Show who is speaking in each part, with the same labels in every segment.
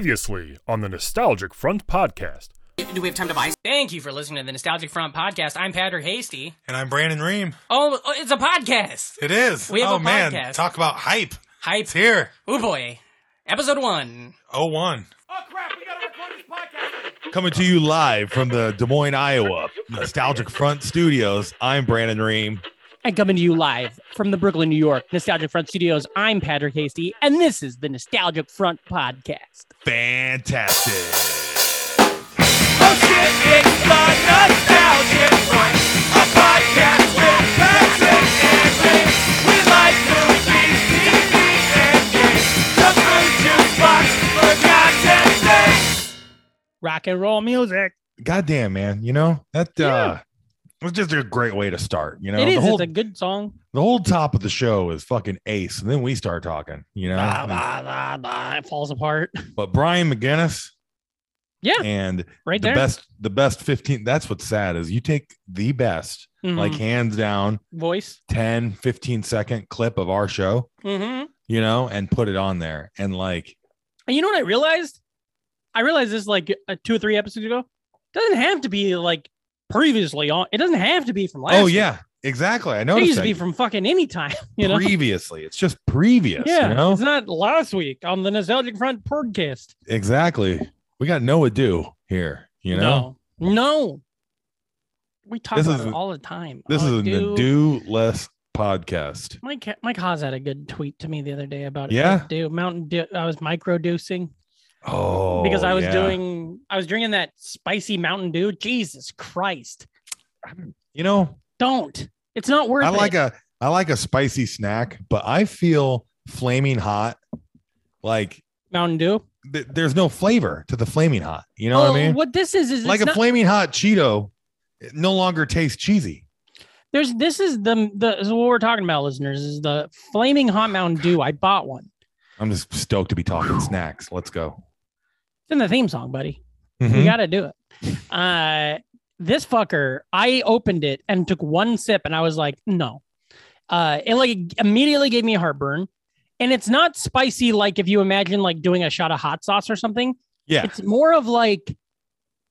Speaker 1: Previously on the Nostalgic Front podcast.
Speaker 2: Do we have time to buy?
Speaker 3: Thank you for listening to the Nostalgic Front podcast. I'm Patrick Hasty.
Speaker 4: And I'm Brandon Ream.
Speaker 3: Oh, oh, it's a podcast.
Speaker 4: It is.
Speaker 3: We have
Speaker 4: oh
Speaker 3: a
Speaker 4: man,
Speaker 3: podcast.
Speaker 4: talk about hype.
Speaker 3: Hype.
Speaker 4: It's here.
Speaker 3: Oh boy. Episode one.
Speaker 4: Oh one.
Speaker 5: Coming to you live from the Des Moines, Iowa, Nostalgic Front Studios. I'm Brandon Ream.
Speaker 6: And coming to you live from the Brooklyn, New York Nostalgic Front Studios, I'm Patrick Hasty, and this is the Nostalgic Front Podcast.
Speaker 5: Fantastic.
Speaker 6: Rock and roll music.
Speaker 5: Goddamn, man. You know, that uh was just a great way to start. You know,
Speaker 6: it
Speaker 5: the
Speaker 6: is.
Speaker 5: whole
Speaker 6: it's a good song.
Speaker 5: the whole top of the show is fucking ace. And then we start talking, you know.
Speaker 6: Bah, bah, bah, bah. It falls apart.
Speaker 5: But Brian McGinnis.
Speaker 6: Yeah.
Speaker 5: And
Speaker 6: Right
Speaker 5: the
Speaker 6: there.
Speaker 5: best the best 15. That's what's sad is you take the best,
Speaker 6: Mhm.
Speaker 5: like hands down,
Speaker 6: voice.
Speaker 5: 10, 15 second clip of our show,
Speaker 6: hmm
Speaker 3: Mm-hmm.
Speaker 5: you know, and put it on there. And like
Speaker 6: And you know what I realized? I realized this like uh, two or three episodes ago. Doesn't have to be like previously on. It doesn't have to be from last.
Speaker 5: Oh
Speaker 6: week.
Speaker 5: yeah, exactly. I
Speaker 6: It
Speaker 5: noticed
Speaker 6: used to
Speaker 5: that.
Speaker 6: be from fucking any time. You know.
Speaker 5: previously. It's just previous.
Speaker 6: yeah.
Speaker 5: you know?
Speaker 6: It's not last week on the Nostalgic Front Podcast.
Speaker 5: exactly. We got no ado here. You know,
Speaker 6: no, no. We talk
Speaker 5: This
Speaker 6: about
Speaker 5: is
Speaker 6: it
Speaker 5: a-
Speaker 6: all the time.
Speaker 5: this
Speaker 6: All
Speaker 5: is
Speaker 6: I
Speaker 5: an
Speaker 6: do-
Speaker 5: ado less podcast.
Speaker 6: Mike Mike Haas had a good tweet to me the other day about
Speaker 5: Yeah?
Speaker 6: do Mountain Dew. I was microdosing
Speaker 5: Oh,
Speaker 6: because I was
Speaker 5: yeah.
Speaker 6: doing I was drinking that spicy Mountain Dew. Jesus Christ!
Speaker 5: You know,
Speaker 6: Don't. It's not worth
Speaker 5: I like
Speaker 6: it.
Speaker 5: a I like a spicy snack, but I feel flaming hot. Like
Speaker 6: Mountain Dew.
Speaker 5: th- there's no flavor to the flaming hot. You know
Speaker 6: well,
Speaker 5: what I mean?
Speaker 6: what this is is like
Speaker 5: like a
Speaker 6: not,
Speaker 5: flaming hot Cheeto, it no longer tastes cheesy.
Speaker 6: there's this is the the is what we're talking about, listeners. Is the flaming hot Mountain Dew? I bought one.
Speaker 5: I'm just stoked to be talking snacks. Let's go.
Speaker 6: It's in the theme song, buddy.
Speaker 5: Mhm.
Speaker 6: You got to do it. Uh, this fucker, I opened it and took one sip, and I was like, no. Uh, it like immediately gave me heartburn, and it's not spicy like if you imagine like doing a shot of hot sauce or something.
Speaker 5: Yeah.
Speaker 6: It's more of like,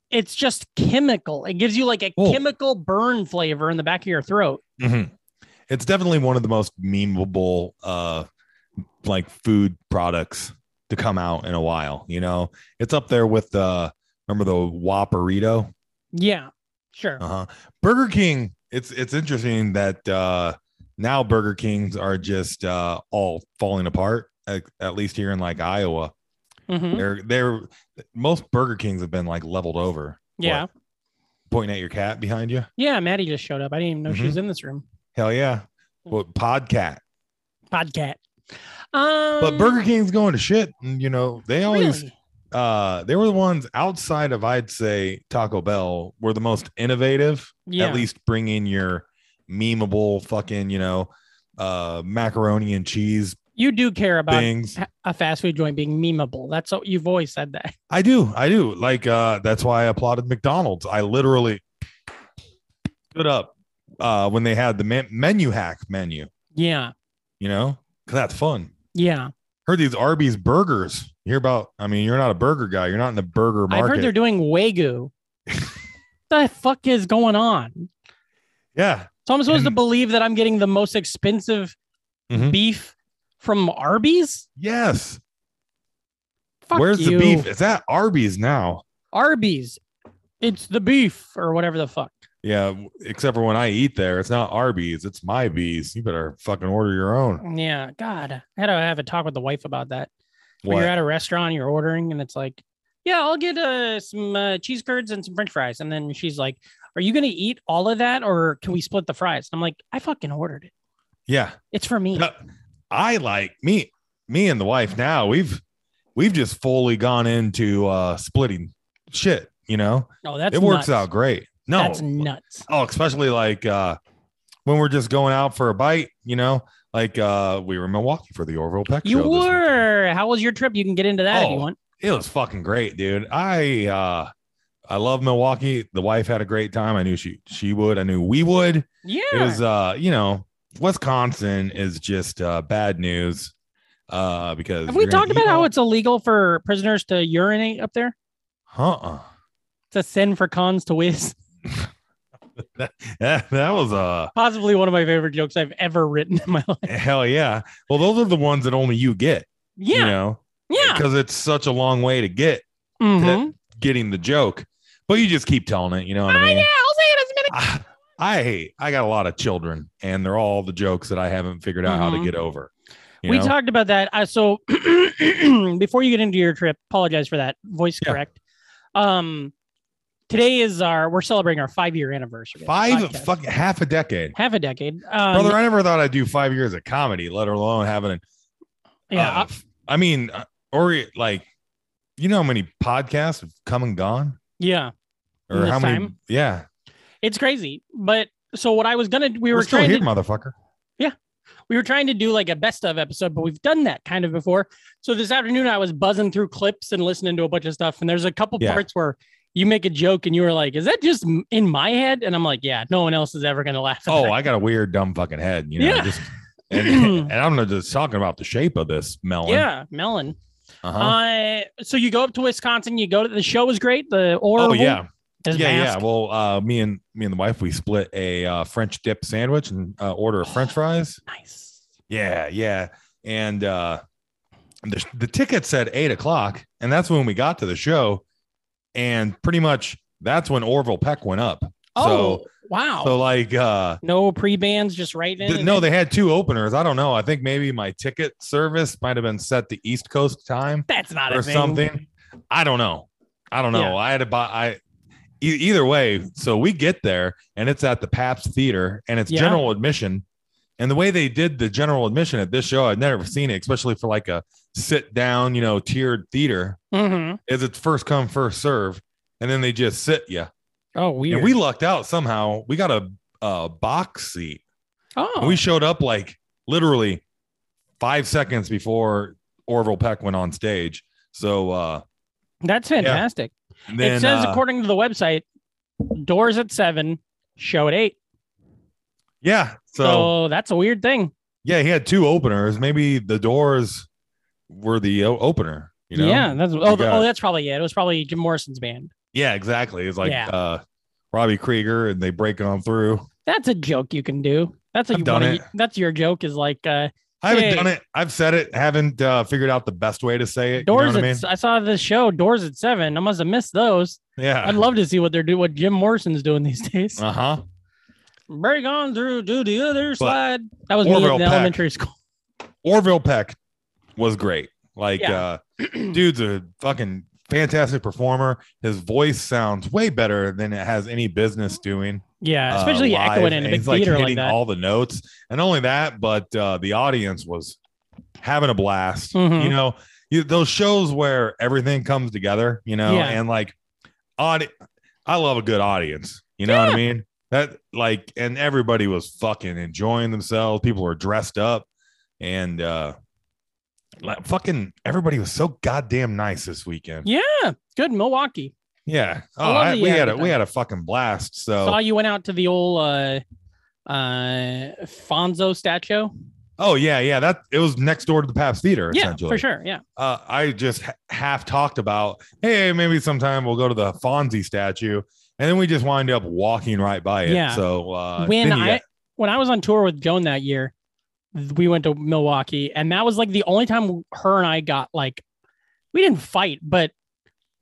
Speaker 6: it's just chemical. It gives you like a
Speaker 5: Well-
Speaker 6: chemical burn flavor in the back of your throat.
Speaker 5: hmm It's definitely one of the most memeable, uh, like food products to come out in a while. You know, it's up there with the remember the Whopperito.
Speaker 6: Yeah, sure.
Speaker 5: Uh huh. Burger King. It's it's interesting that uh, now Burger Kings are just uh, all falling apart. At, at least here in like Iowa,
Speaker 6: Mhm.
Speaker 5: they're they're most Burger Kings have been like leveled over.
Speaker 6: Yeah,
Speaker 5: What? Pointing at your cat behind you.
Speaker 6: yeah. Maddie just showed up. I didn't even know
Speaker 5: Mm-hmm.
Speaker 6: she was in this room.
Speaker 5: Hell yeah.
Speaker 6: Hmm.
Speaker 5: What podcat?
Speaker 6: Podcat. Um,
Speaker 5: But Burger King's going to shit. And, you know, they always
Speaker 6: really?
Speaker 5: uh they were the ones outside of I'd say Taco Bell were the most innovative
Speaker 6: yeah.
Speaker 5: at least bring in your memeable fucking you know uh macaroni and cheese
Speaker 6: you do care about
Speaker 5: things
Speaker 6: a fast food joint being memeable. That's what you've always said that.
Speaker 5: I do I do like uh that's why I applauded McDonald's I literally stood up uh when they had the men- menu hack menu
Speaker 6: Yeah.
Speaker 5: you know 'Cause that's fun
Speaker 6: Yeah.
Speaker 5: heard these Arby's burgers you hear about I mean you're not a burger guy you're not in the burger market
Speaker 6: I've heard they're doing Wagyu. the fuck is going on?
Speaker 5: yeah
Speaker 6: So I'm supposed to
Speaker 5: And-
Speaker 6: believe that I'm getting the most expensive
Speaker 5: Mhm.
Speaker 6: beef from Arby's?
Speaker 5: yes
Speaker 6: Fuck
Speaker 5: Where's
Speaker 6: you.
Speaker 5: the beef? It's at Arby's now.
Speaker 6: Arby's. It's the beef or whatever the fuck.
Speaker 5: Yeah, w- except for when I eat there, it's not Arby's, it's my bees. You better fucking order your own.
Speaker 6: Yeah. God. I had to have a talk with the wife about that. Where
Speaker 5: What?
Speaker 6: you're at a restaurant, you're ordering, and it's like, yeah, I'll get uh, some uh, cheese curds and some French fries, and then she's like, "Are you gonna eat all of that, or can we split the fries?" And I'm like, "I fucking ordered it.
Speaker 5: yeah.
Speaker 6: It's for me."
Speaker 5: No, I like me me and the wife now. We've we've just fully gone into uh splitting shit, you know?
Speaker 6: No, that's
Speaker 5: it works
Speaker 6: nuts.
Speaker 5: out great. No.
Speaker 6: That's nuts.
Speaker 5: Oh, especially like uh when we're just going out for a bite, you know? Like uh we were in Milwaukee for the Orville Peck
Speaker 6: You
Speaker 5: show this weekend.
Speaker 6: were. How was your trip? You can get into that if you
Speaker 5: Oh.
Speaker 6: want.
Speaker 5: it was fucking great, dude. I uh I love Milwaukee. The wife had a great time. I knew she she would. I knew we would.
Speaker 6: Yeah.
Speaker 5: It was uh, you know, Wisconsin is just uh bad news.
Speaker 6: Have we talked about how it's illegal for prisoners to urinate up there?
Speaker 5: uh
Speaker 6: It's a sin for cons to whiz.
Speaker 5: that, that, that was uh
Speaker 6: Possibly one of my favorite jokes I've ever written in my life.
Speaker 5: hell yeah. Well, those are the ones that only you get.
Speaker 6: Yeah,
Speaker 5: you know,
Speaker 6: yeah.
Speaker 5: because it's such a long way to get
Speaker 6: Mhm.
Speaker 5: getting the joke, but you just keep telling it. You know what I mean?
Speaker 6: Ah, I'll say it as many.
Speaker 5: I, I hate. I got a lot of children, and they're all the jokes that I haven't figured out how
Speaker 6: Mhm.
Speaker 5: to get over. you
Speaker 6: We
Speaker 5: know?
Speaker 6: talked about that. Uh, so before you get into your trip, apologize for that. Voice
Speaker 5: Yeah.
Speaker 6: correct. Um, today is our we're celebrating our five year anniversary. of the
Speaker 5: five
Speaker 6: podcast.
Speaker 5: fuck half a decade,
Speaker 6: half a decade. Um,
Speaker 5: brother. I never thought I'd do five years of comedy, let alone having an.
Speaker 6: yeah,
Speaker 5: uh, I mean, uh, or like, you know how many podcasts have come and gone,
Speaker 6: yeah. In
Speaker 5: or
Speaker 6: this
Speaker 5: how many?
Speaker 6: time?
Speaker 5: Yeah,
Speaker 6: It's crazy. But so what I was gonna we
Speaker 5: we
Speaker 6: were,
Speaker 5: are still
Speaker 6: trying
Speaker 5: here,
Speaker 6: to
Speaker 5: motherfucker.
Speaker 6: we were trying to do like a best of episode, but we've done that kind of before. So this afternoon I was buzzing through clips and listening to a bunch of stuff, and there's a couple
Speaker 5: Yeah.
Speaker 6: parts where you make a joke and you were like, "Is that just m- in my head?" And I'm like, "Yeah, no one else is ever gonna laugh." at
Speaker 5: Oh,
Speaker 6: that."
Speaker 5: I got a weird, dumb fucking head. You know,
Speaker 6: Yeah.
Speaker 5: just, and, and I'm not just talking about the shape of this melon.
Speaker 6: yeah, melon.
Speaker 5: Uh-huh.
Speaker 6: Uh, so you go up to Wisconsin. You go to the show was great. The
Speaker 5: oh
Speaker 6: Orville.
Speaker 5: yeah,
Speaker 6: his
Speaker 5: yeah,
Speaker 6: mask.
Speaker 5: yeah. Well, uh, me and me and the wife, we split a uh, French dip sandwich and uh, order of French fries.
Speaker 6: nice.
Speaker 5: Yeah, yeah. And uh, the the ticket said eight o'clock, and that's when we got to the show, and pretty much that's when Orville Peck went up.
Speaker 6: Oh wow.
Speaker 5: So, so like, uh,
Speaker 6: no pre bands, just right in.
Speaker 5: th- no, they had two openers. I don't know. I think maybe my ticket service might have been set to East Coast time
Speaker 6: that's not
Speaker 5: or
Speaker 6: a thing.
Speaker 5: something. I don't know. I don't know.
Speaker 6: Yeah.
Speaker 5: I had to buy. I e- either way. So we get there, and it's at the Paps Theater, and it's
Speaker 6: Yeah.
Speaker 5: general admission. And the way they did the general admission at this show, I'd never seen it, especially for like a sit down, you know, tiered theater.
Speaker 6: Mhm.
Speaker 5: Is it's first come, first serve, and then they just sit you.
Speaker 6: Oh weird.
Speaker 5: And we lucked out somehow. We got a, a box seat.
Speaker 6: oh
Speaker 5: And we showed up like literally five seconds before Orville Peck went on stage. So uh,
Speaker 6: that's fantastic.
Speaker 5: and then
Speaker 6: it says
Speaker 5: uh,
Speaker 6: according to the website, doors at seven, show at eight.
Speaker 5: Yeah. So,
Speaker 6: So, that's a weird thing.
Speaker 5: yeah, he had two openers. Maybe the doors were the o- opener. You know?
Speaker 6: yeah, that's oh,
Speaker 5: got-
Speaker 6: oh that's probably it. It was probably Jim Morrison's band.
Speaker 5: Yeah. Exactly. It's like
Speaker 6: Yeah.
Speaker 5: uh, Robbie Krieger, and they break on through.
Speaker 6: That's a joke you can do. That's a
Speaker 5: I've done
Speaker 6: one of
Speaker 5: it.
Speaker 6: y- that's your joke is like uh
Speaker 5: I haven't
Speaker 6: Hey.
Speaker 5: done it. I've said it. Haven't uh, figured out the best way to say it. you know
Speaker 6: doors
Speaker 5: what
Speaker 6: at,
Speaker 5: I mean?
Speaker 6: s- I saw this show doors at seven. I must have missed those.
Speaker 5: Yeah.
Speaker 6: I'd love to see what they're doing, what Jim Morrison's doing these days.
Speaker 5: Uh huh.
Speaker 6: Break on through to the other side. That was me
Speaker 5: Orville
Speaker 6: in the
Speaker 5: Peck.
Speaker 6: elementary school.
Speaker 5: Orville Peck was great. Like,
Speaker 6: Yeah.
Speaker 5: uh, dude's a fucking fantastic performer. His voice sounds way better than it has any business doing.
Speaker 6: Yeah, especially
Speaker 5: uh, live,
Speaker 6: echoing in a
Speaker 5: and
Speaker 6: big
Speaker 5: he's, like,
Speaker 6: theater like
Speaker 5: hitting
Speaker 6: that.
Speaker 5: All the notes, and only that, but uh, the audience was having a blast.
Speaker 6: Mhm.
Speaker 5: You know, you, those shows where everything comes together. You know,
Speaker 6: Yeah.
Speaker 5: and like, audi- I love a good audience. You know what I mean? That like, and everybody was fucking enjoying themselves. People were dressed up, and uh, like, fucking everybody was so goddamn nice this weekend.
Speaker 6: yeah, good Milwaukee.
Speaker 5: Yeah,
Speaker 6: I
Speaker 5: oh,
Speaker 6: love
Speaker 5: I-
Speaker 6: the
Speaker 5: we had a
Speaker 6: advertising.
Speaker 5: we had a fucking blast. So
Speaker 6: Saw you went out to the old uh uh Fonzo statue.
Speaker 5: Oh yeah, yeah. That it was next door to the Pabst Theater.
Speaker 6: Yeah,
Speaker 5: essentially.
Speaker 6: for sure. Yeah.
Speaker 5: Uh, I just ha- half talked about, hey, maybe sometime we'll go to the Fonzie statue, and then we just wind up walking right by it.
Speaker 6: Yeah.
Speaker 5: So uh,
Speaker 6: when
Speaker 5: then you
Speaker 6: I
Speaker 5: got-
Speaker 6: when I was on tour with Joan that year, th- we went to Milwaukee, and that was like the only time her and I got like we didn't fight, but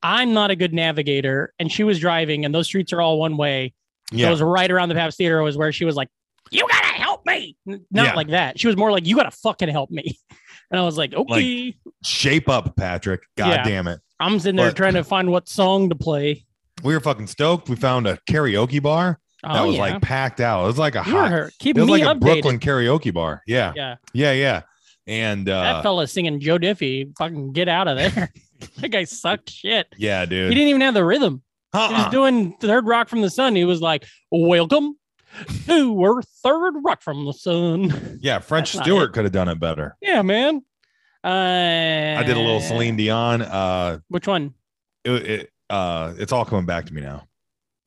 Speaker 6: I'm not a good navigator, and she was driving, and those streets are all one way. So
Speaker 5: yeah,
Speaker 6: it was right around the Pabst Theater was where she was like, "You gotta help me," N- not
Speaker 5: Yeah.
Speaker 6: like that. She was more like, "You gotta fucking help me," and I was like, "Okay."
Speaker 5: shape up, Patrick. God
Speaker 6: Yeah.
Speaker 5: damn it.
Speaker 6: I'm sitting there
Speaker 5: but-
Speaker 6: trying to find what song to play.
Speaker 5: We were fucking stoked. We found a karaoke bar that
Speaker 6: oh
Speaker 5: was
Speaker 6: yeah,
Speaker 5: like packed out. It was like a
Speaker 6: you were
Speaker 5: hot,
Speaker 6: her. Keep
Speaker 5: it
Speaker 6: me
Speaker 5: was like
Speaker 6: updated.
Speaker 5: a Brooklyn karaoke bar. Yeah,
Speaker 6: Yeah,
Speaker 5: yeah, yeah. And
Speaker 6: that
Speaker 5: uh,
Speaker 6: fella singing Joe Diffie, fucking get out of there. that guy sucked shit.
Speaker 5: yeah,
Speaker 6: He
Speaker 5: dude.
Speaker 6: didn't even have the rhythm. He was
Speaker 5: Uh-uh.
Speaker 6: doing Third Rock from the Sun. He was like, Welcome to our Third Rock from the Sun.
Speaker 5: Yeah, French
Speaker 6: That's not
Speaker 5: Stewart could have done it better.
Speaker 6: Yeah, man. Uh,
Speaker 5: I
Speaker 6: I
Speaker 5: did a little Celine Dion. Uh,
Speaker 6: Which one?
Speaker 5: it, it uh it's all coming back to me now.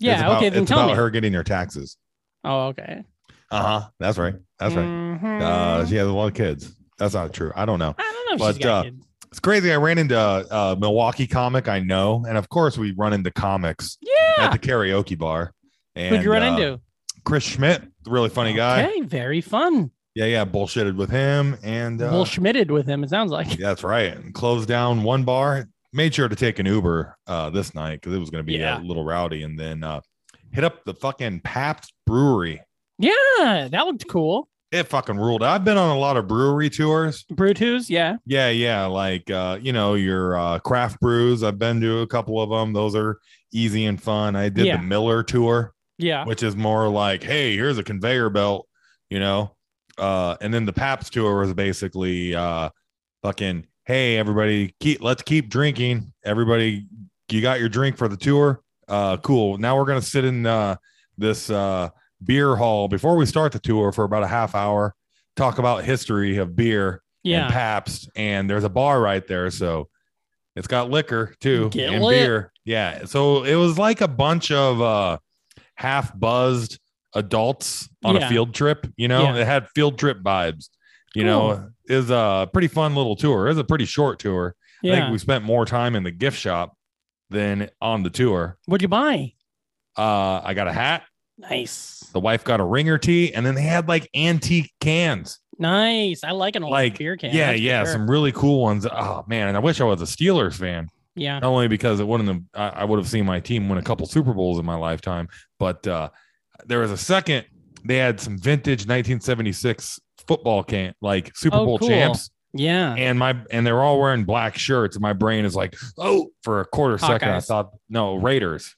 Speaker 6: Yeah,
Speaker 5: It's about,
Speaker 6: okay, then
Speaker 5: it's
Speaker 6: tell
Speaker 5: about
Speaker 6: me.
Speaker 5: her getting her taxes.
Speaker 6: Oh, okay.
Speaker 5: Uh-huh. That's right. That's right.
Speaker 6: Mhm.
Speaker 5: Uh she has a lot of kids. That's not true. I don't know.
Speaker 6: I don't know. If she's
Speaker 5: But,
Speaker 6: got
Speaker 5: uh,
Speaker 6: kids.
Speaker 5: It's crazy. I ran into uh, a Milwaukee comic I know, and of course we run into comics
Speaker 6: Yeah.
Speaker 5: at the karaoke bar. And
Speaker 6: Who'd you run
Speaker 5: uh,
Speaker 6: into?
Speaker 5: Chris Schmidt, really funny guy.
Speaker 6: Okay, very fun.
Speaker 5: Yeah, yeah. Bullshitted with him, and uh,
Speaker 6: Bull schmitted with him. It sounds like.
Speaker 5: yeah, that's right. And closed down one bar. Made sure to take an Uber uh, this night because it was going to be
Speaker 6: Yeah.
Speaker 5: a little rowdy, and then uh, hit up the fucking Pabst Brewery.
Speaker 6: Yeah, that looked cool.
Speaker 5: It fucking ruled. I've been on a lot of brewery tours.
Speaker 6: Brutus, yeah.
Speaker 5: Yeah, yeah, like uh, you know your uh, craft brews. I've been to a couple of them. Those are easy and fun. I did
Speaker 6: Yeah.
Speaker 5: the Miller tour,
Speaker 6: Yeah.
Speaker 5: which is more like, hey, here's a conveyor belt, you know. Uh, and then the Paps tour was basically uh, fucking, hey, everybody, keep let's keep drinking. Everybody, you got your drink for the tour. Uh, cool. Now we're gonna sit in uh, this uh, beer hall before we start the tour for about a half hour. Talk about history of beer and
Speaker 6: Yeah.
Speaker 5: Pabst, and there's a bar right there, so it's got liquor too
Speaker 6: Get
Speaker 5: and
Speaker 6: lit.
Speaker 5: beer. Yeah, so it was like a bunch of uh, half buzzed adults on
Speaker 6: Yeah.
Speaker 5: a field trip. You know,
Speaker 6: Yeah.
Speaker 5: it had field trip vibes. You
Speaker 6: Cool.
Speaker 5: know, is a pretty fun little tour. It was a pretty short tour. I
Speaker 6: Yeah.
Speaker 5: think we spent more time in the gift shop than on the tour.
Speaker 6: What'd you buy?
Speaker 5: Uh, I got a hat.
Speaker 6: Nice.
Speaker 5: The wife got a ringer tee, and then they had like antique cans.
Speaker 6: Nice. I like an old
Speaker 5: Like,
Speaker 6: beer can.
Speaker 5: yeah,
Speaker 6: that's for
Speaker 5: yeah,
Speaker 6: sure.
Speaker 5: some really cool ones. Oh man, and I wish I was a Steelers fan,
Speaker 6: yeah.
Speaker 5: not only because it wouldn't have, I, I would have seen my team win a couple Super Bowls in my lifetime, but uh, there was a second they had some vintage 1976 football can like Super
Speaker 6: Oh,
Speaker 5: Bowl
Speaker 6: cool.
Speaker 5: champs,
Speaker 6: Yeah.
Speaker 5: and my and they're all wearing black shirts, and my brain is like, oh, for a quarter second, I
Speaker 6: Hawkeyes.
Speaker 5: thought no Raiders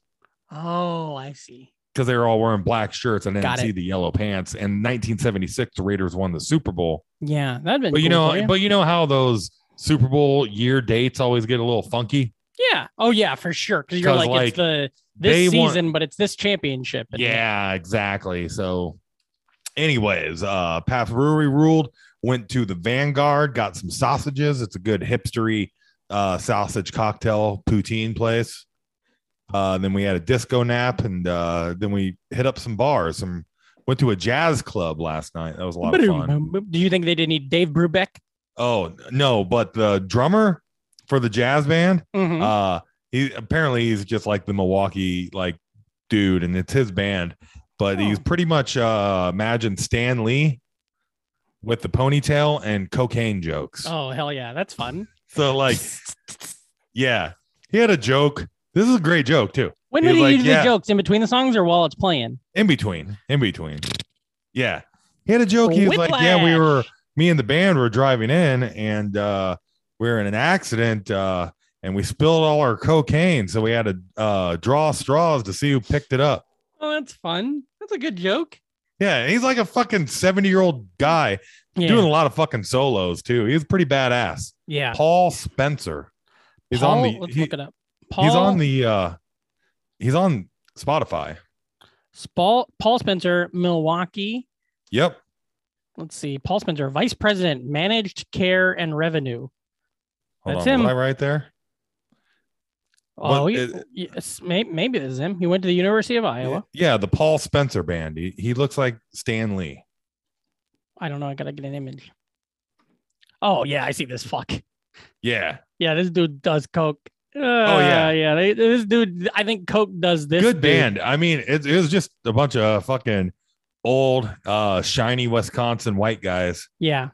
Speaker 6: Oh, I see.
Speaker 5: because they were all wearing black shirts. I didn't
Speaker 6: Got it.
Speaker 5: see the yellow pants. And 1976, the Raiders won the Super Bowl.
Speaker 6: Yeah. That'd been
Speaker 5: But you
Speaker 6: cool
Speaker 5: know,
Speaker 6: for
Speaker 5: but you know how those Super Bowl year dates always get a little funky.
Speaker 6: yeah. Oh yeah, for sure. Because you're
Speaker 5: 'Cause,
Speaker 6: like,
Speaker 5: like,
Speaker 6: it's the
Speaker 5: they
Speaker 6: this
Speaker 5: want-
Speaker 6: season, but it's this championship. and-
Speaker 5: Yeah, exactly. So, anyways, uh, Path Brewery ruled. Went to the Vanguard, got some sausages. It's a good hipstery uh, sausage cocktail poutine place. Uh, then we had a disco nap, and uh, then we hit up some bars. Some went to a jazz club last night. That was a lot of fun.
Speaker 6: Do you think they didn't need Dave Brubeck?
Speaker 5: Oh no, but the drummer for the jazz band,
Speaker 6: Mhm.
Speaker 5: uh, he apparently he's just like the Milwaukee like dude, and it's his band. But he's
Speaker 6: Oh.
Speaker 5: pretty much uh, imagine Stan Lee with the ponytail and cocaine jokes.
Speaker 6: oh hell yeah, that's fun.
Speaker 5: So like, yeah, he had a joke. This is a great joke too.
Speaker 6: When
Speaker 5: He
Speaker 6: did
Speaker 5: was
Speaker 6: he
Speaker 5: like,
Speaker 6: do
Speaker 5: yeah.
Speaker 6: the jokes in between the songs or while it's playing?
Speaker 5: In between, in between, yeah, he had a joke. He was like, yeah, we
Speaker 6: Whiplash.
Speaker 5: were me and the band were driving in and uh we were in an accident uh and we spilled all our cocaine so we had to uh draw straws to see who picked it up
Speaker 6: Oh, that's fun. That's a good joke.
Speaker 5: yeah and he's like a fucking 70 year old guy
Speaker 6: Yeah.
Speaker 5: doing a lot of fucking solos too he's pretty badass
Speaker 6: yeah.
Speaker 5: paul spencer he's
Speaker 6: Paul,
Speaker 5: on the
Speaker 6: let's
Speaker 5: he-
Speaker 6: look it up. Paul,
Speaker 5: he's on the uh he's on spotify
Speaker 6: Paul, Paul Spencer, Milwaukee.
Speaker 5: yep
Speaker 6: Let's see. Paul Spencer, Vice President, Managed Care and Revenue.
Speaker 5: Hold
Speaker 6: That's
Speaker 5: on.
Speaker 6: him.
Speaker 5: Was I right there
Speaker 6: Oh,
Speaker 5: What-
Speaker 6: he-
Speaker 5: it-
Speaker 6: yes, may- maybe this is him. He went to the University of Iowa.
Speaker 5: yeah the paul spencer band he, he looks like stan lee
Speaker 6: I don't know. I gotta get an image. Oh yeah, I see this fuck.
Speaker 5: yeah
Speaker 6: Yeah, this dude does coke. Uh,
Speaker 5: Oh, yeah.
Speaker 6: yeah. They, this dude, I think coke does this.
Speaker 5: good
Speaker 6: dude.
Speaker 5: band. I mean, it, it was just a bunch of fucking old, uh, shiny Wisconsin white guys
Speaker 6: Yeah,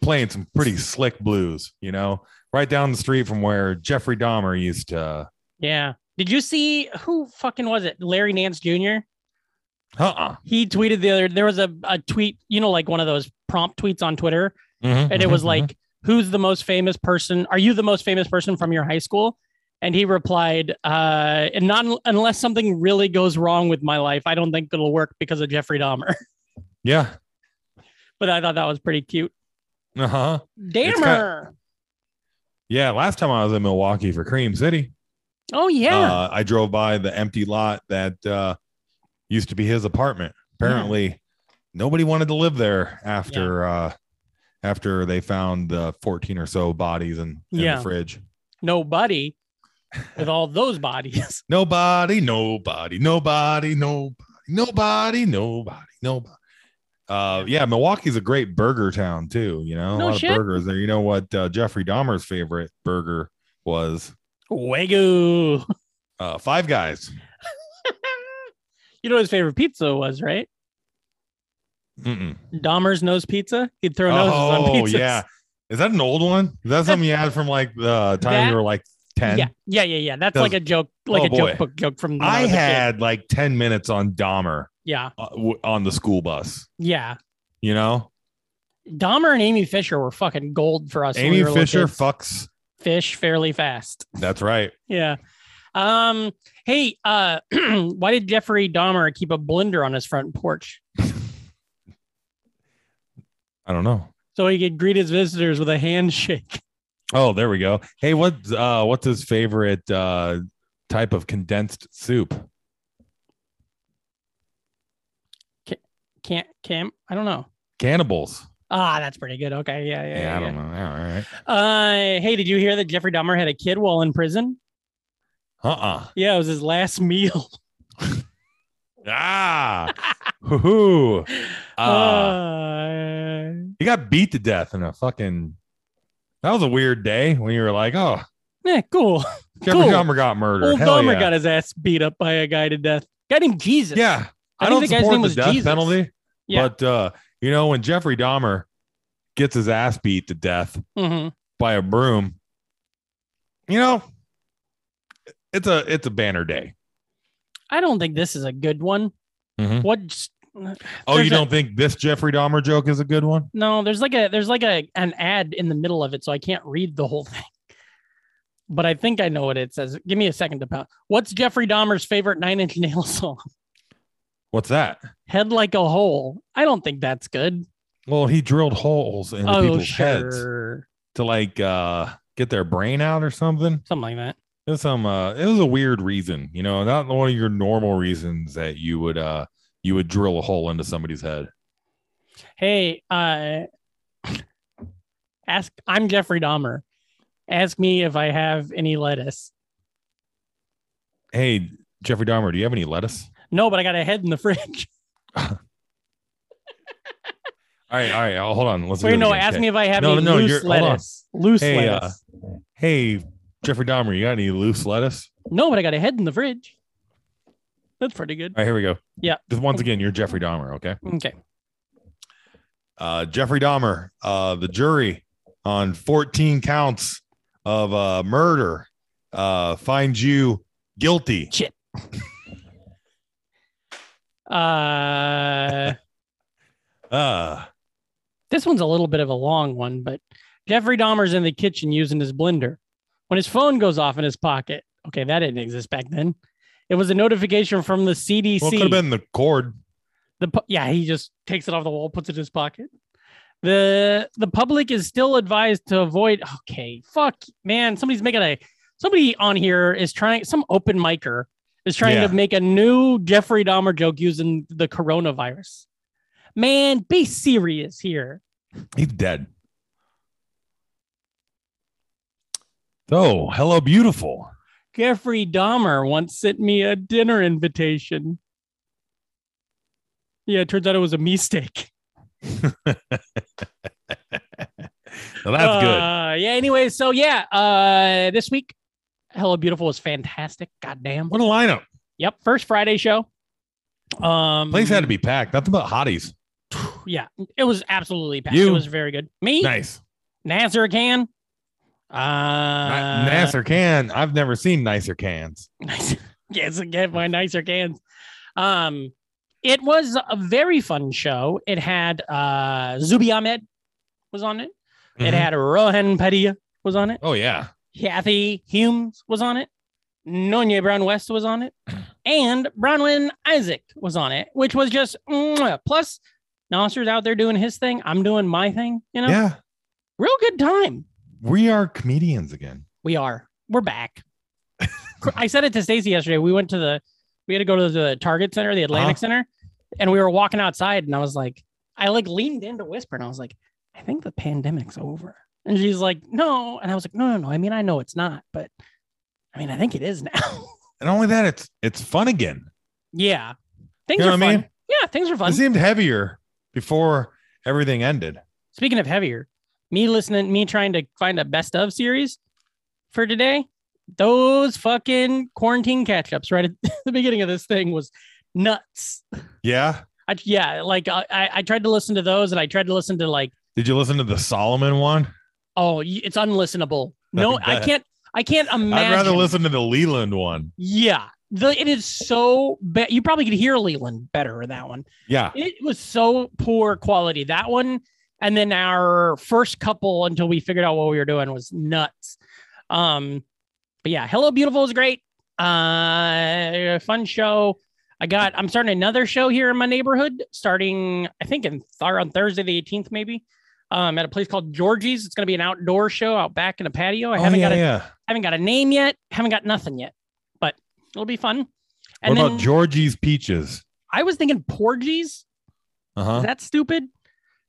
Speaker 5: playing some pretty slick blues, you know, right down the street from where Jeffrey Dahmer used to.
Speaker 6: yeah. Did you see who fucking was it? Larry Nance Jr.
Speaker 5: Uh uh
Speaker 6: He tweeted the other. There was a, a tweet, you know, like one of those prompt tweets on Twitter,
Speaker 5: Mm-hmm,
Speaker 6: and it was like, "Who's the most famous person? Are you the most famous person from your high school?" And he replied, uh, "And not unless something really goes wrong with my life, I don't think it'll work because of Jeffrey Dahmer."
Speaker 5: yeah.
Speaker 6: but I thought that was pretty cute.
Speaker 5: Uh huh.
Speaker 6: Dammer.
Speaker 5: Yeah. Last time I was in Milwaukee for Cream City,
Speaker 6: oh yeah.
Speaker 5: uh, I drove by the empty lot that uh, used to be his apartment. Apparently, nobody wanted to live there after uh, after they found the 14 or so bodies in, in
Speaker 6: Yeah.
Speaker 5: the fridge.
Speaker 6: nobody with all those bodies.
Speaker 5: Nobody, nobody, nobody, nobody, nobody, nobody, nobody. Uh, yeah, Milwaukee's a great burger town too. You know, a
Speaker 6: No
Speaker 5: lot
Speaker 6: shit.
Speaker 5: of burgers there. You know what uh, Jeffrey Dahmer's favorite burger was?
Speaker 6: Wagyu.
Speaker 5: Uh, Five Guys.
Speaker 6: You know what his favorite pizza was, right?
Speaker 5: Mm-mm.
Speaker 6: Dahmer's nose pizza. He'd throw noses on
Speaker 5: Oh
Speaker 6: pizzas.
Speaker 5: yeah, is that an old one? Is that something you had from like the time
Speaker 6: That-
Speaker 5: you were like ten?
Speaker 6: Yeah, yeah, yeah, yeah. That's
Speaker 5: Does-
Speaker 6: like a joke, like
Speaker 5: Oh,
Speaker 6: a joke
Speaker 5: boy.
Speaker 6: book joke from. when
Speaker 5: I
Speaker 6: was a kid.
Speaker 5: had like ten minutes on Dahmer
Speaker 6: Yeah,
Speaker 5: uh, w- on the school bus.
Speaker 6: yeah.
Speaker 5: You know,
Speaker 6: Dahmer and Amy Fisher were fucking gold for us. when
Speaker 5: Amy
Speaker 6: we were little
Speaker 5: Fisher
Speaker 6: kids.
Speaker 5: fucks.
Speaker 6: fish fairly fast.
Speaker 5: That's right.
Speaker 6: Yeah. Um. Hey. Uh. why did Jeffrey Dahmer keep a blender on his front porch
Speaker 5: I don't know.
Speaker 6: so he could greet his visitors with a handshake?
Speaker 5: Oh, there we go. Hey, what's uh, what's his favorite uh, type of condensed soup?
Speaker 6: Can't. Cam. I don't know.
Speaker 5: Cannibals.
Speaker 6: Ah, that's pretty good. Okay. Yeah. Yeah.
Speaker 5: Yeah, I don't know. All right.
Speaker 6: Uh. Hey. Did you hear that Jeffrey Dahmer had a kid while in prison?
Speaker 5: Uh uh
Speaker 6: Yeah. It was his last meal.
Speaker 5: Ah. Hoo-hoo. Uh,
Speaker 6: Uh,
Speaker 5: he got beat to death in a fucking. That was a weird day when you were like, oh,
Speaker 6: yeah. eh, Cool.
Speaker 5: Jeffrey
Speaker 6: Cool.
Speaker 5: Dahmer got murdered.
Speaker 6: Old
Speaker 5: Hell
Speaker 6: Dahmer
Speaker 5: yeah.
Speaker 6: got his ass beat up by a guy to death. Guy named Jesus.
Speaker 5: Yeah.
Speaker 6: I
Speaker 5: I,
Speaker 6: think
Speaker 5: don't
Speaker 6: the guy's
Speaker 5: support
Speaker 6: name
Speaker 5: the
Speaker 6: was
Speaker 5: death
Speaker 6: Jesus.
Speaker 5: penalty.
Speaker 6: Yeah.
Speaker 5: But, uh, you know, when Jeffrey Dahmer gets his ass beat to death,
Speaker 6: Mhm.
Speaker 5: by a broom. You know, it's a it's a banner day.
Speaker 6: I don't think this is a good one.
Speaker 5: Mhm.
Speaker 6: What?
Speaker 5: Oh,
Speaker 6: There's
Speaker 5: you
Speaker 6: a-
Speaker 5: don't think this Jeffrey Dahmer joke is a good one?
Speaker 6: No, there's like a there's like a an ad in the middle of it, so I can't read the whole thing. But I think I know what it says. Give me a second to pound. What's Jeffrey Dahmer's favorite Nine Inch Nail song?
Speaker 5: What's that?
Speaker 6: Head like a hole. I don't think that's good.
Speaker 5: Well, he drilled holes in
Speaker 6: oh,
Speaker 5: people's
Speaker 6: sure,
Speaker 5: heads to like uh get their brain out or something.
Speaker 6: something like that.
Speaker 5: It was some uh it was a weird reason, you know, not one of your normal reasons that you would uh you would drill a hole into somebody's head.
Speaker 6: Hey, uh, ask. I'm Jeffrey Dahmer. Ask me if I have any lettuce.
Speaker 5: Hey, Jeffrey Dahmer, do you have any lettuce?
Speaker 6: No, but I got a head in the fridge.
Speaker 5: All right, all right, I'll- hold on. Let's do
Speaker 6: Wait,
Speaker 5: it
Speaker 6: no.
Speaker 5: again.
Speaker 6: Ask
Speaker 5: Okay.
Speaker 6: me if I have
Speaker 5: No,
Speaker 6: any
Speaker 5: no, you're-
Speaker 6: loose
Speaker 5: hold on.
Speaker 6: lettuce. Loose
Speaker 5: Hey, uh,
Speaker 6: lettuce.
Speaker 5: Hey, Jeffrey Dahmer, you got any loose lettuce?
Speaker 6: No, but I got a head in the fridge. That's pretty good.
Speaker 5: All right, here we go.
Speaker 6: Yeah.
Speaker 5: Just once again, you're Jeffrey Dahmer, okay?
Speaker 6: Okay.
Speaker 5: Uh, Jeffrey Dahmer, uh, the jury on 14 counts of uh, murder uh, finds you guilty.
Speaker 6: Uh,
Speaker 5: Uh,
Speaker 6: this one's a little bit of a long one, but Jeffrey Dahmer's in the kitchen using his blender when his phone goes off in his pocket. Okay, that didn't exist back then. It was a notification from the CDC.
Speaker 5: well, it could have been the cord.
Speaker 6: The pu- yeah, he just takes it off the wall, puts it in his pocket. The the public is still advised to avoid. Okay, fuck, man, somebody's making a somebody on here is trying some open micer is trying
Speaker 5: Yeah.
Speaker 6: to make a new Jeffrey Dahmer joke using the coronavirus. Man, be serious here.
Speaker 5: He's dead. So, hello, beautiful.
Speaker 6: Jeffrey Dahmer once sent me a dinner invitation. Yeah, it turns out it was a mistake.
Speaker 5: Now that's good.
Speaker 6: Uh, yeah. Anyway, so yeah, uh, this week, Hello Beautiful was fantastic. Goddamn.
Speaker 5: What a lineup.
Speaker 6: Yep. First Friday show. Um,
Speaker 5: Place had to be packed. Nothing but hotties.
Speaker 6: Yeah, it was absolutely packed.
Speaker 5: You.
Speaker 6: It was very good. Me,
Speaker 5: Nice.
Speaker 6: Nasser can. Uh,
Speaker 5: Ni- nicer can. I've never seen nicer cans.
Speaker 6: Nice. yes, again, my nicer cans. Um, it was a very fun show. It had uh Zubi Ahmed was on it. It
Speaker 5: Mhm.
Speaker 6: had Rohan Padilla was on it.
Speaker 5: Oh, yeah.
Speaker 6: Kathy Humes was on it. Nonya Brown West was on it. And Bronwyn Isaac was on it, which was just mwah. plus Nasser's out there doing his thing. I'm doing my thing, you know.
Speaker 5: Yeah.
Speaker 6: Real good time.
Speaker 5: We are comedians again.
Speaker 6: We are. We're back. Cr- I said it to Stacy yesterday. We went to the, we had to go to the Target Center, the Atlantic
Speaker 5: Uh-huh.
Speaker 6: Center, and we were walking outside, and I was like, I like leaned in to whisper, and I was like, I think the pandemic's over. And she's like, No, and I was like, No, no, no. I mean, I know it's not, but I mean, I think it is now.
Speaker 5: And only that, it's it's fun again.
Speaker 6: yeah, things
Speaker 5: You know
Speaker 6: are
Speaker 5: what I
Speaker 6: fun.
Speaker 5: mean?
Speaker 6: Yeah, things are fun.
Speaker 5: It seemed heavier before everything ended.
Speaker 6: Speaking of heavier, me listening, me trying to find a best of series for today, those fucking quarantine catch ups right at the beginning of this thing was nuts.
Speaker 5: Yeah.
Speaker 6: I, yeah, like I, I I tried to listen to those and I tried to listen to like,
Speaker 5: Did you listen to the Solomon one?
Speaker 6: oh, y- it's unlistenable. No, I
Speaker 5: bet.
Speaker 6: can't, I can't imagine.
Speaker 5: I'd rather listen to the Leland one.
Speaker 6: Yeah. The, it is so bad. You probably could hear Leland better in that one.
Speaker 5: Yeah.
Speaker 6: It was so poor quality. That one, and then our first couple until we figured out what we were doing was nuts. Um, but yeah, Hello Beautiful is great. Uh, fun show. I got. I'm starting another show here in my neighborhood. Starting, I think, in th- on Thursday the 18th, maybe. Um, at a place called Georgie's. It's going to be an outdoor show out back in a patio. I
Speaker 5: Oh,
Speaker 6: haven't
Speaker 5: yeah,
Speaker 6: got a
Speaker 5: yeah.
Speaker 6: haven't got a name yet. Haven't got nothing yet, but it'll be fun. And
Speaker 5: what
Speaker 6: then
Speaker 5: about Georgie's peaches?
Speaker 6: I was thinking Porgies.
Speaker 5: Uh
Speaker 6: Is
Speaker 5: huh.
Speaker 6: that stupid?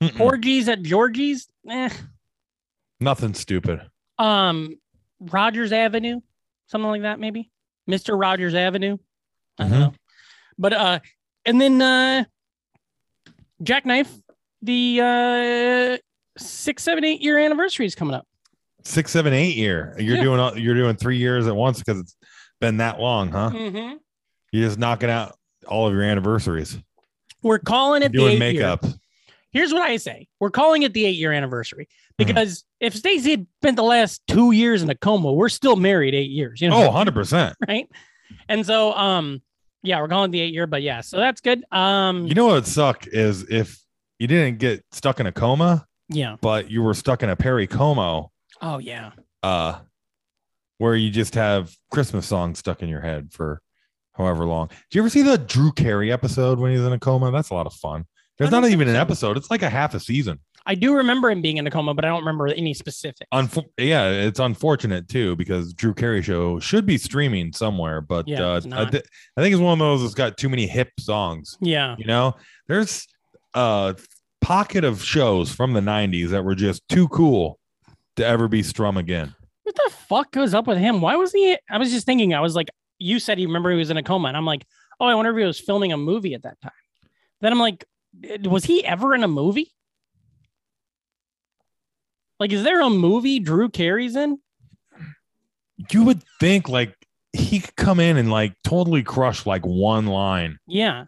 Speaker 5: Mm-mm.
Speaker 6: Porgies at Georgie's. Eh.
Speaker 5: Nothing stupid.
Speaker 6: Um, Rogers Avenue, something like that, maybe. Mr. Rogers Avenue. I don't
Speaker 5: Mhm.
Speaker 6: know. But uh, and then uh, Jackknife, the uh, six, seven, eight year anniversary is coming up.
Speaker 5: Six, seven, eight year. You're
Speaker 6: Yeah.
Speaker 5: doing all- you're doing three years at once because it's been that long, huh?
Speaker 6: Mm-hmm.
Speaker 5: You're just knocking out all of your anniversaries.
Speaker 6: We're calling it the
Speaker 5: doing
Speaker 6: eight
Speaker 5: makeup.
Speaker 6: here's what I say. We're calling it the eight year anniversary
Speaker 5: Mm-hmm.
Speaker 6: because if Stacey had spent the last two years in a coma, we're still married eight years, you
Speaker 5: Oh,
Speaker 6: know,
Speaker 5: 100 percent.
Speaker 6: right? And so, um, yeah, we're calling it the eight year, but yeah, so that's good. Um,
Speaker 5: You know what would suck is if you didn't get stuck in a coma,
Speaker 6: yeah.
Speaker 5: but you were stuck in a pericomo,
Speaker 6: Oh, yeah.
Speaker 5: uh, where you just have Christmas songs stuck in your head for however long. Do you ever see the Drew Carey episode when he's in a coma? That's a lot of fun. There's
Speaker 6: I don't
Speaker 5: not even an
Speaker 6: think so.
Speaker 5: episode. It's like a half a season.
Speaker 6: I do remember him being in a coma, but I don't remember any specific.
Speaker 5: Unfor- yeah, it's unfortunate too because Drew Carey show should be streaming somewhere, but
Speaker 6: Yeah,
Speaker 5: uh,
Speaker 6: it's
Speaker 5: I,
Speaker 6: not.
Speaker 5: thi- I think it's one of those that's got too many hip songs.
Speaker 6: yeah.
Speaker 5: You know, there's a pocket of shows from the 90s that were just too cool to ever be strung again.
Speaker 6: What the fuck goes up with him? Why was he? I was just thinking, I was like, you said you remember he was in a coma. And I'm like, oh, I wonder if he was filming a movie at that time. Then I'm like, eh, was he ever in a movie? Like, is there a movie Drew Carey's in?
Speaker 5: You would think like he could come in and like totally crush like one line.
Speaker 6: Yeah.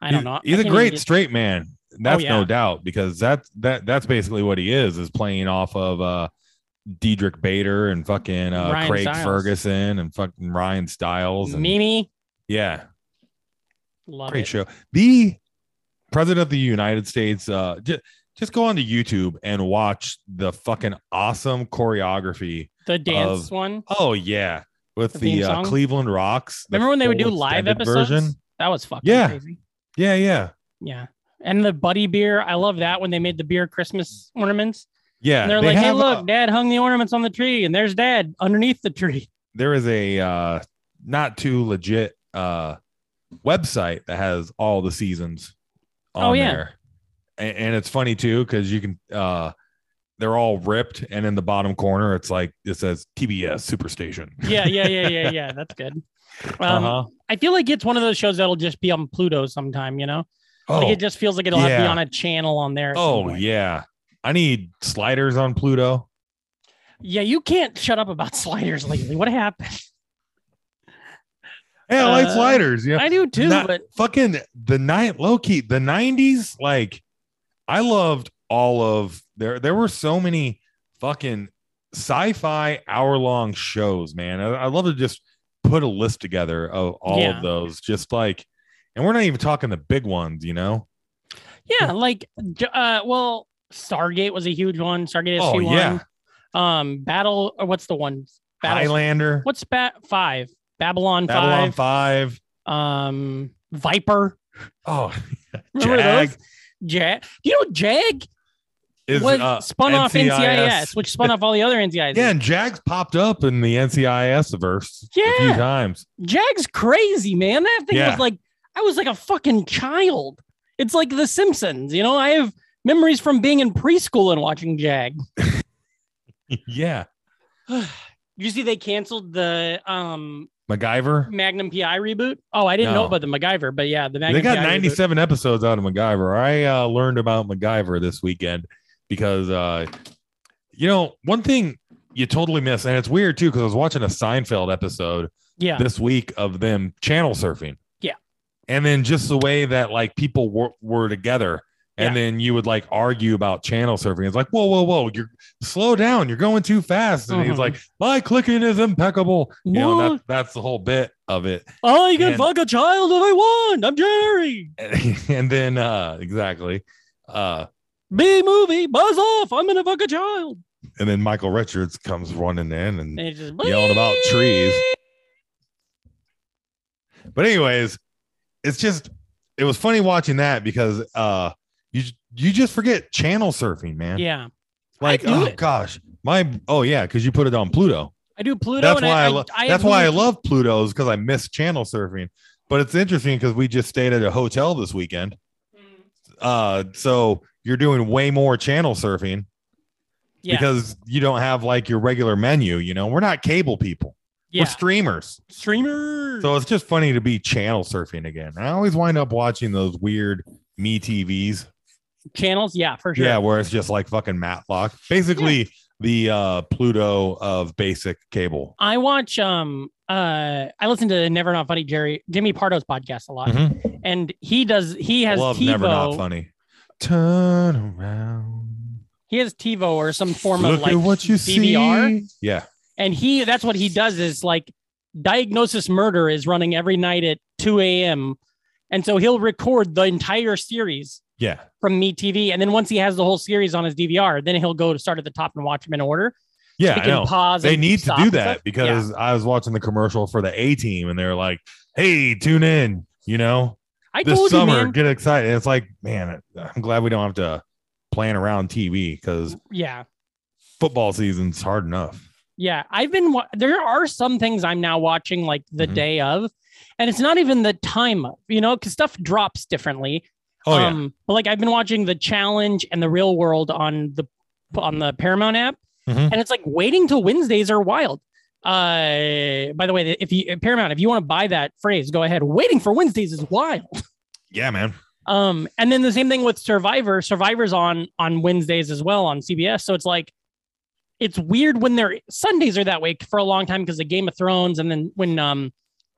Speaker 6: I don't
Speaker 5: He's-
Speaker 6: know. I
Speaker 5: He's a
Speaker 6: can't
Speaker 5: great
Speaker 6: even get-
Speaker 5: straight man. That's
Speaker 6: yeah.
Speaker 5: no doubt because that's that that's basically what he is is playing off of uh Diedrich Bader and fucking uh,
Speaker 6: Ryan
Speaker 5: Craig
Speaker 6: Stiles.
Speaker 5: Ferguson and fucking Ryan Stiles and
Speaker 6: Mimi.
Speaker 5: yeah,
Speaker 6: Love
Speaker 5: great
Speaker 6: it.
Speaker 5: show. The president of the United States, uh, just, just go onto YouTube and watch the fucking awesome choreography.
Speaker 6: The dance
Speaker 5: of-
Speaker 6: one.
Speaker 5: Oh yeah, with
Speaker 6: The
Speaker 5: the,
Speaker 6: theme
Speaker 5: uh,
Speaker 6: song?
Speaker 5: Cleveland Rocks. the
Speaker 6: Remember when they would do
Speaker 5: full
Speaker 6: live
Speaker 5: extended
Speaker 6: episodes?
Speaker 5: version?
Speaker 6: That was fucking
Speaker 5: Yeah.
Speaker 6: crazy.
Speaker 5: Yeah, yeah,
Speaker 6: Yeah. And the buddy beer. I love that when they made the beer Christmas ornaments.
Speaker 5: yeah.
Speaker 6: And they're
Speaker 5: They
Speaker 6: like, hey,
Speaker 5: have,
Speaker 6: look,
Speaker 5: uh,
Speaker 6: dad hung the ornaments on the tree, and there's dad underneath the tree.
Speaker 5: there is a uh, not too legit uh, website that has all the seasons on
Speaker 6: Oh, yeah.
Speaker 5: there. A- And, it's funny too because you can uh, they're all ripped, and in the bottom corner it's like it says TBS Superstation.
Speaker 6: Yeah, yeah, yeah, yeah, yeah. That's good. Um,
Speaker 5: uh-huh.
Speaker 6: I feel like it's one of those shows that'll just be on Pluto sometime, you know?
Speaker 5: Oh,
Speaker 6: like it just feels like it'll have to be
Speaker 5: yeah.
Speaker 6: on a channel on there. at some
Speaker 5: oh
Speaker 6: point.
Speaker 5: yeah. I need sliders on Pluto.
Speaker 6: Yeah, you can't shut up about sliders lately. What happened?
Speaker 5: Hey, I like
Speaker 6: Uh,
Speaker 5: sliders. Yeah.
Speaker 6: I do too,
Speaker 5: Not-
Speaker 6: but
Speaker 5: fucking the night low key the 90s like i loved all of there there were so many fucking sci-fi hour-long shows man i, I love to just put a list together of all
Speaker 6: Yeah.
Speaker 5: of those just like and we're not even talking the big ones you know
Speaker 6: yeah, like, j- uh, well, Stargate was a huge one. Stargate SG1.
Speaker 5: Oh, yeah.
Speaker 6: Um, Battle, or what's the one? Battle.
Speaker 5: highlander
Speaker 6: What's bat five? Babylon,
Speaker 5: babylon 5
Speaker 6: five. Um, Viper.
Speaker 5: oh
Speaker 6: Remember
Speaker 5: Jag.
Speaker 6: those? Jag. Do you know Jag
Speaker 5: is
Speaker 6: was
Speaker 5: uh,
Speaker 6: spun off NCIS, which spun off all the other NCIS.
Speaker 5: yeah and jags popped up in the ncis verse a few
Speaker 6: Yeah.
Speaker 5: times
Speaker 6: Jag's crazy, man. That thing
Speaker 5: Yeah.
Speaker 6: was like I was like a fucking child. It's like The Simpsons, you know. I have memories from being in preschool and watching Jag.
Speaker 5: yeah
Speaker 6: You see, they canceled the um
Speaker 5: MacGyver.
Speaker 6: Magnum PI reboot. Oh, I didn't know
Speaker 5: No.
Speaker 6: about the MacGyver, but yeah, the Magnum.
Speaker 5: they got
Speaker 6: PI reboot.
Speaker 5: 97 episodes out of MacGyver. I uh, learned about MacGyver this weekend because, uh, you know, one thing you totally miss, and it's weird too, because I was watching a Seinfeld episode
Speaker 6: Yeah,
Speaker 5: this week of them channel surfing.
Speaker 6: Yeah.
Speaker 5: And then just the way that like people were, were together. And then you would like argue about channel surfing. It's like, whoa, whoa, whoa, you're slow down. You're going too fast. And
Speaker 6: Mhm.
Speaker 5: he's like, my clicking is impeccable. You know, and
Speaker 6: What?
Speaker 5: that, that's the whole bit of it.
Speaker 6: I Oh, can
Speaker 5: And-
Speaker 6: fuck a child if I want. I'm Jerry.
Speaker 5: and then, uh, exactly. Uh,
Speaker 6: B movie, buzz off. I'm gonna fuck a child.
Speaker 5: and then Michael Richards comes running in and
Speaker 6: And it just
Speaker 5: yelling about trees. But anyways, it's just it was funny watching that because uh you you just forget channel surfing, man.
Speaker 6: Yeah,
Speaker 5: like
Speaker 6: do
Speaker 5: oh
Speaker 6: it.
Speaker 5: gosh, my oh yeah, because you put it on Pluto.
Speaker 6: I do Pluto.
Speaker 5: that's
Speaker 6: and
Speaker 5: why I,
Speaker 6: I,
Speaker 5: lo-
Speaker 6: I,
Speaker 5: that's why I
Speaker 6: love.
Speaker 5: love Pluto's because I miss channel surfing. But it's interesting because we just stayed at a hotel this weekend.
Speaker 6: Mm.
Speaker 5: Uh, so you're doing way more channel surfing
Speaker 6: yeah.
Speaker 5: because you don't have like your regular menu. You know, we're not cable people.
Speaker 6: yeah.
Speaker 5: We're streamers.
Speaker 6: streamer.
Speaker 5: So it's just funny to be channel surfing again. I always wind up watching those weird me TVs.
Speaker 6: channels, yeah, for sure.
Speaker 5: Yeah, where it's just like fucking Matlock. Basically the uh Pluto of basic cable.
Speaker 6: I watch um uh I listen to the Never Not Funny Jerry Jimmy Pardo's podcast a lot,
Speaker 5: Mhm.
Speaker 6: and he does he has
Speaker 5: Love
Speaker 6: TiVo
Speaker 5: never not funny. Turn around.
Speaker 6: he has TiVo or some form
Speaker 5: Look
Speaker 6: of like
Speaker 5: at what you
Speaker 6: DVR,
Speaker 5: see. Yeah.
Speaker 6: and he that's what he does is like Diagnosis Murder is running every night at two a.m. and so he'll record the entire series
Speaker 5: Yeah.
Speaker 6: from Me TV, and then once he has the whole series on his DVR, then he'll go to start at the top and watch them in order.
Speaker 5: Yeah.
Speaker 6: He
Speaker 5: I
Speaker 6: can
Speaker 5: know.
Speaker 6: pause.
Speaker 5: They
Speaker 6: and
Speaker 5: need to
Speaker 6: stop
Speaker 5: do
Speaker 6: and
Speaker 5: that
Speaker 6: stuff. Yeah.
Speaker 5: because I was watching the commercial for the A team and they're like, hey, tune in, you know?
Speaker 6: I
Speaker 5: this
Speaker 6: told you,
Speaker 5: summer
Speaker 6: man.
Speaker 5: get excited it's like man i'm glad we don't have to plan around tv because
Speaker 6: Yeah.
Speaker 5: football season's hard enough
Speaker 6: Yeah, I've been. Wa- there are some things I'm now watching like the
Speaker 5: Mhm.
Speaker 6: day of, and it's not even the time of, you know, because stuff drops differently.
Speaker 5: oh yeah
Speaker 6: um, But like I've been watching the challenge and the real world on the on the Paramount app,
Speaker 5: Mhm.
Speaker 6: and it's like waiting till Wednesdays are wild. Uh, by the way, if you Paramount, if you want to buy that phrase, go ahead. Waiting for Wednesdays is wild.
Speaker 5: yeah man
Speaker 6: Um, and then the same thing with Survivor. Survivor's on on Wednesdays as well on CBS. So it's like it's weird when they're Sundays are that way for a long time because the Game of Thrones and then when um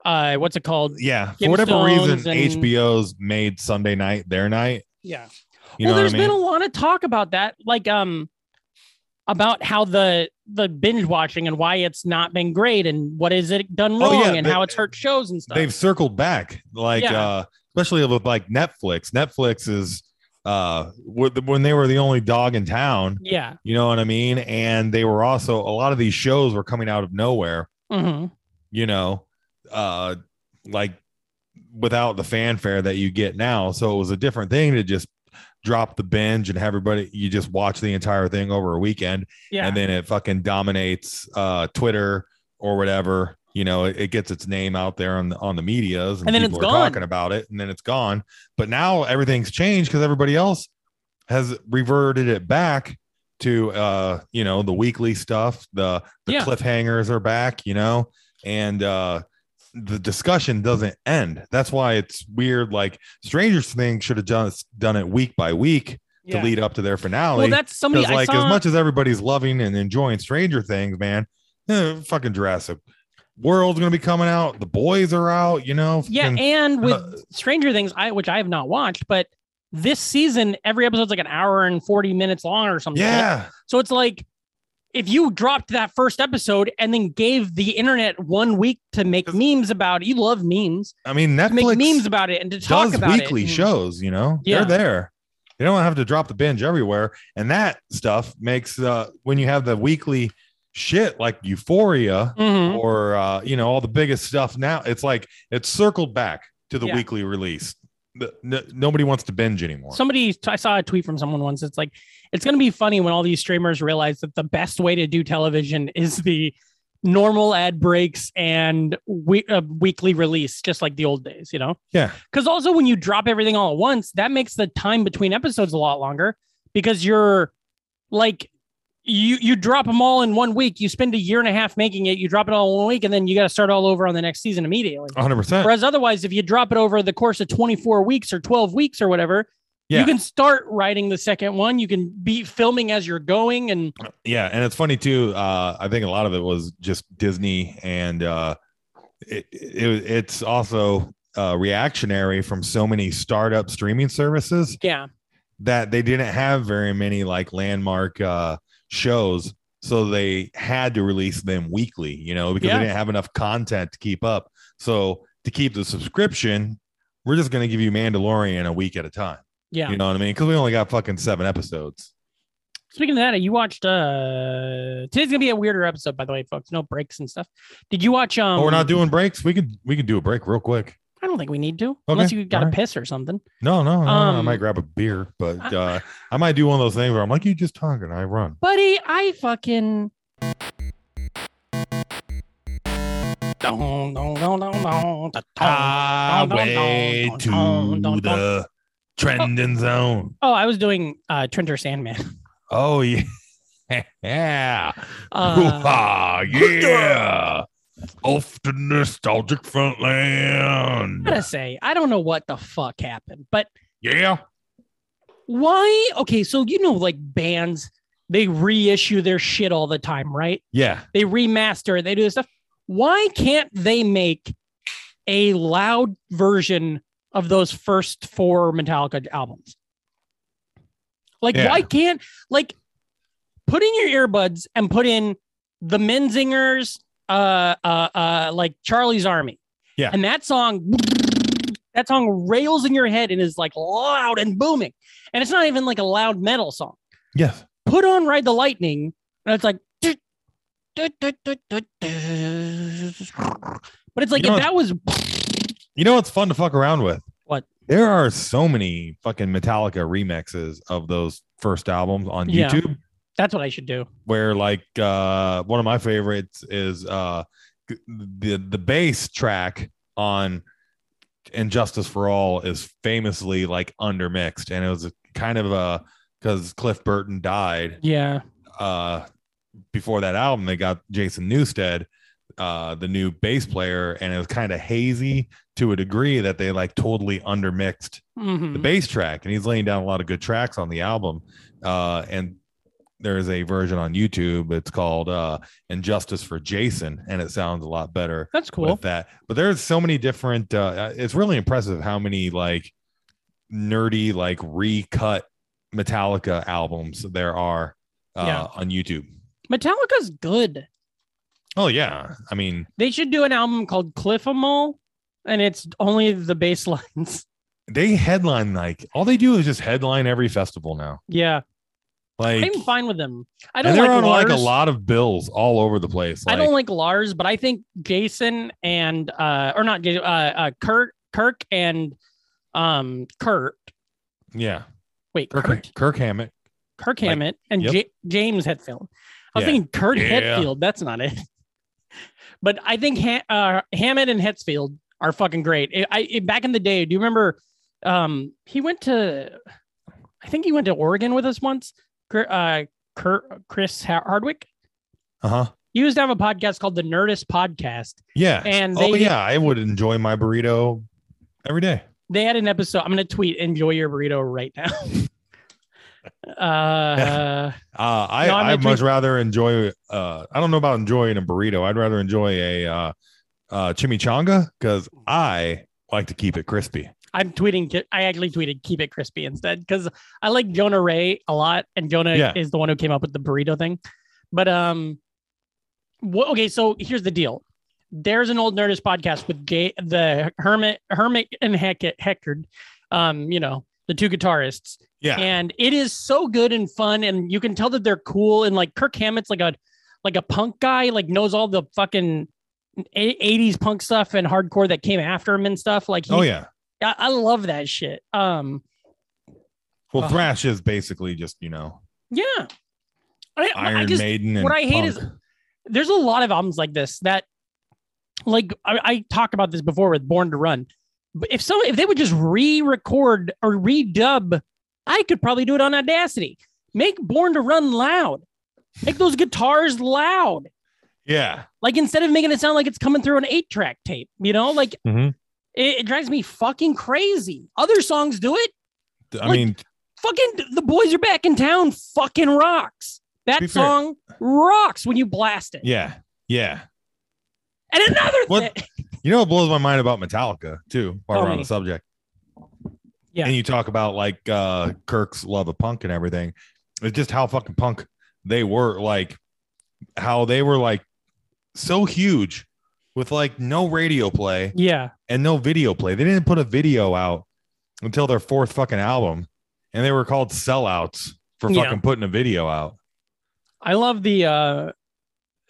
Speaker 6: uh what's it called?
Speaker 5: yeah
Speaker 6: Game
Speaker 5: for
Speaker 6: of
Speaker 5: whatever reason
Speaker 6: Thrones and-
Speaker 5: hbo's made sunday night their night
Speaker 6: Yeah.
Speaker 5: you
Speaker 6: well,
Speaker 5: know
Speaker 6: there's
Speaker 5: what i mean
Speaker 6: been a lot of talk about that, like um about how the the binge watching and why it's not been great and what is it done wrong
Speaker 5: Oh, yeah,
Speaker 6: and
Speaker 5: they-
Speaker 6: how it's hurt shows and stuff.
Speaker 5: they've circled back like
Speaker 6: Yeah.
Speaker 5: uh especially with like netflix netflix is uh were the- when they were the only dog in town
Speaker 6: yeah.
Speaker 5: you know what i mean and they were also a lot of these shows were coming out of nowhere
Speaker 6: hmm
Speaker 5: you know, uh, like without the fanfare that you get now. So it was a different thing to just drop the binge and have everybody you just watch the entire thing over a weekend
Speaker 6: Yeah.
Speaker 5: and then it fucking dominates uh Twitter or whatever. You know, it, it gets its name out there on the on the medias
Speaker 6: And then
Speaker 5: people
Speaker 6: it's
Speaker 5: are
Speaker 6: gone.
Speaker 5: talking about it and then it's gone. But now everything's changed because everybody else has reverted it back to uh, you know, the weekly stuff, the the
Speaker 6: Yeah.
Speaker 5: cliffhangers are back, you know, and uh the discussion doesn't end. That's why it's weird. Like Stranger Things should have done done it week by week
Speaker 6: Yeah.
Speaker 5: to lead up to their finale.
Speaker 6: well, that's somebody
Speaker 5: 'Cause,
Speaker 6: I
Speaker 5: like
Speaker 6: saw.
Speaker 5: as much as everybody's loving and enjoying Stranger Things, man, eh, fucking Jurassic World's gonna be coming out. The boys are out, you know.
Speaker 6: Yeah,
Speaker 5: fucking-
Speaker 6: and with
Speaker 5: uh,
Speaker 6: Stranger Things, I which I have not watched, but this season every episode's like an hour and forty minutes long or something.
Speaker 5: yeah,
Speaker 6: So it's like if you dropped that first episode and then gave the internet one week to make memes about it, you love memes,
Speaker 5: I mean
Speaker 6: to make
Speaker 5: Netflix
Speaker 6: memes about it and to talk
Speaker 5: does
Speaker 6: about
Speaker 5: weekly
Speaker 6: it. and-
Speaker 5: shows. You know,
Speaker 6: Yeah.
Speaker 5: they're there. They don't have to drop the binge everywhere, and that stuff makes uh when you have the weekly shit like Euphoria
Speaker 6: Mhm.
Speaker 5: or uh you know all the biggest stuff now. It's like it's circled back to the
Speaker 6: Yeah.
Speaker 5: weekly release. The, no- nobody wants to binge anymore.
Speaker 6: Somebody, I saw a tweet from someone once. It's like, it's going to be funny when all these streamers realize that the best way to do television is the normal ad breaks and we, uh, weekly release, just like the old days, you know?
Speaker 5: yeah.
Speaker 6: Because also, when you drop everything all at once, that makes the time between episodes a lot longer because you're like you you drop them all in one week. You spend a year and a half making it. You drop it all in one week, and then you got to start all over on the next season immediately.
Speaker 5: 100%.
Speaker 6: Whereas otherwise, if you drop it over the course of 24 weeks or 12 weeks or whatever,
Speaker 5: Yeah.
Speaker 6: you can start writing the second one. You can be filming as you're going, and
Speaker 5: Yeah, and it's funny too. Uh, I think a lot of it was just Disney, and uh, it, it it's also uh, reactionary from so many startup streaming services
Speaker 6: yeah,
Speaker 5: that they didn't have very many like landmark uh, shows, so they had to release them weekly. You know, because
Speaker 6: Yeah.
Speaker 5: they didn't have enough content to keep up. So to keep the subscription, we're just going to give you Mandalorian a week at a time.
Speaker 6: yeah.
Speaker 5: You know what I mean? Because we only got fucking seven episodes.
Speaker 6: Speaking of that, you watched uh today's gonna be a weirder episode, by the way, folks. No breaks and stuff. Did you watch? Um,
Speaker 5: oh, we're not doing breaks. We could we could do a break real quick.
Speaker 6: I don't think we need to, unless you got a
Speaker 5: alright.
Speaker 6: piss or something.
Speaker 5: No, no, no, no, I
Speaker 6: Um,
Speaker 5: might grab a beer, but uh, I might do one of those things where I'm like, "You just talking, I run."
Speaker 6: Buddy, I fucking.
Speaker 5: Ah. I
Speaker 6: way to the
Speaker 5: trending zone.
Speaker 6: Oh, I was doing uh, Trenter Sandman.
Speaker 5: Oh yeah, yeah,
Speaker 6: Uh,
Speaker 5: yeah. Off the nostalgic front
Speaker 6: I
Speaker 5: land.
Speaker 6: gotta say, I don't know what the fuck happened, but
Speaker 5: Yeah,
Speaker 6: why? Okay, so you know, like bands, they reissue their shit all the time, right?
Speaker 5: yeah.
Speaker 6: They remaster, it, they do this stuff. Why can't they make a loud version of those first four Metallica albums? Like,
Speaker 5: Yeah.
Speaker 6: why can't like put in your earbuds and put in the Menzingers, uh, uh, uh, like Charlie's Army,
Speaker 5: Yeah.
Speaker 6: and that song. That song rails in your head and is like loud and booming. And it's not even like a loud metal song
Speaker 5: Yes.
Speaker 6: put on Ride the Lightning, and it's like, "Dut, dut, dut, dut, dut, dut." but it's like
Speaker 5: You know
Speaker 6: if that was
Speaker 5: You know what's fun to fuck around with?
Speaker 6: What?
Speaker 5: There are so many fucking Metallica remixes of those first albums on
Speaker 6: Yeah.
Speaker 5: YouTube.
Speaker 6: that's what I should do.
Speaker 5: where like uh one of my favorites is uh g- the the bass track on injustice for all is famously like undermixed and it was kind of a because cliff burton died
Speaker 6: Yeah,
Speaker 5: uh before that album they got jason newstead uh the new bass player and it was kind of hazy to a degree that they like totally undermixed
Speaker 6: Mm-hmm.
Speaker 5: the bass track, and he's laying down a lot of good tracks on the album. Uh, and there is a version on YouTube. It's called uh, "Injustice for Jason," and it sounds a lot better
Speaker 6: that's cool.
Speaker 5: with that. But there's so many different. Uh, it's really impressive how many like nerdy, like recut Metallica albums there are uh,
Speaker 6: Yeah.
Speaker 5: on YouTube.
Speaker 6: Metallica's good.
Speaker 5: Oh yeah, I mean
Speaker 6: They should do an album called Cliffamal, and it's only the bass lines.
Speaker 5: they headline like all they do is just headline every festival now.
Speaker 6: Yeah,
Speaker 5: Like
Speaker 6: I'm fine with them. I
Speaker 5: and
Speaker 6: don't
Speaker 5: they're
Speaker 6: like
Speaker 5: on
Speaker 6: Lars.
Speaker 5: like a lot of bills all over the place.
Speaker 6: I
Speaker 5: Like,
Speaker 6: don't like Lars, but I think Jason and uh, or not Jason, uh, uh, Kirk, Kirk and um, Kurt.
Speaker 5: Yeah.
Speaker 6: Wait,
Speaker 5: Kirk,
Speaker 6: Kurt?
Speaker 5: Kirk Hammett.
Speaker 6: Kirk
Speaker 5: Like,
Speaker 6: Hammett and
Speaker 5: yep.
Speaker 6: J- James Hetfield. I was
Speaker 5: Yeah.
Speaker 6: thinking Kurt
Speaker 5: Yeah.
Speaker 6: Hetfield. That's not it. But I think ha- uh, Hammett and Hetfield are fucking great. I, I- back in the day, do you remember? Um, he went to, I think he went to Oregon with us once. Cr- Uh, Kurt, Chris Ha- Hardwick.
Speaker 5: Uh huh.
Speaker 6: He used to have a podcast called the Nerdist Podcast.
Speaker 5: Yeah.
Speaker 6: And
Speaker 5: oh,
Speaker 6: they-
Speaker 5: yeah. I would enjoy my burrito every day.
Speaker 6: They had an episode. I'm gonna tweet "Enjoy your burrito" right now. uh,
Speaker 5: Uh, I,
Speaker 6: No, I'm
Speaker 5: I'd
Speaker 6: gonna
Speaker 5: much
Speaker 6: drink-
Speaker 5: rather enjoy, uh, I don't know about enjoying a burrito. I'd rather enjoy a uh, uh, chimichanga because I like to keep it crispy.
Speaker 6: I'm tweeting. I actually tweeted "Keep it crispy" instead because I like Jonah Ray a lot, and Jonah
Speaker 5: Yeah.
Speaker 6: is the one who came up with the burrito thing. But um, what? Okay, so here's the deal. There's an old Nerdist podcast with Jay, the Hermit, Hermit and Heck- Heckard, um, you know, the two guitarists,
Speaker 5: Yeah.
Speaker 6: and it is so good and fun, and you can tell that they're cool. And like Kirk Hammett's like a like a punk guy, like knows all the fucking. 80s punk stuff and hardcore that came after him and stuff like he,
Speaker 5: oh, yeah.
Speaker 6: I, I love that shit. Um,
Speaker 5: Well,
Speaker 6: Uh,
Speaker 5: thrash is basically just, you know,
Speaker 6: yeah. I,
Speaker 5: Iron
Speaker 6: I just
Speaker 5: Maiden. And
Speaker 6: what I hate is-
Speaker 5: punk.
Speaker 6: there's a lot of albums like this that, like I, I talked about this before with Born to Run, but if so, if they would just re-record or redub, I could probably do it on Audacity. Make Born to Run loud. Make those guitars loud.
Speaker 5: Yeah.
Speaker 6: Like instead of making it sound like it's coming through an eight track tape, you know, like
Speaker 5: Mhm.
Speaker 6: it, it drives me fucking crazy. Other songs do it.
Speaker 5: I
Speaker 6: Like,
Speaker 5: mean,
Speaker 6: Fucking the boys are back in town. Fucking rocks.
Speaker 5: To
Speaker 6: That
Speaker 5: be fair-
Speaker 6: song rocks when you blast it.
Speaker 5: yeah. Yeah.
Speaker 6: And another
Speaker 5: What-
Speaker 6: thing.
Speaker 5: You know what blows my mind about Metallica too, while
Speaker 6: Tell
Speaker 5: we're on
Speaker 6: me.
Speaker 5: the subject.
Speaker 6: Yeah.
Speaker 5: And you talk about like uh Kirk's love of punk and everything. It's just how fucking punk they were, like how they were like so huge with like no radio play
Speaker 6: Yeah.
Speaker 5: and no video play. They didn't put a video out until their fourth fucking album, and they were called sellouts for
Speaker 6: Yeah.
Speaker 5: fucking putting a video out.
Speaker 6: I love the. uh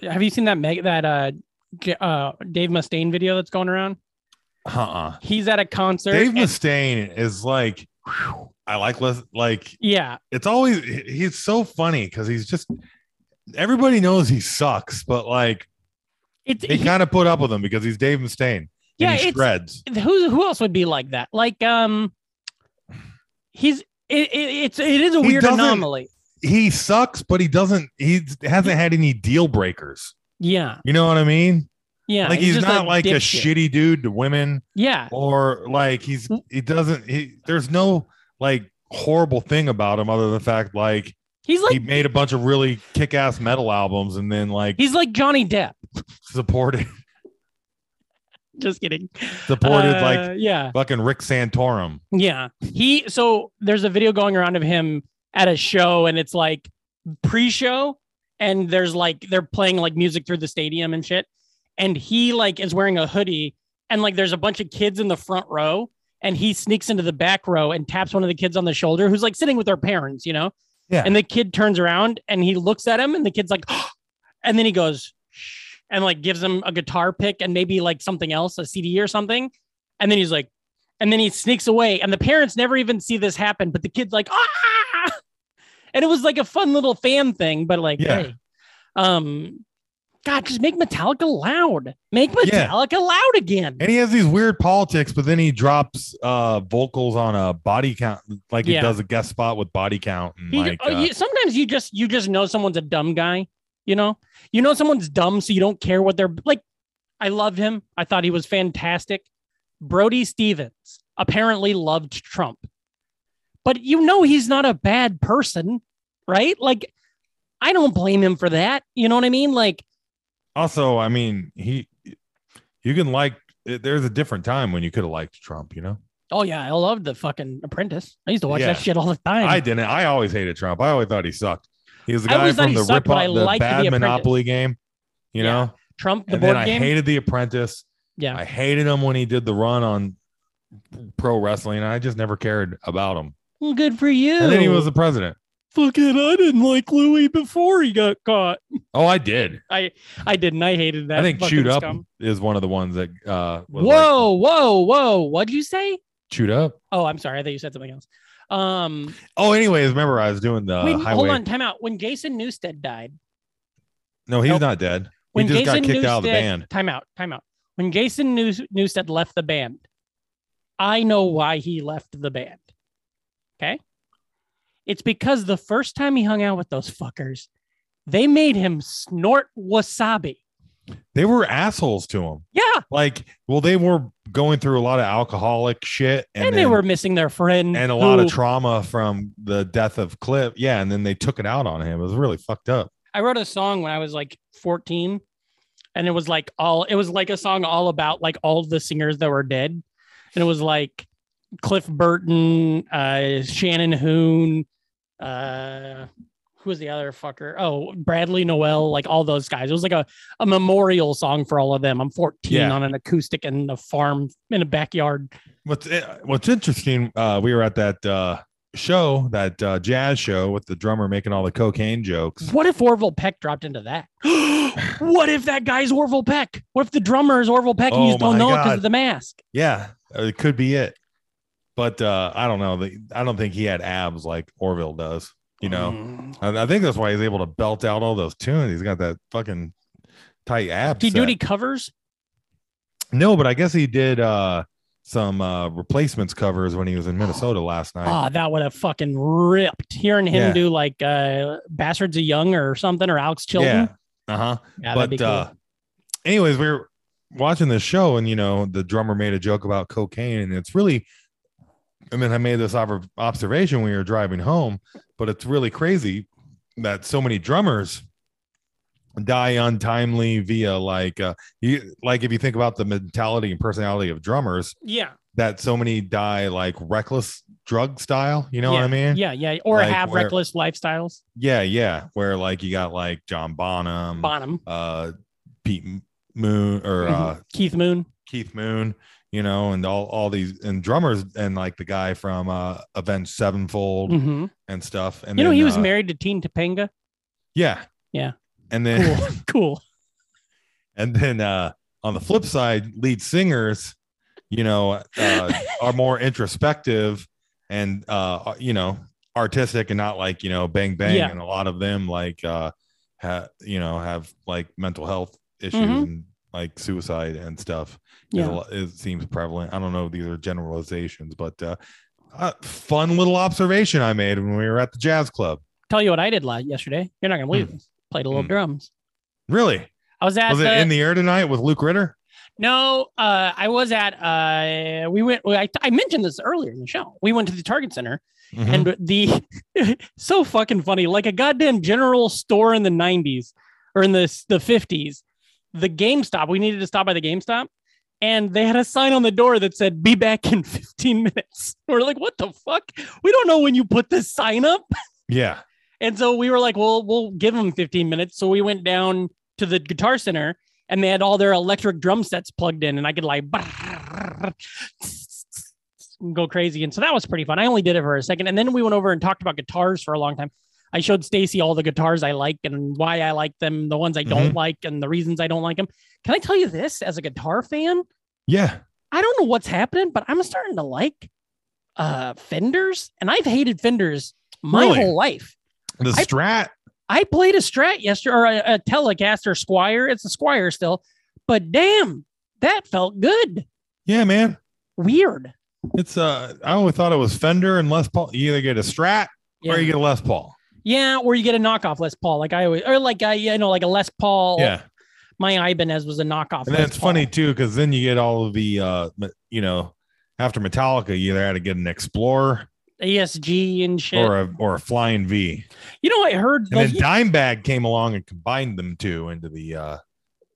Speaker 6: Have you seen that Meg that uh, J- uh Dave Mustaine video that's going around?
Speaker 5: Uh-uh.
Speaker 6: He's at a concert.
Speaker 5: Dave
Speaker 6: and-
Speaker 5: Mustaine is like, whew, I like less like
Speaker 6: yeah,
Speaker 5: it's always he- he's so funny because he's just everybody knows he sucks, but like
Speaker 6: it's
Speaker 5: they kind of put up with him because he's Dave Mustaine.
Speaker 6: yeah.
Speaker 5: and he
Speaker 6: It's
Speaker 5: shreds.
Speaker 6: who who else would be like that? Like um, he's it, it, it's it is a
Speaker 5: He
Speaker 6: weird
Speaker 5: doesn't-
Speaker 6: anomaly.
Speaker 5: He sucks, but he doesn't. He hasn't had any deal breakers.
Speaker 6: Yeah,
Speaker 5: You know what I mean?
Speaker 6: yeah.
Speaker 5: like he's,
Speaker 6: just
Speaker 5: not like a
Speaker 6: dipshit. Mm.
Speaker 5: shitty dude to women,
Speaker 6: Yeah,
Speaker 5: or like he's he doesn't. He, there's no like horrible thing about him other than the fact like
Speaker 6: he's like
Speaker 5: he made a bunch of really kick-ass metal albums and then like
Speaker 6: he's like Johnny Depp.
Speaker 5: supported
Speaker 6: Just kidding.
Speaker 5: supported like
Speaker 6: Uh, yeah,
Speaker 5: fucking Rick Santorum.
Speaker 6: yeah. He so there's a video going around of him at a show, and it's like pre-show, and there's like they're playing like music through the stadium and shit, and he like is wearing a hoodie, and like there's a bunch of kids in the front row. And he sneaks into the back row and taps one of the kids on the shoulder, who's like sitting with their parents, you know.
Speaker 5: Yeah.
Speaker 6: And the kid turns around and he looks at him, and the kid's like, and then he goes, "Shh," and like gives him a guitar pick and maybe like something else, a CD or something. And then he's like, and then he sneaks away. And the parents never even see this happen, but the kid's like, ah. And it was like a fun little fan thing, but like,
Speaker 5: Yeah.
Speaker 6: hey, um, God, just make Metallica loud. Make
Speaker 5: Yeah. Oh
Speaker 6: Metallica loud again.
Speaker 5: And he has these weird politics, but then he drops uh vocals on a body count, like he
Speaker 6: Yeah.
Speaker 5: does a guest spot with body count. And
Speaker 6: He-
Speaker 5: like,
Speaker 6: oh,
Speaker 5: uh,
Speaker 6: you, sometimes you just you just know someone's a dumb guy. You know, you know someone's dumb, so you don't care what they're like. I love him. I thought he was fantastic. Brody Stevens apparently loved Trump, but you know he's not a bad person, right? Like, I don't blame him for that. You know what I mean? Like,
Speaker 5: also, I mean, he you can like. There's a different time when you could have liked Trump, you know.
Speaker 6: oh yeah, I loved the fucking Apprentice. I used to watch
Speaker 5: Yeah.
Speaker 6: that shit all the time.
Speaker 5: I didn't. I always hated Trump. I always thought he sucked. He was the
Speaker 6: I
Speaker 5: guy
Speaker 6: always thought
Speaker 5: from
Speaker 6: he
Speaker 5: the
Speaker 6: sucked,
Speaker 5: rip
Speaker 6: but I
Speaker 5: off the
Speaker 6: liked The
Speaker 5: bad
Speaker 6: Apprentice.
Speaker 5: Monopoly game, you
Speaker 6: Yeah.
Speaker 5: know.
Speaker 6: Trump the
Speaker 5: and
Speaker 6: board
Speaker 5: then I
Speaker 6: game.
Speaker 5: hated The Apprentice.
Speaker 6: Yeah.
Speaker 5: I hated him when he did the run on pro wrestling. And I just never cared about him.
Speaker 6: Well, Mm, Good for you.
Speaker 5: And then he was the president.
Speaker 6: fucking. I didn't like Louis before he got caught.
Speaker 5: Oh, I did.
Speaker 6: I I didn't. I hated that.
Speaker 5: I think
Speaker 6: fucking
Speaker 5: chewed up
Speaker 6: scum.
Speaker 5: is one of the ones that uh was like,
Speaker 6: Whoa, whoa, whoa! What'd you say?
Speaker 5: chewed up.
Speaker 6: Oh, I'm sorry. I thought you said something else. Um,
Speaker 5: Oh, anyways, remember I was doing the
Speaker 6: wait,
Speaker 5: Uh, highway.
Speaker 6: hold on, time out. When Jason Newstead died,
Speaker 5: No, he's
Speaker 6: Nope.
Speaker 5: not dead.
Speaker 6: when
Speaker 5: he just
Speaker 6: Jason
Speaker 5: got kicked out of the
Speaker 6: Newsted-
Speaker 5: band.
Speaker 6: Time out, time out. When Jason News- Newstead left the band, I know why he left the band. Okay, it's because the first time he hung out with those fuckers, they made him snort wasabi.
Speaker 5: They were assholes to him.
Speaker 6: Yeah,
Speaker 5: Like, well, they were going through a lot of alcoholic shit, and,
Speaker 6: and, they
Speaker 5: then-
Speaker 6: were missing their friend
Speaker 5: and a lot
Speaker 6: who-
Speaker 5: of trauma from the death of Cliff. Yeah, and then they took it out on him. It was really fucked up.
Speaker 6: I wrote a song when I was like 14 and it was like all it was like a song all about like all the singers that were dead and it was like Cliff Burton, uh Shannon Hoon, uh who was the other fucker? Oh, Bradley Noel, like all those guys. It was like a, a memorial song for all of them. I'm 14
Speaker 5: Yeah.
Speaker 6: on an acoustic in a farm in a backyard.
Speaker 5: What's eh, what's interesting? Uh, we were at that uh, show, that uh, jazz show with the drummer making all the cocaine jokes.
Speaker 6: What if Orville Peck dropped into that? what if that guy's Orville Peck? What if the drummer is Orville Peck and
Speaker 5: Oh
Speaker 6: you just don't
Speaker 5: my
Speaker 6: know it because
Speaker 5: God.
Speaker 6: of the mask?
Speaker 5: Yeah, uh, it could be it. But uh, I don't know. The- I don't think he had abs like Orville does. You know,
Speaker 6: Mm. Mm-hmm.
Speaker 5: I, I think that's why he's able to belt out all those tunes. He's got that fucking tight abs.
Speaker 6: He do
Speaker 5: set.
Speaker 6: any covers?
Speaker 5: No, but I guess he did uh, some uh, replacements covers when he was in Minnesota last night.
Speaker 6: Oh, that would have fucking ripped. Hearing him
Speaker 5: Yeah.
Speaker 6: do like uh Bastards of Young or something or Alex Chilton.
Speaker 5: Yeah. Uh-huh.
Speaker 6: Yeah, that'd
Speaker 5: but
Speaker 6: be cool.
Speaker 5: uh anyways, we were watching this show and you know, the drummer made a joke about cocaine and it's really I mean, I made this ob- observation when we were driving home, but it's really crazy that so many drummers die untimely via like uh you like if you think about the mentality and personality of drummers
Speaker 6: yeah.
Speaker 5: that so many die like reckless drug style you know
Speaker 6: yeah.
Speaker 5: what i mean
Speaker 6: Yeah, yeah. Or
Speaker 5: Like,
Speaker 6: have
Speaker 5: where-
Speaker 6: reckless lifestyles.
Speaker 5: yeah yeah where like you got like john bonham
Speaker 6: Bonham,
Speaker 5: uh Pete M- Moon or
Speaker 6: Mm-hmm.
Speaker 5: uh
Speaker 6: Keith Moon.
Speaker 5: Keith Moon, you know, and all all these and drummers and like the guy from uh Avenged Sevenfold
Speaker 6: hmm
Speaker 5: and stuff. And
Speaker 6: You know,
Speaker 5: then,
Speaker 6: he was
Speaker 5: uh,
Speaker 6: married to Teen Topanga.
Speaker 5: Yeah.
Speaker 6: Yeah.
Speaker 5: And then
Speaker 6: Cool. cool.
Speaker 5: and then uh on the flip side, lead singers, you know, uh are more introspective and uh you know, artistic and not like, you know, bang bang
Speaker 6: Yeah.
Speaker 5: and a lot of them like uh ha- you know, have like mental health issues
Speaker 6: Mhm.
Speaker 5: and like suicide and stuff. is a
Speaker 6: Yeah.
Speaker 5: lo- it seems prevalent. I don't know if these are generalizations, but uh, uh, fun little observation I made when we were at the jazz club.
Speaker 6: Tell you what I did like yesterday. You're not gonna believe this. Played a little
Speaker 5: Mm.
Speaker 6: drums.
Speaker 5: Really?
Speaker 6: I was at uh,
Speaker 5: Was
Speaker 6: the,
Speaker 5: it in the air tonight with Luke Ritter?
Speaker 6: no, uh, I was at uh, we went. I, I mentioned this earlier in the show. We went to the Target Center
Speaker 5: And
Speaker 6: and the so fucking funny like a goddamn general store in the 90s or in the s- the 50s the GameStop we needed to stop by the GameStop and they had a sign on the door that said be back in 15 minutes we're like what the fuck we don't know when you put this sign up
Speaker 5: yeah,
Speaker 6: and so we were like well we'll give them 15 minutes so we went down to the guitar center and they had all their electric drum sets plugged in and I could like go crazy. And so that was pretty fun. I only did it for a second. And then we went over and talked about guitars for a long time. I showed Stacy all the guitars I like and why I like them, the ones I don't like and the reasons I don't like them. Can I tell you this as a guitar fan?
Speaker 5: yeah.
Speaker 6: I don't know what's happening, but I'm starting to like uh Fenders and I've hated Fenders my
Speaker 5: Really?
Speaker 6: whole life.
Speaker 5: The
Speaker 6: I-
Speaker 5: Strat.
Speaker 6: I played a Strat yesterday or a, a Telecaster Squire. It's a Squire still, but damn, that felt good.
Speaker 5: Yeah, man.
Speaker 6: Weird.
Speaker 5: It's uh, I always thought it was Fender and Les Paul. You either get a Strat
Speaker 6: Yeah.
Speaker 5: or you get a Les Paul.
Speaker 6: yeah, or you get a knockoff Les Paul, like I always, or like I, you know, like a Les Paul.
Speaker 5: Yeah,
Speaker 6: my Ibanez was a knockoff.
Speaker 5: and
Speaker 6: Les
Speaker 5: then it's
Speaker 6: Paul.
Speaker 5: funny too because then you get all of the uh, me- you know, after Metallica, you either had to get an Explorer
Speaker 6: ESG and shit.
Speaker 5: or a or a Flying V.
Speaker 6: you know, I heard
Speaker 5: And
Speaker 6: like,
Speaker 5: then Dimebag came along and combined them two into the uh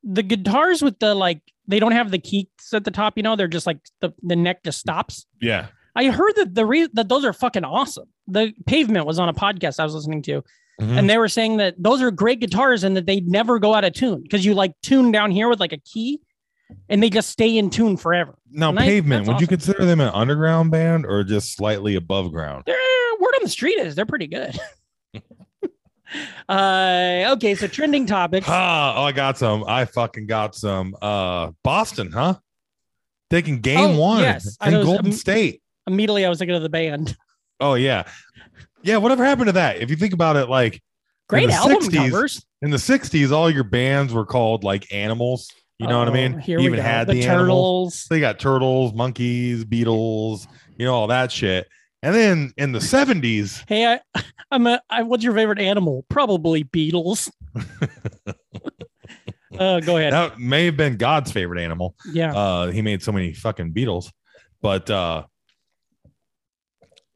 Speaker 6: the guitars with the like they don't have the keeks at the top. You know, they're just like the the neck just stops.
Speaker 5: yeah.
Speaker 6: I heard that the reason that those are fucking awesome. The pavement was on a podcast I was listening to,
Speaker 5: Mm-hmm.
Speaker 6: and they were saying that those are great guitars and that they never go out of tune because you like tune down here with like a key and they just stay in tune forever.
Speaker 5: Now
Speaker 6: nice.
Speaker 5: pavement,
Speaker 6: That's
Speaker 5: would
Speaker 6: awesome.
Speaker 5: you consider them an underground band or just slightly above ground?
Speaker 6: They're word on the street is they're pretty good. uh okay, so trending topics.
Speaker 5: Ah, oh, I got some. I fucking got some. Uh Boston, huh? Taking game
Speaker 6: Oh,
Speaker 5: one
Speaker 6: yes. I
Speaker 5: in
Speaker 6: was-
Speaker 5: Golden
Speaker 6: um,
Speaker 5: State.
Speaker 6: Immediately I was thinking of the band.
Speaker 5: Oh yeah. Yeah, whatever happened to that? If you think about it, like
Speaker 6: Great
Speaker 5: the
Speaker 6: album
Speaker 5: 60s,
Speaker 6: covers.
Speaker 5: in the 60s, all your bands were called like animals. You know what I
Speaker 6: Oh,
Speaker 5: mean?
Speaker 6: Here
Speaker 5: you
Speaker 6: we
Speaker 5: even
Speaker 6: go.
Speaker 5: had
Speaker 6: the,
Speaker 5: animals.
Speaker 6: turtles.
Speaker 5: they got turtles, monkeys, beetles, you know, all that shit. And then in the 70s,
Speaker 6: Hey, I, I'm a. I, what's your favorite animal? Probably beetles. uh, go ahead.
Speaker 5: that may have been God's favorite animal.
Speaker 6: yeah.
Speaker 5: Uh, he made so many fucking beetles, but uh,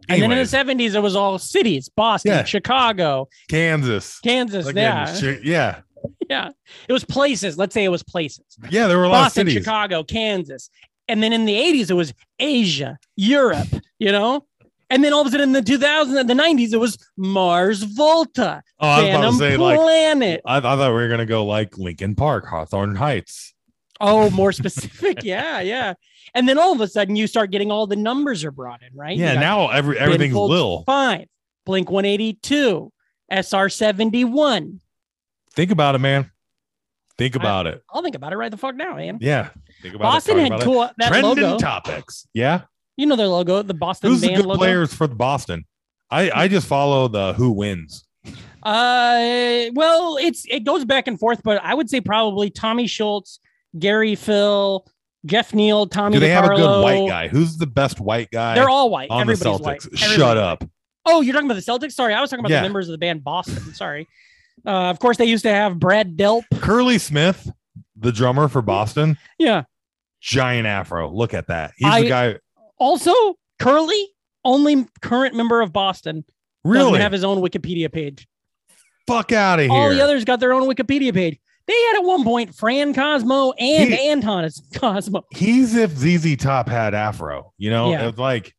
Speaker 6: and then in the
Speaker 5: anyways,
Speaker 6: 70s, it was all cities Boston,
Speaker 5: Yeah.
Speaker 6: Chicago,
Speaker 5: Kansas,
Speaker 6: Kansas.
Speaker 5: Again,
Speaker 6: yeah.
Speaker 5: shit- yeah,
Speaker 6: Yeah. It was places. Let's say it was places.
Speaker 5: yeah, there were a lot
Speaker 6: Boston,
Speaker 5: of cities.
Speaker 6: Chicago, Kansas. And then in the 80s, it was Asia, Europe, you know? And then all of a sudden in the 2000s and the 90s, it was Mars Volta,
Speaker 5: oh, I was about
Speaker 6: Phantom
Speaker 5: to say, like,
Speaker 6: Planet.
Speaker 5: I, I thought we were gonna go like Lincoln Park, Hawthorne Heights.
Speaker 6: Oh, more specific. yeah, yeah. And then all of a sudden, you start getting all the numbers are brought in, right? You
Speaker 5: Yeah,
Speaker 6: got
Speaker 5: now every everything's
Speaker 6: Binfold
Speaker 5: Lil.
Speaker 6: Five, Blink 182, SR 71.
Speaker 5: Think about it, man. Think
Speaker 6: I-
Speaker 5: about it.
Speaker 6: I'll think about it right the fuck now, man.
Speaker 5: Yeah, think about
Speaker 6: Boston
Speaker 5: it. talk
Speaker 6: had
Speaker 5: about it.
Speaker 6: cool, that
Speaker 5: Trending
Speaker 6: logo.
Speaker 5: topics. Yeah.
Speaker 6: You know their logo, the Boston
Speaker 5: Who's the
Speaker 6: band
Speaker 5: good
Speaker 6: logo.
Speaker 5: players for Boston? I I just follow the who wins.
Speaker 6: Uh, well, it's it goes back and forth, but I would say probably Tommy Schultz, Gary Phil, Jeff Neal, Tommy.
Speaker 5: Do they have a good
Speaker 6: DiCarlo.
Speaker 5: white guy? Who's the best white guy
Speaker 6: They're all white.
Speaker 5: on the
Speaker 6: Everybody's
Speaker 5: Celtics?
Speaker 6: white.
Speaker 5: Shut
Speaker 6: Everybody's
Speaker 5: up.
Speaker 6: Oh, you're talking about the Celtics? Sorry, I was talking about
Speaker 5: Yeah.
Speaker 6: the members of the band Boston. Sorry. Uh, of course, they used to have Brad Delp.
Speaker 5: Curly Smith, the drummer for Boston,
Speaker 6: Yeah.
Speaker 5: giant afro. Look at that. He's
Speaker 6: I-
Speaker 5: the guy.
Speaker 6: Also, Curly, only current member of Boston,
Speaker 5: Really?
Speaker 6: doesn't have his own Wikipedia page.
Speaker 5: fuck out of here.
Speaker 6: All the others got their own Wikipedia page. They had at one point Fran Cosmo and
Speaker 5: He-
Speaker 6: Anton as Cosmo.
Speaker 5: He's if ZZ Top had afro. You know,
Speaker 6: Yeah.
Speaker 5: it's like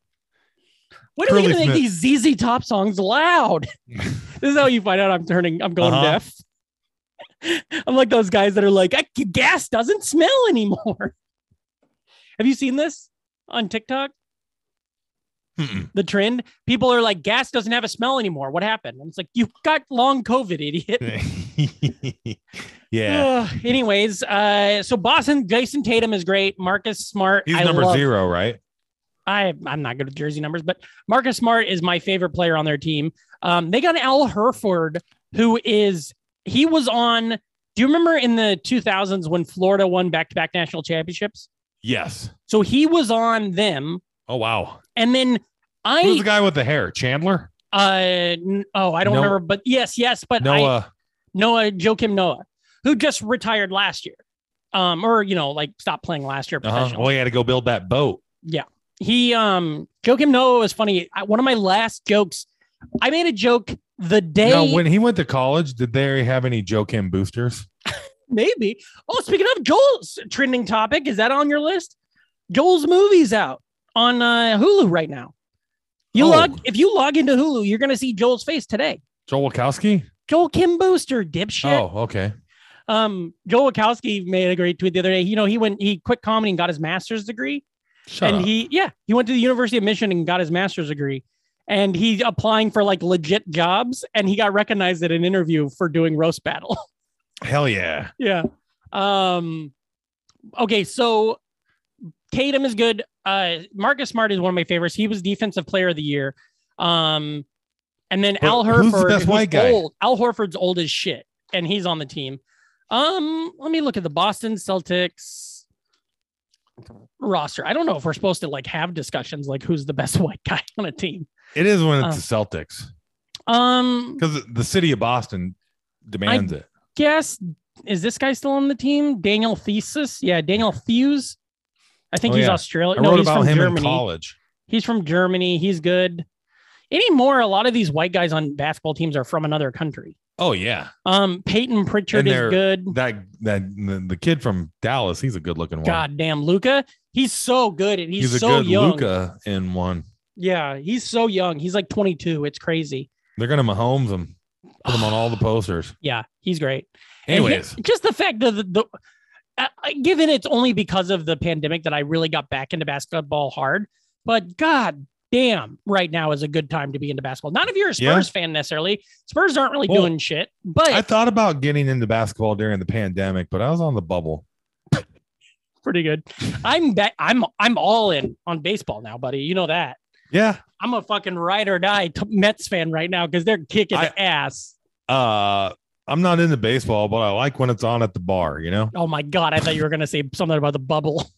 Speaker 6: What are we
Speaker 5: Curly
Speaker 6: going to make
Speaker 5: Smith.
Speaker 6: these ZZ Top songs loud? this is how you find out I'm turning. I'm going
Speaker 5: Uh-huh.
Speaker 6: deaf. I'm like those guys that are like, I, gas doesn't smell anymore. Have you seen this on TikTok?
Speaker 4: Mm-mm.
Speaker 6: The trend people are like, gas doesn't have a smell anymore. What happened? And it's like you got long COVID, idiot.
Speaker 5: yeah.
Speaker 6: Ugh. anyways, uh, so Boston, Jason Tatum is great. Marcus Smart,
Speaker 5: He's
Speaker 6: I
Speaker 5: number
Speaker 6: love-
Speaker 5: zero, right?
Speaker 6: I I'm not good with jersey numbers, but Marcus Smart is my favorite player on their team. Um, they got Al Herford, who is he was on. Do you remember in the 2000s when Florida won back-to-back national championships?
Speaker 5: Yes.
Speaker 6: So he was on them,
Speaker 5: Oh wow.
Speaker 6: and then
Speaker 5: Who's
Speaker 6: I
Speaker 5: the guy with the hair? Chandler?
Speaker 6: uh n- oh I don't
Speaker 5: Noah-
Speaker 6: remember, but yes, yes, but I,
Speaker 5: Noah. uh-huh.
Speaker 6: Noah Joakim Noah, who just retired last year, um, or you know like stopped playing last year
Speaker 5: Uh-huh.
Speaker 6: professionally.
Speaker 5: Well, he had to go build that boat.
Speaker 6: he um joke him noah was funny I, one of my last jokes i made a joke the day
Speaker 5: now, when he went to college, did they have any Joe Kim boosters?
Speaker 6: maybe oh speaking of joel's trending topic is that on your list joel's movies out on uh, hulu right now you
Speaker 5: Oh.
Speaker 6: log if you log into hulu you're gonna see joel's face today
Speaker 5: Joel Wachowski?
Speaker 6: joel kim booster dipshit
Speaker 5: Oh, okay.
Speaker 6: um joel Wachowski made a great tweet the other day you know he went he quit comedy and got his master's degree
Speaker 5: Shut
Speaker 6: and
Speaker 5: up.
Speaker 6: he yeah he went to the university of michigan and got his master's degree and he applying for like legit jobs and he got recognized at an interview for doing roast battle
Speaker 5: Hell yeah.
Speaker 6: yeah um okay so tatum is good uh marcus smart is one of my favorites he was defensive player of the year um and then
Speaker 5: But
Speaker 6: al
Speaker 5: who's
Speaker 6: horford
Speaker 5: the best white guy?
Speaker 6: old al horford's old as shit and he's on the team um let me look at the boston celtics roster i don't know if we're supposed to like have discussions like who's the best white guy on a team
Speaker 5: It is when
Speaker 6: Uh.
Speaker 5: it's the Celtics
Speaker 6: um
Speaker 5: because the city of Boston demands it.
Speaker 6: guess is this guy still on the team? Daniel Thesis? Yeah, Daniel Thews. I think
Speaker 5: Oh,
Speaker 6: he's
Speaker 5: yeah.
Speaker 6: Australian.
Speaker 5: I
Speaker 6: No,
Speaker 5: wrote
Speaker 6: he's
Speaker 5: about
Speaker 6: from
Speaker 5: him in
Speaker 6: Germany.
Speaker 5: college.
Speaker 6: He's from Germany. He's good. Anymore, a lot of these white guys on basketball teams are from another country.
Speaker 5: Oh yeah,
Speaker 6: Um, Peyton Pritchard
Speaker 5: And
Speaker 6: is
Speaker 5: they're-
Speaker 6: good.
Speaker 5: that that the, the kid from Dallas. He's a good looking one.
Speaker 6: Goddamn, Luca. He's so good and he's,
Speaker 5: he's, a
Speaker 6: so
Speaker 5: good
Speaker 6: young.
Speaker 5: Luca in one.
Speaker 6: Yeah, he's so young. He's like 22. It's crazy.
Speaker 5: They're gonna Mahomes him, put him on all the posters.
Speaker 6: Yeah, he's great. And he-
Speaker 5: Anyways,
Speaker 6: just the fact that the, the uh, uh, given it's only because of the pandemic that I really got back into basketball hard, but god damn, right now is a good time to be into basketball. Not if you're a Spurs
Speaker 5: Yeah.
Speaker 6: fan necessarily. Spurs aren't really
Speaker 5: Well,
Speaker 6: doing shit, but
Speaker 5: I thought about getting into basketball during the pandemic, but I was on the bubble.
Speaker 6: pretty good. I'm ba- I'm I'm all in on baseball now, buddy. You know that.
Speaker 5: Yeah,
Speaker 6: I'm a fucking ride or die t- Mets fan right now because they're kicking
Speaker 5: I-
Speaker 6: ass.
Speaker 5: uh, I'm not into baseball, but I like when it's on at the bar. You know,
Speaker 6: Oh my god, I thought you were gonna say something about the bubble.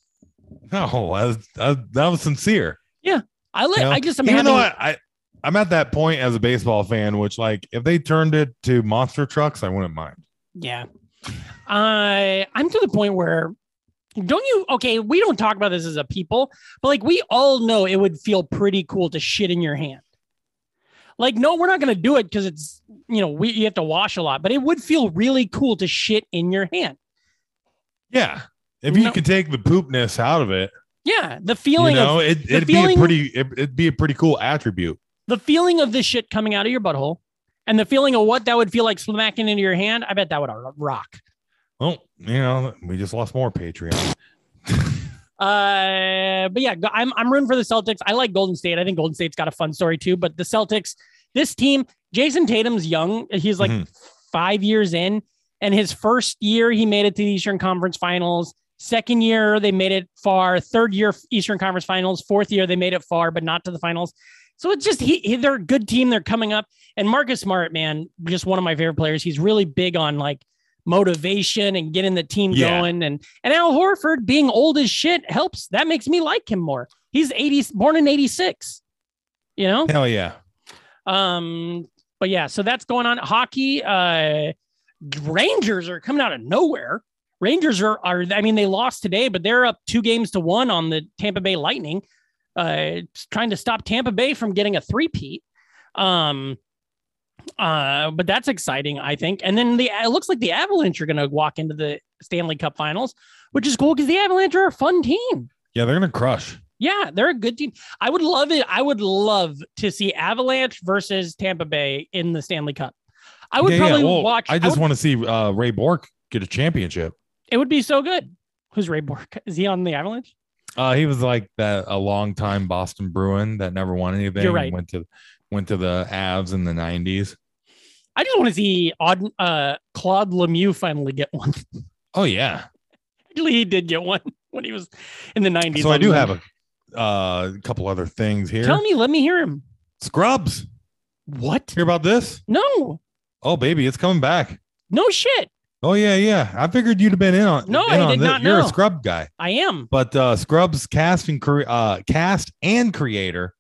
Speaker 5: no, I was, I, Oh, that was sincere.
Speaker 6: I like.
Speaker 5: You know,
Speaker 6: I just am
Speaker 5: Even though
Speaker 6: having-
Speaker 5: I, I, I'm at that point as a baseball fan, which like if they turned it to monster trucks, I wouldn't mind.
Speaker 6: Yeah. I I'm to the point where don't you okay, we don't talk about this as a people, but like we all know it would feel pretty cool to shit in your hand. Like, no, we're not gonna do it because it's you know, we you have to wash a lot, but it would feel really cool to shit in your hand.
Speaker 5: Yeah, if you
Speaker 6: No.
Speaker 5: could take the poopness out of it,
Speaker 6: Yeah. The feeling
Speaker 5: you know,
Speaker 6: of
Speaker 5: it, it'd be
Speaker 6: feeling-
Speaker 5: a pretty, it, would be a pretty cool attribute.
Speaker 6: the feeling of the shit coming out of your butthole and the feeling of what that would feel like smacking into your hand, I bet that would rock.
Speaker 5: Well, Oh, you know, we just lost more Patreon.
Speaker 6: Uh, but yeah, go- I'm I'm rooting for the Celtics. I like Golden State. I think Golden State's got a fun story too. But the Celtics, this team, Jason Tatum's young. He's like
Speaker 5: Mhm.
Speaker 6: five years in, and his first year he made it to the Eastern Conference Finals. Second year they made it far. Third year Eastern Conference Finals. Fourth year they made it far, but not to the finals. So it's just he, he they're a good team. They're coming up, and Marcus Smart, man, just one of my favorite players. He's really big on like motivation and getting the team
Speaker 5: Yeah.
Speaker 6: going. And and Al Horford being old as shit helps. That makes me like him more. He's 80, born in 86. You know?
Speaker 5: Hell yeah.
Speaker 6: Um, but yeah, so that's going on. Hockey, uh Rangers are coming out of nowhere. Rangers are are I mean, they lost today, but they're up two games to one on the Tampa Bay Lightning, uh trying to stop Tampa Bay from getting a three-peat. Um uh, but that's exciting, I think. And then the it looks like the Avalanche are gonna walk into the Stanley Cup finals, which is cool because the Avalanche are a fun team.
Speaker 5: Yeah, they're gonna crush.
Speaker 6: Yeah, they're a good team. I would love it. I would love to see Avalanche versus Tampa Bay in the Stanley Cup. I would
Speaker 5: Yeah, yeah,
Speaker 6: probably
Speaker 5: well,
Speaker 6: watch.
Speaker 5: I just
Speaker 6: would-
Speaker 5: want to see uh, Ray Bork get a championship.
Speaker 6: it would be so good. Who's Ray Bork? Is he on the Avalanche?
Speaker 5: Uh, he was like that a long time Boston Bruin that never won anything.
Speaker 6: You're
Speaker 5: and
Speaker 6: right.
Speaker 5: Went to went to the Avs in the nineties.
Speaker 6: I just want to see Auden, uh, Claude Lemieux finally get one.
Speaker 5: Oh yeah.
Speaker 6: Actually, he did get one when he was in the nineties.
Speaker 5: So I do have a uh, couple other things here.
Speaker 6: Tell me, let me hear him.
Speaker 5: Scrubs.
Speaker 6: What?
Speaker 5: Hear about this?
Speaker 6: No,
Speaker 5: Oh baby, it's coming back.
Speaker 6: no shit.
Speaker 5: Oh yeah, yeah. I figured you'd have been in on.
Speaker 6: No,
Speaker 5: in
Speaker 6: I
Speaker 5: on
Speaker 6: did
Speaker 5: this.
Speaker 6: not
Speaker 5: You're
Speaker 6: know.
Speaker 5: a Scrub guy.
Speaker 6: I am.
Speaker 5: But uh, Scrubs cast and cre- uh, cast and creator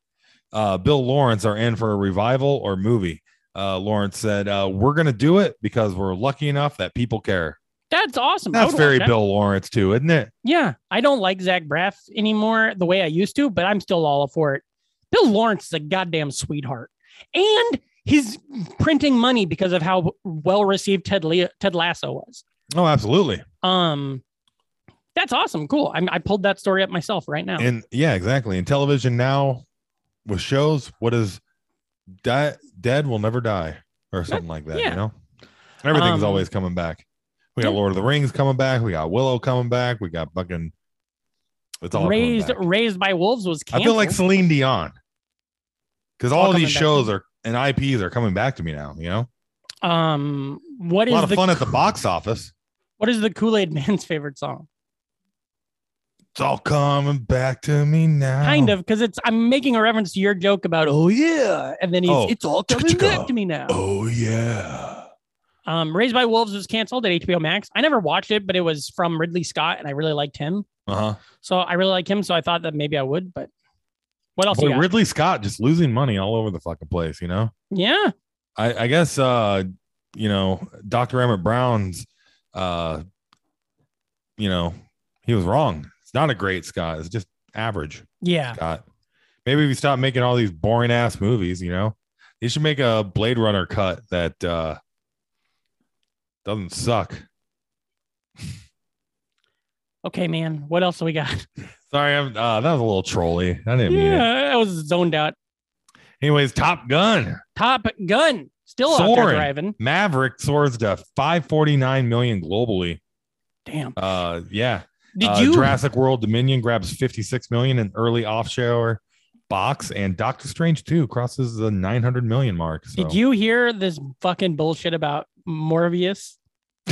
Speaker 5: uh, Bill Lawrence are in for a revival or movie. Uh, Lawrence said, uh, "We're going to do it because we're lucky enough that people care."
Speaker 6: That's awesome. I
Speaker 5: That's
Speaker 6: would
Speaker 5: very
Speaker 6: watch that.
Speaker 5: Bill Lawrence too, isn't it?
Speaker 6: Yeah, I don't like Zach Braff anymore the way I used to, but I'm still all for it. Bill Lawrence is a goddamn sweetheart, and he's printing money because of how well received Ted Le- Ted Lasso was.
Speaker 5: Oh, absolutely.
Speaker 6: Um, that's awesome, cool. I, I pulled that story up myself right now.
Speaker 5: And yeah, exactly. In television now, with shows, what is di- dead will never die or something like that.
Speaker 6: yeah.
Speaker 5: You know, everything's
Speaker 6: Um,
Speaker 5: always coming back. We got
Speaker 6: yeah.
Speaker 5: Lord of the Rings coming back. We got Willow coming back. We got fucking. It's all coming
Speaker 6: raised
Speaker 5: back.
Speaker 6: Raised by Wolves was
Speaker 5: I
Speaker 6: canceled.
Speaker 5: feel like Celine Dion. Because all,
Speaker 6: all
Speaker 5: of these
Speaker 6: coming back.
Speaker 5: shows are and IPs are coming back to me now, you know?
Speaker 6: um, what
Speaker 5: A lot
Speaker 6: is
Speaker 5: of
Speaker 6: the
Speaker 5: fun at the box office.
Speaker 6: what is the Kool Aid Man's favorite song?
Speaker 5: It's all coming back to me now.
Speaker 6: Kind of because it's I'm making a reference to your joke about oh yeah, and then he's
Speaker 5: Oh.
Speaker 6: it's all coming back to me now.
Speaker 5: Oh yeah.
Speaker 6: Um, Raised by Wolves was canceled at HBO Max. I never watched it, but it was from Ridley Scott, and I really liked him.
Speaker 5: Uh-huh.
Speaker 6: So I really like him. So I thought that maybe I would. But what else?
Speaker 5: Boy,
Speaker 6: you got?
Speaker 5: Ridley Scott just losing money all over the fucking place, you know?
Speaker 6: yeah,
Speaker 5: I, I guess uh, you know, Dr. Emmett Brown's uh you know, he was wrong. It's not a great Scott, it's just average.
Speaker 6: yeah.
Speaker 5: God. Maybe we stop making all these boring ass movies, you know? You should make a Blade Runner cut that uh doesn't suck.
Speaker 6: Okay, man. What else do we got?
Speaker 5: Sorry, I'm uh that was a little trolly. I didn't mean it.
Speaker 6: Yeah, I was zoned out.
Speaker 5: Anyways, Top Gun.
Speaker 6: Top Gun still out there
Speaker 5: Soaring.
Speaker 6: driving.
Speaker 5: Maverick soars to 549 million globally.
Speaker 6: Damn.
Speaker 5: Uh yeah.
Speaker 6: Did
Speaker 5: Uh,
Speaker 6: you?
Speaker 5: Jurassic World Dominion grabs 56 million in early offshore box and Doctor Strange 2 crosses the 900 million mark. So.
Speaker 6: Did you hear this fucking bullshit about Morbius?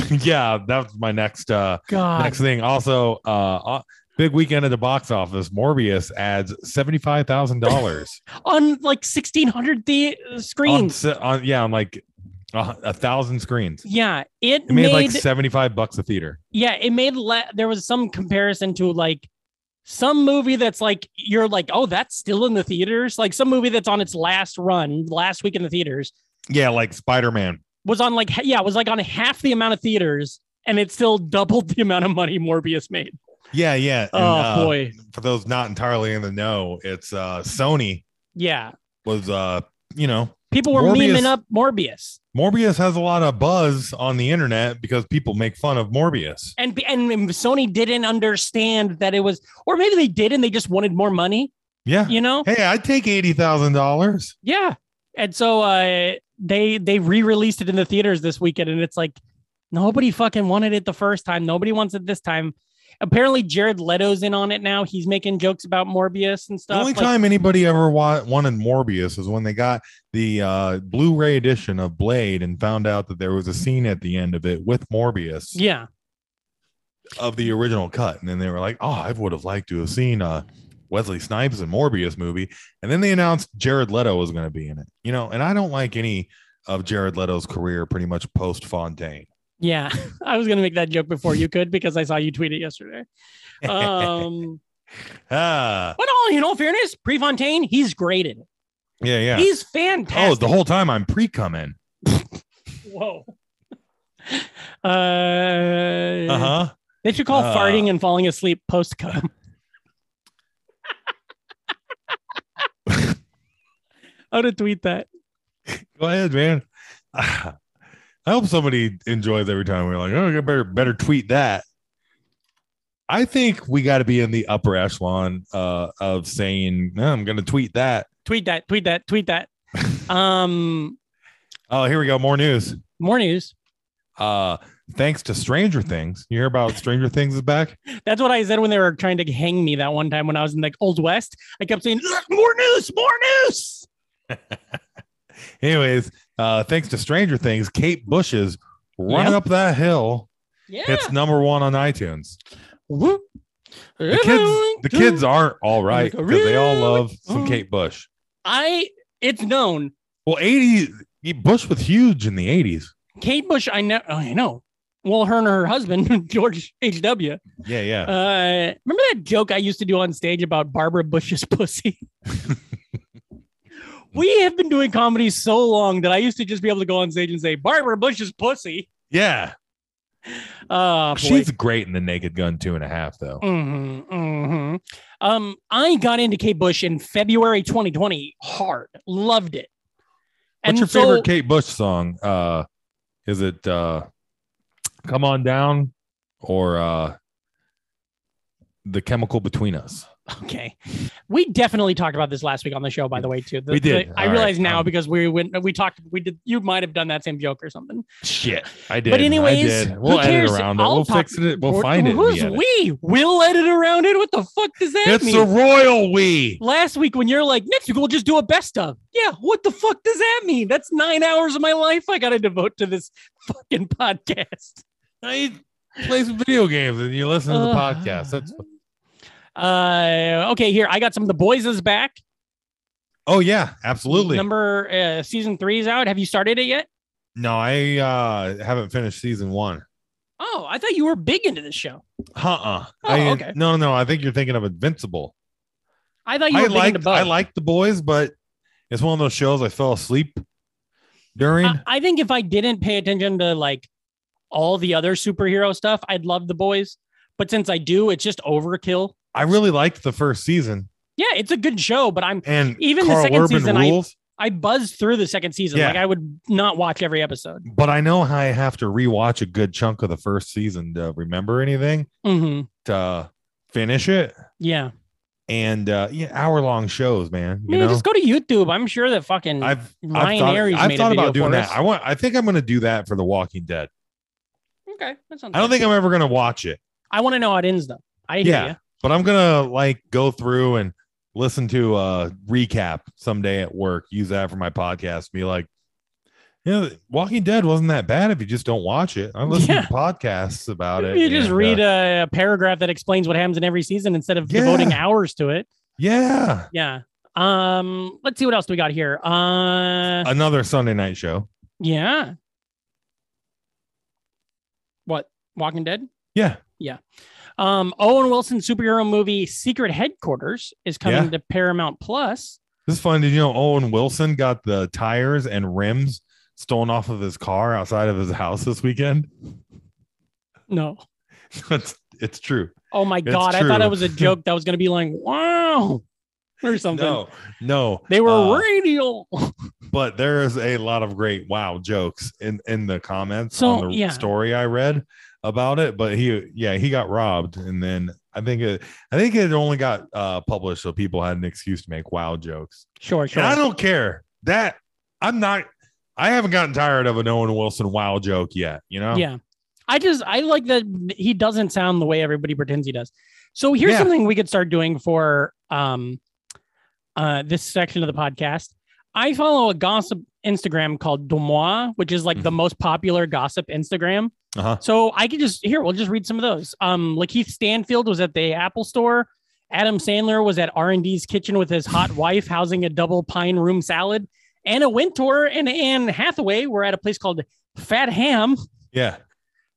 Speaker 5: yeah, that was my next uh
Speaker 6: God,
Speaker 5: Next thing, also, uh, uh, big weekend at the box office. Morbius adds seventy five thousand dollars
Speaker 6: on like sixteen hundred the uh,
Speaker 5: on,
Speaker 6: screens.
Speaker 5: se- on yeah, on like uh, a thousand screens.
Speaker 6: yeah, it,
Speaker 5: It made, like seventy five bucks a theater.
Speaker 6: Yeah, it made le- there was some comparison to like some movie that's like you're like, oh, that's still in the theaters. Like some movie that's on its last run, last week in the theaters,
Speaker 5: Yeah, like Spider Man.
Speaker 6: was on like h- yeah, was like on half the amount of theaters, and it still doubled the amount of money Morbius made.
Speaker 5: Yeah, yeah.
Speaker 6: Oh
Speaker 5: And, uh,
Speaker 6: boy,
Speaker 5: For those not entirely in the know, it's uh, Sony
Speaker 6: yeah,
Speaker 5: was uh, you know.
Speaker 6: people were
Speaker 5: Morbius-
Speaker 6: memeing up Morbius,
Speaker 5: Morbius has a lot of buzz on the internet because people make fun of Morbius.
Speaker 6: and and Sony didn't understand that it was, or maybe they did, and they just wanted more money.
Speaker 5: Yeah.
Speaker 6: You know,
Speaker 5: Hey, I'd take eighty thousand dollars.
Speaker 6: Yeah. And so uh, they they re-released it in the theaters this weekend, and it's like nobody fucking wanted it the first time. Nobody wants it this time. Apparently, Jared Leto's in on it now. He's making jokes about Morbius and stuff.
Speaker 5: The only
Speaker 6: Like,
Speaker 5: time anybody ever wa- wanted Morbius is when they got the uh, Blu-ray edition of Blade and found out that there was a scene at the end of it with Morbius
Speaker 6: yeah,
Speaker 5: of the original cut, and then they were like, "Oh, I would have liked to have seen uh, Wesley Snipes and Morbius movie." And then they announced Jared Leto was going to be in it, you know. And I don't like any of Jared Leto's career, pretty much post Fontaine.
Speaker 6: Yeah, I was gonna make that joke before you could because I saw you tweet it yesterday. Um,
Speaker 5: Ah,
Speaker 6: but all in all fairness, Prefontaine, he's great at it.
Speaker 5: yeah, yeah.
Speaker 6: He's
Speaker 5: oh,
Speaker 6: fantastic.
Speaker 5: the whole time I'm pre coming.
Speaker 6: Whoa. Uh,
Speaker 5: Uh
Speaker 6: Uh-huh.
Speaker 5: huh.
Speaker 6: They should call
Speaker 5: Uh.
Speaker 6: farting and falling asleep post cum. How to tweet that?
Speaker 5: Go ahead, man. I hope somebody enjoys every time we're like, oh, you better better tweet that. I think we got to be in the upper echelon uh, of saying, "No, I'm going to tweet that.
Speaker 6: Tweet that. Tweet that. Tweet that. Um,
Speaker 5: Oh, here we go. More news.
Speaker 6: more news.
Speaker 5: Uh, thanks to Stranger Things. You hear about Stranger Things is back?
Speaker 6: That's what I said when they were trying to hang me that one time when I was in like Old West. I kept saying "Ugh, more news, more news.
Speaker 5: Anyways, uh, thanks to Stranger Things, Kate Bush is running
Speaker 6: Yep.
Speaker 5: up that hill.
Speaker 6: Yeah.
Speaker 5: It's number one on iTunes.
Speaker 6: Whoop.
Speaker 5: The kids, the kids aren't all right because they all love some
Speaker 6: Oh.
Speaker 5: Kate Bush.
Speaker 6: I. It's known.
Speaker 5: Well, 80 Bush was huge in the 80s.
Speaker 6: Kate Bush. I know. oh, I know. Well, her and her husband George H. W.
Speaker 5: Yeah, yeah.
Speaker 6: Uh, remember that joke I used to do on stage about Barbara Bush's pussy? we have been doing comedy so long that I used to just be able to go on stage and say Barbara Bush's pussy.
Speaker 5: yeah.
Speaker 6: Uh, boy.
Speaker 5: She's great in the Naked Gun two and a half, though.
Speaker 6: Mhm, mhm. Um, I got into Kate Bush in February 2020. Hard, loved it.
Speaker 5: What's
Speaker 6: And
Speaker 5: your
Speaker 6: so-
Speaker 5: favorite Kate Bush song? Uh is it uh Come On Down or uh The Chemical Between Us?
Speaker 6: Okay, we definitely talked about this last week on the show, by the way, too. The-
Speaker 5: We did.
Speaker 6: the- I
Speaker 5: All right.
Speaker 6: realize now
Speaker 5: Um,
Speaker 6: because we went, we talked, we did. You might have done that same joke or something.
Speaker 5: Shit. I did.
Speaker 6: But
Speaker 5: I
Speaker 6: anyways,
Speaker 5: did.
Speaker 6: who
Speaker 5: we'll edit
Speaker 6: cares?
Speaker 5: around it.
Speaker 6: I'll
Speaker 5: We'll
Speaker 6: talk-
Speaker 5: fix it. We'll
Speaker 6: Or-
Speaker 5: find it. in the
Speaker 6: Who's
Speaker 5: edit.
Speaker 6: we? We'll edit around it. What the fuck does that
Speaker 5: It's
Speaker 6: mean?
Speaker 5: the royal we.
Speaker 6: last week when you're like, next week we'll just do a best of. Yeah, what the fuck does that mean? That's nine hours of my life I got to devote to this fucking podcast.
Speaker 5: I play some video games and you listen to the
Speaker 6: Ugh.
Speaker 5: podcast. That's
Speaker 6: Uh, okay, here I got some of the boys is back.
Speaker 5: oh yeah, absolutely.
Speaker 6: Number uh, season three is out. Have you started it yet?
Speaker 5: No, I uh haven't finished season one.
Speaker 6: Oh, I thought you were big into this show.
Speaker 5: Uh-uh.
Speaker 6: Oh,
Speaker 5: I,
Speaker 6: okay.
Speaker 5: No, no, I think you're thinking of Invincible.
Speaker 6: I thought you
Speaker 5: I
Speaker 6: were big into
Speaker 5: like
Speaker 6: both.
Speaker 5: I like the boys, but it's one of those shows I fell asleep during.
Speaker 6: I, I think if I didn't pay attention to like all the other superhero stuff, I'd love the boys. But since I do, it's just overkill.
Speaker 5: I really liked the first season,
Speaker 6: Yeah, it's a good show, but I'm
Speaker 5: and
Speaker 6: Even the
Speaker 5: Carl
Speaker 6: second
Speaker 5: Urban
Speaker 6: season, I-
Speaker 5: rules.
Speaker 6: I buzzed through the second season.
Speaker 5: Yeah.
Speaker 6: Like I would not watch every episode.
Speaker 5: But I know how I have to rewatch a good chunk of the first season to remember anything
Speaker 6: Mm-hmm.
Speaker 5: to finish it.
Speaker 6: Yeah.
Speaker 5: And uh, yeah, hour long shows, man. You
Speaker 6: Man,
Speaker 5: know,
Speaker 6: just go to YouTube. I'm sure that fucking
Speaker 5: I've I've
Speaker 6: Ryan
Speaker 5: thought,
Speaker 6: Aries
Speaker 5: I've
Speaker 6: made
Speaker 5: thought
Speaker 6: a video
Speaker 5: about doing
Speaker 6: for
Speaker 5: that.
Speaker 6: us.
Speaker 5: I want. I think I'm going to do that for The Walking Dead.
Speaker 6: okay. That sounds
Speaker 5: I don't
Speaker 6: good.
Speaker 5: think I'm ever going to watch it.
Speaker 6: I want to know how it ends though. I hear
Speaker 5: Yeah.
Speaker 6: ya.
Speaker 5: but I'm gonna like go through and listen to a recap someday at work. Use that for my podcast. Be like, you know, Walking Dead wasn't that bad if you just don't watch it. I listen
Speaker 6: Yeah.
Speaker 5: to podcasts about it.
Speaker 6: You just
Speaker 5: and,
Speaker 6: read
Speaker 5: uh,
Speaker 6: a, a paragraph that explains what happens in every season instead of
Speaker 5: Yeah.
Speaker 6: devoting hours to it.
Speaker 5: yeah,
Speaker 6: Yeah. Um. Let's see what else do we got here. Uh.
Speaker 5: another Sunday night show.
Speaker 6: Yeah. What? Walking Dead.
Speaker 5: Yeah,
Speaker 6: Um. Owen Wilson superhero movie Secret Headquarters is coming
Speaker 5: Yeah.
Speaker 6: to Paramount Plus.
Speaker 5: this is fun. Did you know Owen Wilson got the tires and rims stolen off of his car outside of his house this weekend?
Speaker 6: No.
Speaker 5: it's it's true.
Speaker 6: Oh my
Speaker 5: It's
Speaker 6: god! I thought
Speaker 5: true.
Speaker 6: it was a joke that was going to be like wow or something.
Speaker 5: No, no,
Speaker 6: They were
Speaker 5: Uh,
Speaker 6: radial.
Speaker 5: but there is a lot of great wow jokes in in the comments
Speaker 6: So,
Speaker 5: on the
Speaker 6: yeah.
Speaker 5: story I read about it. But he, yeah, he got robbed, and then I think it, I think it only got uh, published so people had an excuse to make wow jokes.
Speaker 6: Sure, sure.
Speaker 5: And I don't care that I'm not. I haven't gotten tired of an Owen Wilson wow joke yet. You know.
Speaker 6: Yeah. I just I like that he doesn't sound the way everybody pretends he does. So here's
Speaker 5: Yeah.
Speaker 6: something we could start doing for um uh this section of the podcast. I follow a gossip Instagram called Domois, which is like the most popular gossip Instagram.
Speaker 5: Mm-hmm. Uh-huh.
Speaker 6: So I could just here, we'll just read some of those. Um Lakeith Stanfield was at the Apple store. Adam Sandler was at R&D's kitchen with his hot wife housing a double pine room salad. Anna Wintour and Anne Hathaway were at a place called Fat Ham.
Speaker 5: Yeah.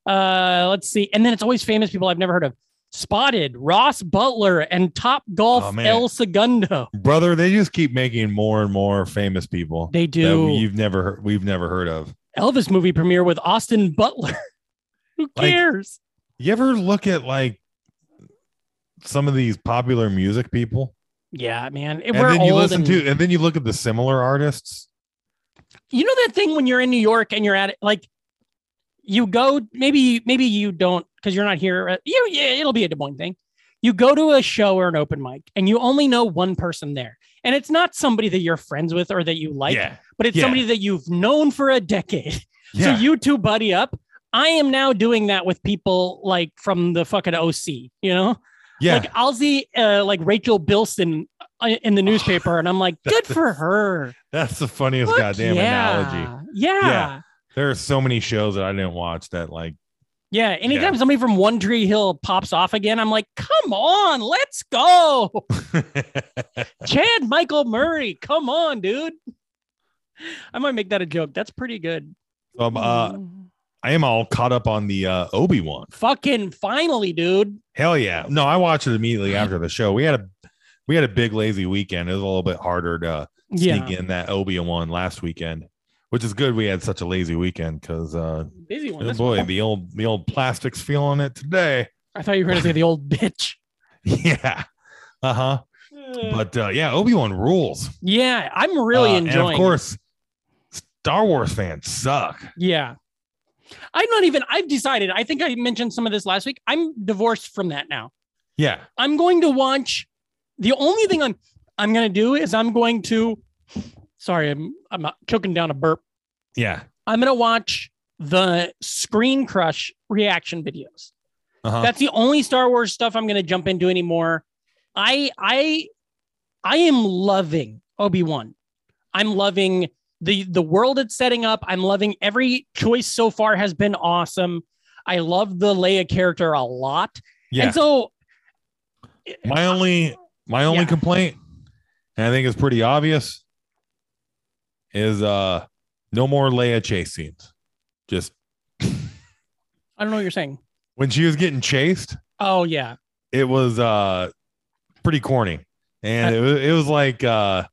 Speaker 6: Uh, let's see. And then it's always famous people I've never heard of. Spotted, Ross Butler, and Top Golf
Speaker 5: Oh, man.
Speaker 6: El Segundo.
Speaker 5: brother. They just keep making more and more famous people
Speaker 6: They
Speaker 5: that
Speaker 6: do
Speaker 5: we- you've never heard, we've never heard of.
Speaker 6: Elvis movie premiere with Austin Butler. Who
Speaker 5: Like-
Speaker 6: cares?
Speaker 5: You ever look at like some of these popular music people,
Speaker 6: yeah, man.
Speaker 5: and
Speaker 6: We're
Speaker 5: then
Speaker 6: old
Speaker 5: you listen
Speaker 6: and-
Speaker 5: to, and then you look at the similar artists.
Speaker 6: you know that thing when you're in New York and you're at it, like you go maybe maybe you don't because you're not here. uh, You yeah, it'll be a Des Moines thing. You go to a show or an open mic and you only know one person there, and it's not somebody that you're friends with or that you like,
Speaker 5: yeah,
Speaker 6: but it's
Speaker 5: yeah.
Speaker 6: somebody that you've known for a decade.
Speaker 5: yeah.
Speaker 6: So you two buddy up. I am now doing that with people like from the fucking OC, you know?
Speaker 5: yeah.
Speaker 6: Like I'll see uh, like Rachel Bilson uh, in the
Speaker 5: Oh.
Speaker 6: newspaper and I'm like, good for her.
Speaker 5: That's the funniest
Speaker 6: Fuck
Speaker 5: goddamn
Speaker 6: yeah.
Speaker 5: analogy.
Speaker 6: Yeah. yeah.
Speaker 5: Yeah. There are so many shows that I didn't watch that like
Speaker 6: Anytime somebody from One Tree Hill pops off again, I'm like, come on, let's go. Chad Michael Murray, come on, dude. I might make that a joke. That's pretty good.
Speaker 5: um,
Speaker 6: Mm-hmm.
Speaker 5: uh, I am all caught up on the uh, Obi Wan.
Speaker 6: Fucking finally, dude.
Speaker 5: Hell yeah! No, I watched it
Speaker 6: Mm-hmm.
Speaker 5: immediately after the show. We had a we had a big lazy weekend. It was a little bit harder to
Speaker 6: Yeah.
Speaker 5: sneak in that Obi Wan last weekend, which is good. We had such a lazy weekend because uh,
Speaker 6: Busy one.
Speaker 5: oh
Speaker 6: That's-
Speaker 5: boy, the old the old plastics feeling it today.
Speaker 6: I thought you were going to say the old bitch.
Speaker 5: yeah, uh huh. But uh, yeah, Obi Wan rules.
Speaker 6: yeah, I'm Hmm. really
Speaker 5: Uh,
Speaker 6: enjoying.
Speaker 5: And of course, Star Wars fans suck.
Speaker 6: yeah. I'm not even. I've decided. I think I mentioned some of this last week. I'm divorced from that now.
Speaker 5: Yeah,
Speaker 6: I'm going to watch. The only thing I'm I'm going to do is I'm going to. Sorry, I'm I'm choking down a burp.
Speaker 5: yeah.
Speaker 6: I'm going to watch the Screen Crush reaction videos.
Speaker 5: Uh-huh.
Speaker 6: That's the only Star Wars stuff I'm going to jump into anymore. I I I am loving Obi Wan. I'm loving the the world it's setting up. I'm loving every choice so far has been awesome. I love the Leia character a lot,
Speaker 5: yeah.
Speaker 6: and so
Speaker 5: my only my only
Speaker 6: Yeah.
Speaker 5: complaint, and I think it's pretty obvious, is uh no more Leia chase scenes. Just
Speaker 6: I don't know what you're saying.
Speaker 5: when she was getting chased,
Speaker 6: Oh yeah,
Speaker 5: it was uh pretty corny. And it was it was like uh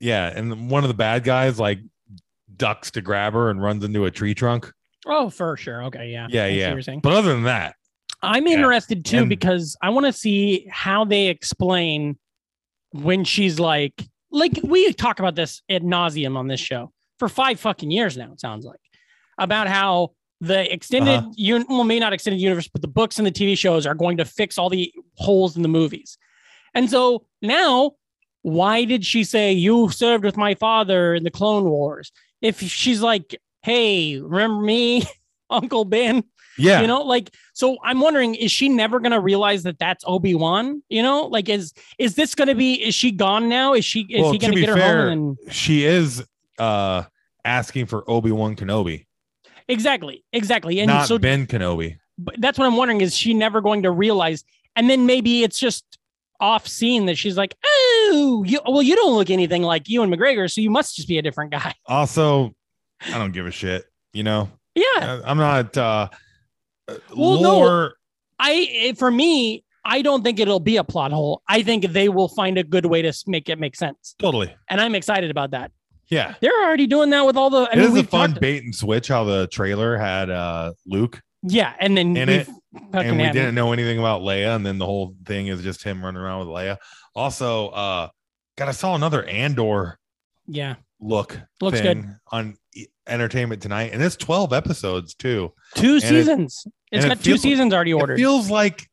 Speaker 5: yeah, and one of the bad guys like ducks to grab her and runs into a tree trunk.
Speaker 6: oh for sure. Okay, yeah,
Speaker 5: Yeah,
Speaker 6: I see
Speaker 5: yeah.
Speaker 6: what you're saying.
Speaker 5: But other than that,
Speaker 6: I'm
Speaker 5: Yeah.
Speaker 6: interested too
Speaker 5: And-
Speaker 6: because I want to see how they explain when she's like, like we talk about this ad nauseum on this show for five fucking years now. It sounds like about how the extended,
Speaker 5: Uh-huh.
Speaker 6: un- well, maybe not extended universe, but the books and the TV shows are going to fix all the holes in the movies. And so now, why did she say you served with my father in the Clone Wars? If she's like, hey, remember me, Uncle Ben?
Speaker 5: yeah.
Speaker 6: You know, like so I'm wondering is she never going to realize that that's Obi-Wan? You know, like is is this going to be is she gone now? Is she is
Speaker 5: Well,
Speaker 6: he
Speaker 5: to
Speaker 6: going to
Speaker 5: be
Speaker 6: get her
Speaker 5: fair-
Speaker 6: home?
Speaker 5: she is uh asking for Obi-Wan Kenobi,
Speaker 6: And, exactly. Exactly. And
Speaker 5: not
Speaker 6: so
Speaker 5: Ben Kenobi.
Speaker 6: but that's what I'm wondering is she never going to realize and then maybe it's just off scene that she's like, "Oh, you, well you don't look anything like Ewan McGregor, so you must just be a different guy."
Speaker 5: also i don't give a shit you know
Speaker 6: Yeah.
Speaker 5: I- i'm not uh
Speaker 6: Well, no.
Speaker 5: lore
Speaker 6: I it- for me, I don't think it'll be a plot hole. I think they will find a good way to s- make it make sense.
Speaker 5: totally
Speaker 6: And I'm excited about that.
Speaker 5: yeah
Speaker 6: They're already doing that with all the. I
Speaker 5: it
Speaker 6: mean,
Speaker 5: is a
Speaker 6: we've
Speaker 5: fun
Speaker 6: talked-
Speaker 5: bait and switch how the trailer had uh luke
Speaker 6: Yeah, and then
Speaker 5: in
Speaker 6: we've
Speaker 5: it,
Speaker 6: fucking
Speaker 5: and we
Speaker 6: had-
Speaker 5: didn't know anything about leia and then the whole thing is just him running around with leia also uh god i saw another andor
Speaker 6: Yeah,
Speaker 5: look
Speaker 6: looks good.
Speaker 5: thing on E- entertainment tonight and it's 12 episodes too
Speaker 6: Two
Speaker 5: And it-
Speaker 6: seasons. it's got
Speaker 5: and it
Speaker 6: two
Speaker 5: feels-
Speaker 6: seasons already ordered.
Speaker 5: It feels like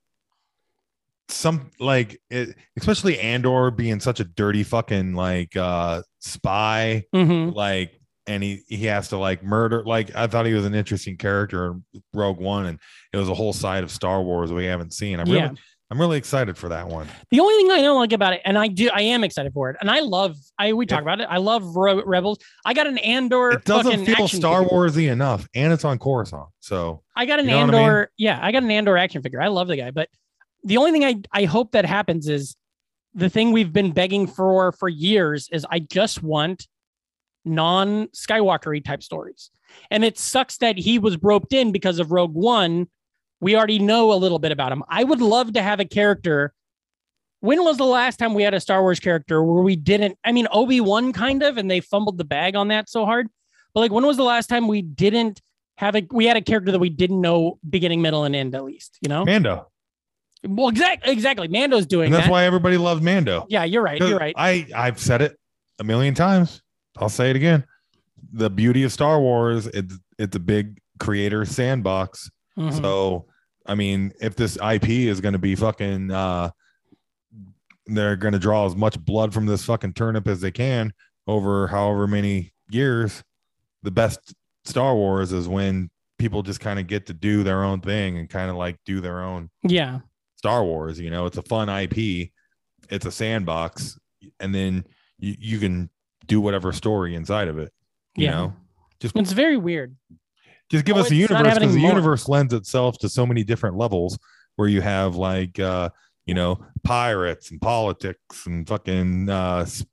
Speaker 5: some like it, especially Andor being such a dirty fucking like uh spy
Speaker 6: Mhm.
Speaker 5: like and he he has to like murder like I thought he was an interesting character in Rogue One and it was a whole side of Star Wars we haven't seen. I'm
Speaker 6: Yeah.
Speaker 5: really I'm really excited for that one.
Speaker 6: The only thing I don't like about it, and I do, I am excited for it, and I love. I we talk about it. I love Re- Rebels. I got an Andor.
Speaker 5: It doesn't
Speaker 6: fucking
Speaker 5: feel
Speaker 6: action
Speaker 5: Star
Speaker 6: figure.
Speaker 5: Warsy enough and it's on Coruscant. So
Speaker 6: I got an
Speaker 5: You know what I
Speaker 6: Andor. Yeah, I got an Andor action figure. I love the guy, but the only thing I I hope that happens is the thing we've been begging for for years is I just want non Skywalkery type stories. And it sucks that he was roped in because of Rogue One. We already know a little bit about him. I would love to have a character. When was the last time we had a Star Wars character where we didn't? I mean, Obi Wan kind of, and they fumbled the bag on that so hard. But like, when was the last time we didn't have a we had a character that we didn't know beginning, middle, and end at least? You know,
Speaker 5: Mando.
Speaker 6: well, exactly, exactly. Mando's Oh, doing
Speaker 5: And that's
Speaker 6: that.
Speaker 5: why everybody loves Mando.
Speaker 6: yeah, you're right. You're right.
Speaker 5: I I've said it a million times. I'll say it again. The beauty of Star Wars, it's it's a big creator sandbox.
Speaker 6: Mhm.
Speaker 5: So I mean, if this IP is going to be fucking, uh, they're going to draw as much blood from this fucking turnip as they can over however many years. The best Star Wars is when people just kind of get to do their own thing and kind of like do their own
Speaker 6: yeah,
Speaker 5: Star Wars. You know, it's a fun IP, it's a sandbox, and then you, you can do whatever story inside of it. You
Speaker 6: Yeah.
Speaker 5: know, just
Speaker 6: it's very weird.
Speaker 5: just give
Speaker 6: Oh,
Speaker 5: us the
Speaker 6: it's not
Speaker 5: universe
Speaker 6: happening
Speaker 5: because the
Speaker 6: more.
Speaker 5: universe lends itself to so many different levels where you have like uh you know pirates and politics and fucking uh s-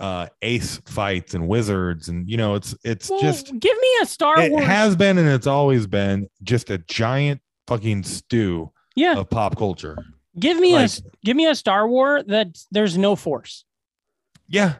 Speaker 5: uh ace fights and wizards and you know it's it's
Speaker 6: Well,
Speaker 5: just
Speaker 6: give me a Star
Speaker 5: it
Speaker 6: Wars.
Speaker 5: has been and it's always been just a giant fucking stew
Speaker 6: yeah,
Speaker 5: of pop culture
Speaker 6: give me a
Speaker 5: like-
Speaker 6: s- give me a Star War that there's no force.
Speaker 5: yeah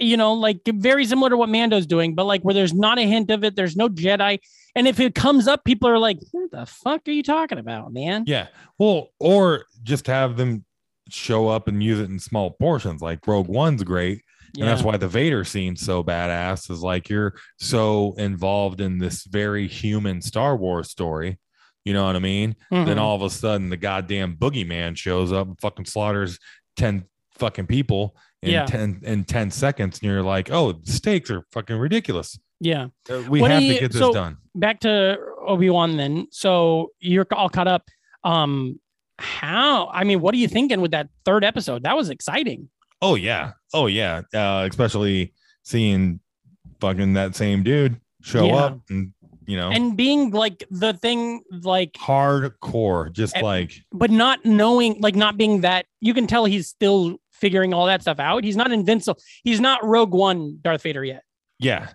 Speaker 6: You know, like very similar to what Mando's doing, but like where there's not a hint of it, there's no Jedi, and if it comes up, people are like, "What the fuck are you talking about, man?"
Speaker 5: yeah well or just have them show up and use it in small portions like rogue one's great And that's why the Vader scene's so badass is like you're so involved in this very human Star Wars story. You know what I mean?
Speaker 6: Mhm.
Speaker 5: Then all of a sudden the goddamn boogeyman shows up and fucking slaughters 10 fucking people in
Speaker 6: Yeah.
Speaker 5: 10 in 10 seconds. And you're like, oh, the stakes are fucking ridiculous.
Speaker 6: yeah.
Speaker 5: Uh, We
Speaker 6: What do
Speaker 5: have
Speaker 6: you-
Speaker 5: to get this
Speaker 6: so-
Speaker 5: done.
Speaker 6: back to Obi-Wan then. So you're all caught up. Um how I mean, what are you thinking with that third episode? That was exciting.
Speaker 5: Oh yeah. Oh yeah. Uh, especially seeing fucking that same dude show
Speaker 6: Yeah.
Speaker 5: up and you know
Speaker 6: And being like the thing like
Speaker 5: hardcore, just
Speaker 6: And-
Speaker 5: like
Speaker 6: but not knowing like not being that you can tell he's still figuring all that stuff out. He's not invincible. He's not Rogue One Darth Vader yet.
Speaker 5: yeah,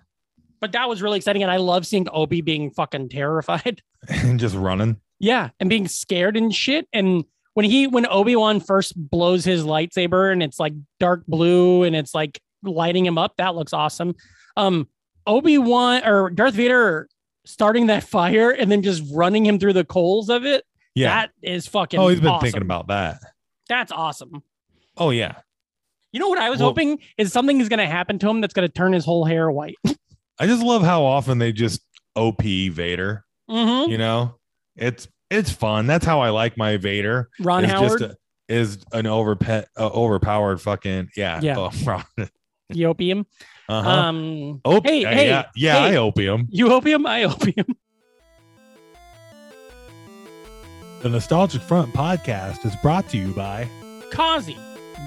Speaker 6: But that was really exciting and I love seeing Obi being fucking terrified.
Speaker 5: and just running.
Speaker 6: Yeah, and being scared and shit. And when he when Obi Wan first blows his lightsaber and it's like dark blue and it's like lighting him up, that looks awesome. Um, Obi Wan or Darth Vader starting that fire and then just running him through the coals of it.
Speaker 5: Yeah.
Speaker 6: that is fucking.
Speaker 5: oh, he's been thinking
Speaker 6: awesome.
Speaker 5: about that.
Speaker 6: That's awesome.
Speaker 5: Oh yeah.
Speaker 6: You know what I was
Speaker 5: Well-
Speaker 6: hoping is something is going to happen to him that's going to turn his whole hair white.
Speaker 5: I just love how often they just OP Vader.
Speaker 6: hmm
Speaker 5: You know, it's it's fun. That's how I like my Vader.
Speaker 6: Ron
Speaker 5: is
Speaker 6: Howard,
Speaker 5: just a- is an overpet uh, overpowered fucking yeah.
Speaker 6: Yeah.
Speaker 5: Oh, Ron.
Speaker 6: you opium.
Speaker 5: Uh-huh.
Speaker 6: Um,
Speaker 5: Op-
Speaker 6: hey,
Speaker 5: yeah,
Speaker 6: hey,
Speaker 5: yeah, yeah,
Speaker 6: hey.
Speaker 5: I opium.
Speaker 6: you opium, I opium.
Speaker 5: The Nostalgic Front podcast is brought to you by
Speaker 6: Kazi,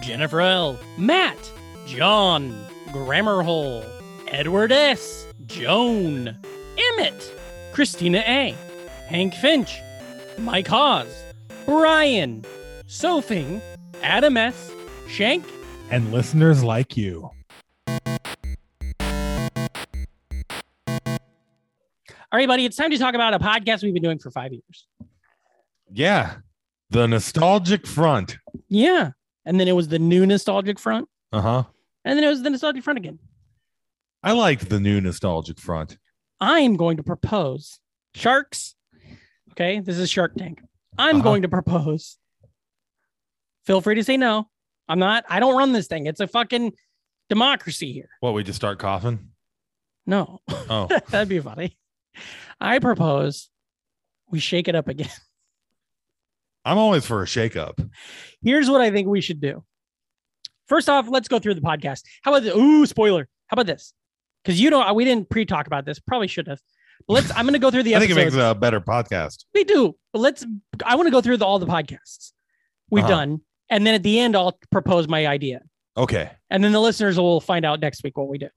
Speaker 6: Jennifer L, Matt, John, Grammarhole, Edward S, Joan, Emmett, Christina A, Hank Finch, Mike Hawes, Brian, Sophing, Adam S, Shank,
Speaker 5: and listeners like you.
Speaker 6: All right, buddy, it's time to talk about a podcast we've been doing for five years.
Speaker 5: Yeah. The Nostalgic Front.
Speaker 6: Yeah. And then it was the new Nostalgic Front.
Speaker 5: Uh huh.
Speaker 6: And then it was the Nostalgic Front again.
Speaker 5: I liked the new Nostalgic Front.
Speaker 6: I'm going to propose sharks. Okay. This is Shark Tank. I'm
Speaker 5: Uh-huh.
Speaker 6: going to propose. Feel free to say no. I'm not, I don't run this thing. It's a fucking democracy here.
Speaker 5: What we just start coughing?
Speaker 6: No,
Speaker 5: Oh,
Speaker 6: that'd be funny. I propose we shake it up again.
Speaker 5: I'm always for a shakeup.
Speaker 6: Here's what I think we should do. First off, let's go through the podcast. How about this? Ooh, spoiler. How about this? Because you know we didn't pre-talk about this. Probably should have. Let's. I'm going to go through the.
Speaker 5: I think it
Speaker 6: episodes.
Speaker 5: makes a better podcast.
Speaker 6: We do. But let's. I want to go through the, all the podcasts we've
Speaker 5: Uh-huh.
Speaker 6: done, and then at the end, I'll propose my idea,
Speaker 5: Okay.
Speaker 6: and then the listeners will find out next week what we do.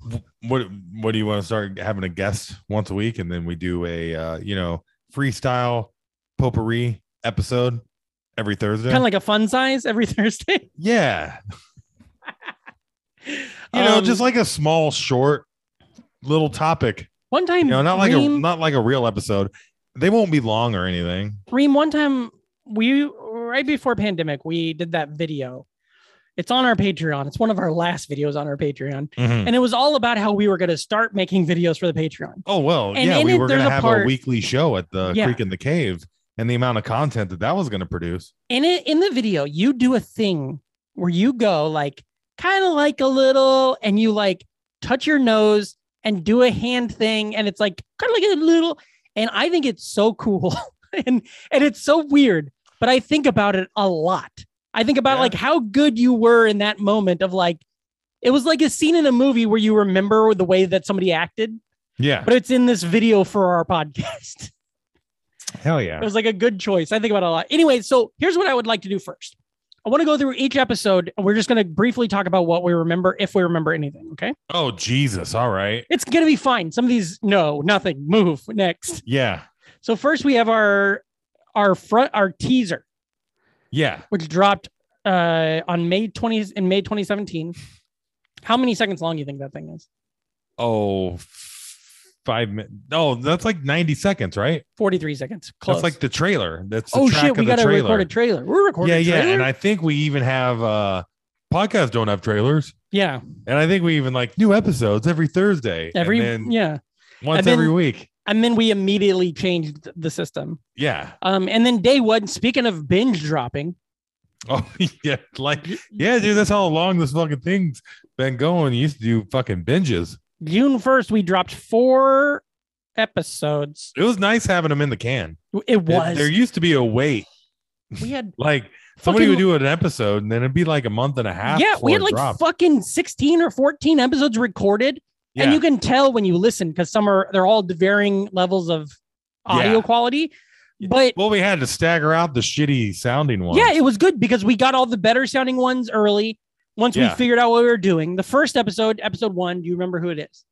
Speaker 5: What what do you want to start having a guest once a week and then we do a uh, you know, freestyle potpourri episode every Thursday?
Speaker 6: Kind of like a fun size every Thursday.
Speaker 5: yeah. You know,
Speaker 6: Um,
Speaker 5: just like a small short little topic.
Speaker 6: One time,
Speaker 5: You know, not like a
Speaker 6: Reem-
Speaker 5: not like a real episode. They won't be long or anything.
Speaker 6: Reem, one time we right before pandemic, we did that video. It's on our Patreon. It's one of our last videos on our Patreon.
Speaker 5: Hmm.
Speaker 6: And it was all about how we were going to start making videos for the Patreon.
Speaker 5: Oh well,
Speaker 6: And
Speaker 5: yeah,
Speaker 6: in
Speaker 5: we
Speaker 6: it,
Speaker 5: were gonna
Speaker 6: there's a
Speaker 5: have a
Speaker 6: part-
Speaker 5: weekly show at the
Speaker 6: Yeah.
Speaker 5: Creek in the Cave, and the amount of content that that was gonna produce.
Speaker 6: In it, in the video, you do a thing where you go like kind of like a little and you like touch your nose and do a hand thing and it's like kind of like a little and I think it's so cool. and and it's so weird, but I think about it a lot. I think about
Speaker 5: Yeah.
Speaker 6: like how good you were in that moment of like it was like a scene in a movie where you remember the way that somebody acted,
Speaker 5: Yeah,
Speaker 6: but it's in this video for our podcast.
Speaker 5: hell
Speaker 6: It
Speaker 5: yeah.
Speaker 6: was like a good choice. I think about it a lot. Anyway, so here's what I would like to do first. I want to go through each episode and we're just going to briefly talk about what we remember if we remember anything, okay?
Speaker 5: Oh Jesus! All right.
Speaker 6: It's going to be fine. Some of these no, nothing. Move next.
Speaker 5: Yeah,
Speaker 6: So first we have our our front our teaser
Speaker 5: yeah.
Speaker 6: which dropped uh on May 20th in May 2017. How many seconds long do you think that thing is?
Speaker 5: Oh, f- five minutes. Oh, that's like ninety seconds, right?
Speaker 6: 43 seconds. Close.
Speaker 5: That's like the trailer. That's the
Speaker 6: oh
Speaker 5: track
Speaker 6: shit,
Speaker 5: of
Speaker 6: we
Speaker 5: the
Speaker 6: got to
Speaker 5: trailer.
Speaker 6: record a trailer. We're recording
Speaker 5: yeah,
Speaker 6: a
Speaker 5: yeah.
Speaker 6: trailer?
Speaker 5: And I think we even have uh podcasts don't have trailers.
Speaker 6: yeah.
Speaker 5: And I think we even like new episodes every Thursday.
Speaker 6: Every
Speaker 5: and then
Speaker 6: yeah.
Speaker 5: once
Speaker 6: and then-
Speaker 5: every week.
Speaker 6: And then we immediately changed the system.
Speaker 5: Yeah.
Speaker 6: Um, and then day one, speaking of binge dropping,
Speaker 5: Oh yeah. Like yeah, dude, that's how long this fucking thing's been going. You used to do fucking binges.
Speaker 6: June 1st, we dropped four episodes.
Speaker 5: It was nice having them in the can.
Speaker 6: It
Speaker 5: It-
Speaker 6: was.
Speaker 5: there used to be a wait.
Speaker 6: we had
Speaker 5: Like somebody
Speaker 6: Fucking-
Speaker 5: would do an episode and then it'd be like a month and a half.
Speaker 6: yeah,
Speaker 5: before
Speaker 6: we had
Speaker 5: it
Speaker 6: like
Speaker 5: dropped.
Speaker 6: fucking 16 or 14 episodes recorded. And
Speaker 5: Yeah.
Speaker 6: you can tell when you listen because some are they're all varying levels of audio
Speaker 5: Yeah.
Speaker 6: quality. But
Speaker 5: well, we had to stagger out the shitty sounding ones.
Speaker 6: yeah, it was good because we got all the better sounding ones early. Once
Speaker 5: Yeah.
Speaker 6: we figured out what we were doing, the first episode, episode one, do you remember who it is?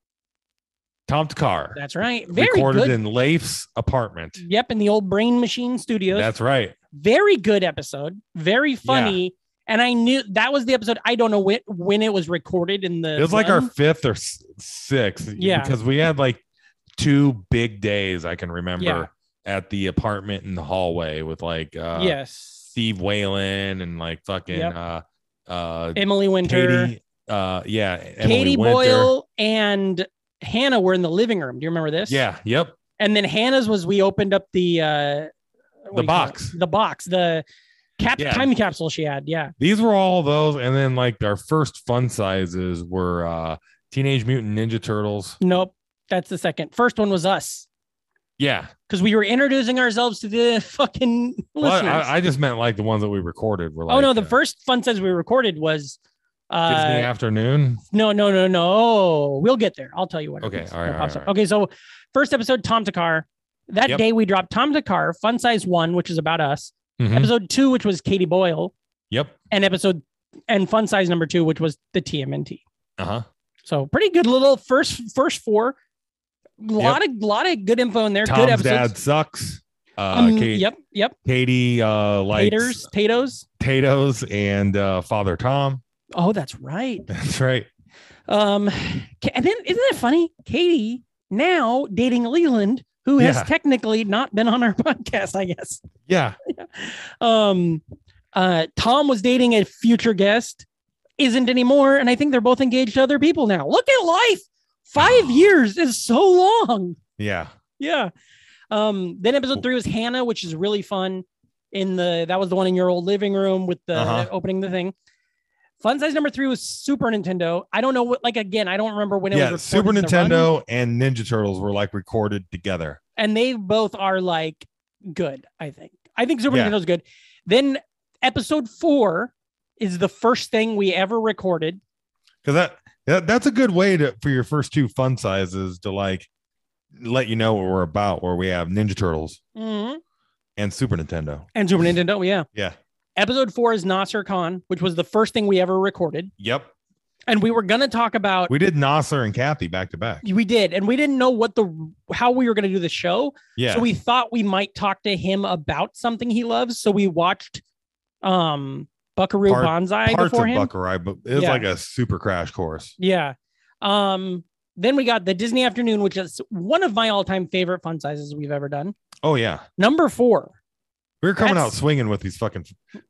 Speaker 5: Tom Takar.
Speaker 6: That's right. Very
Speaker 5: recorded
Speaker 6: good.
Speaker 5: in Leif's apartment.
Speaker 6: yep, in the old Brain Machine Studios.
Speaker 5: That's right.
Speaker 6: very good episode, very funny. And I knew that was the episode. I don't know when, when it was recorded in the.
Speaker 5: It was like our
Speaker 6: run.
Speaker 5: fifth or s- sixth.
Speaker 6: Yeah.
Speaker 5: Because we had like two big days I can remember
Speaker 6: Yeah.
Speaker 5: at the apartment in the hallway with like uh
Speaker 6: yes,
Speaker 5: Steve Whalen and like fucking
Speaker 6: Yep.
Speaker 5: uh uh
Speaker 6: Emily Winter,
Speaker 5: Katie uh yeah
Speaker 6: Katie,
Speaker 5: Emily Winter.
Speaker 6: Boyle, and Hannah were in the living room. Do you remember this?
Speaker 5: Yeah, yep.
Speaker 6: And then Hannah's was we opened up the uh, what do
Speaker 5: The
Speaker 6: you call
Speaker 5: box.
Speaker 6: it? the box, the cap
Speaker 5: Yeah.
Speaker 6: time capsule she had. Yeah,
Speaker 5: These were all those and then like our first fun sizes were uh Teenage Mutant Ninja Turtles.
Speaker 6: nope, that's the second. First one was us
Speaker 5: Yeah.
Speaker 6: because we were introducing ourselves to the fucking
Speaker 5: Well,
Speaker 6: listeners.
Speaker 5: I, I just meant like the ones that we recorded were like
Speaker 6: oh no, the
Speaker 5: uh,
Speaker 6: first fun says we recorded was. Uh,
Speaker 5: Disney afternoon.
Speaker 6: No, no, no, no. We'll get there. I'll tell you what.
Speaker 5: Okay,
Speaker 6: happens.
Speaker 5: all right,
Speaker 6: No,
Speaker 5: all
Speaker 6: I'm
Speaker 5: right,
Speaker 6: sorry.
Speaker 5: all
Speaker 6: Okay. So first episode, Tom Takar. That
Speaker 5: Yep.
Speaker 6: day we dropped Tom Takar, Fun Size One, which is about us.
Speaker 5: Mhm.
Speaker 6: Episode two, which was Katie Boyle,
Speaker 5: Yep.
Speaker 6: and episode and Fun Size number two, which was the TMNT.
Speaker 5: Uh huh.
Speaker 6: So pretty good little first first four. Lot of lot of good info in there. good
Speaker 5: Tom's
Speaker 6: episodes.
Speaker 5: dad sucks. Uh,
Speaker 6: Um,
Speaker 5: Kate,
Speaker 6: Yep, yep.
Speaker 5: Katie uh, likes
Speaker 6: Taters, Tatoes.
Speaker 5: potatoes and uh, Father Tom.
Speaker 6: Oh, that's right.
Speaker 5: That's right.
Speaker 6: Um, Ka- and then isn't that funny? Katie now dating Leland, who has
Speaker 5: Yeah.
Speaker 6: technically not been on our podcast, I guess.
Speaker 5: Yeah.
Speaker 6: Um, uh, Tom was dating a future guest, isn't anymore, and I think they're both engaged to other people now. Look at life. Five years is so long.
Speaker 5: Yeah.
Speaker 6: Yeah. Um, then episode three was Hannah, which is really fun. In the that was the one in your old living room with the
Speaker 5: Uh-huh.
Speaker 6: opening the thing. Fun size number three was Super Nintendo. I don't know what like again, I don't remember when it
Speaker 5: yeah.
Speaker 6: was
Speaker 5: Super
Speaker 6: recorded to run,
Speaker 5: Nintendo and Ninja Turtles were like recorded together.
Speaker 6: and they both are like good, I think. I think Super
Speaker 5: Yeah.
Speaker 6: Nintendo's good. Then episode four is the first thing we ever recorded.
Speaker 5: Cause that, that that's a good way to for your first two fun sizes to like let you know what we're about, where we have Ninja Turtles
Speaker 6: Mhm.
Speaker 5: and Super Nintendo.
Speaker 6: And Super Nintendo, yeah.
Speaker 5: Yeah.
Speaker 6: Episode four is Nasser Khan, which was the first thing we ever recorded.
Speaker 5: Yep.
Speaker 6: And we were gonna talk about
Speaker 5: We did Nasser and Kathy back to back.
Speaker 6: we did and we didn't know what the how we were going to do the show
Speaker 5: Yeah.
Speaker 6: so we thought we might talk to him about something he loves so we watched um buckaroo
Speaker 5: Part-
Speaker 6: banzai
Speaker 5: Parts of
Speaker 6: beforehand
Speaker 5: Buckaroo, but it was
Speaker 6: Yeah.
Speaker 5: like a super crash course.
Speaker 6: yeah um Then we got the Disney afternoon, which is one of my all-time favorite fun sizes we've ever done.
Speaker 5: Oh yeah,
Speaker 6: Number four.
Speaker 5: we were coming out
Speaker 6: That's-
Speaker 5: swinging with these fucking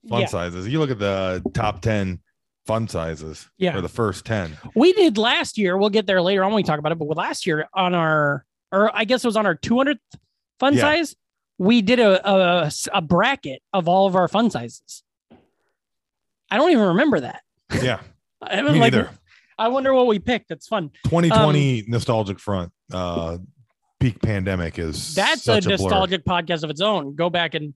Speaker 5: fun
Speaker 6: yeah.
Speaker 5: sizes. You look at the top ten fun sizes.
Speaker 6: Yeah.
Speaker 5: or the first ten.
Speaker 6: We did last year. We'll get there later on when we talk about it. But last year on our, or I guess it was on our 200th fun
Speaker 5: Yeah.
Speaker 6: size, we did a, a a bracket of all of our fun sizes. I don't even remember that.
Speaker 5: Yeah,
Speaker 6: I was
Speaker 5: me
Speaker 6: like, um,
Speaker 5: neither.
Speaker 6: I wonder what we picked. That's fun.
Speaker 5: 2020 nostalgic front. Uh, peak pandemic is
Speaker 6: That's
Speaker 5: such
Speaker 6: a
Speaker 5: blur.
Speaker 6: nostalgic podcast of its own. Go back and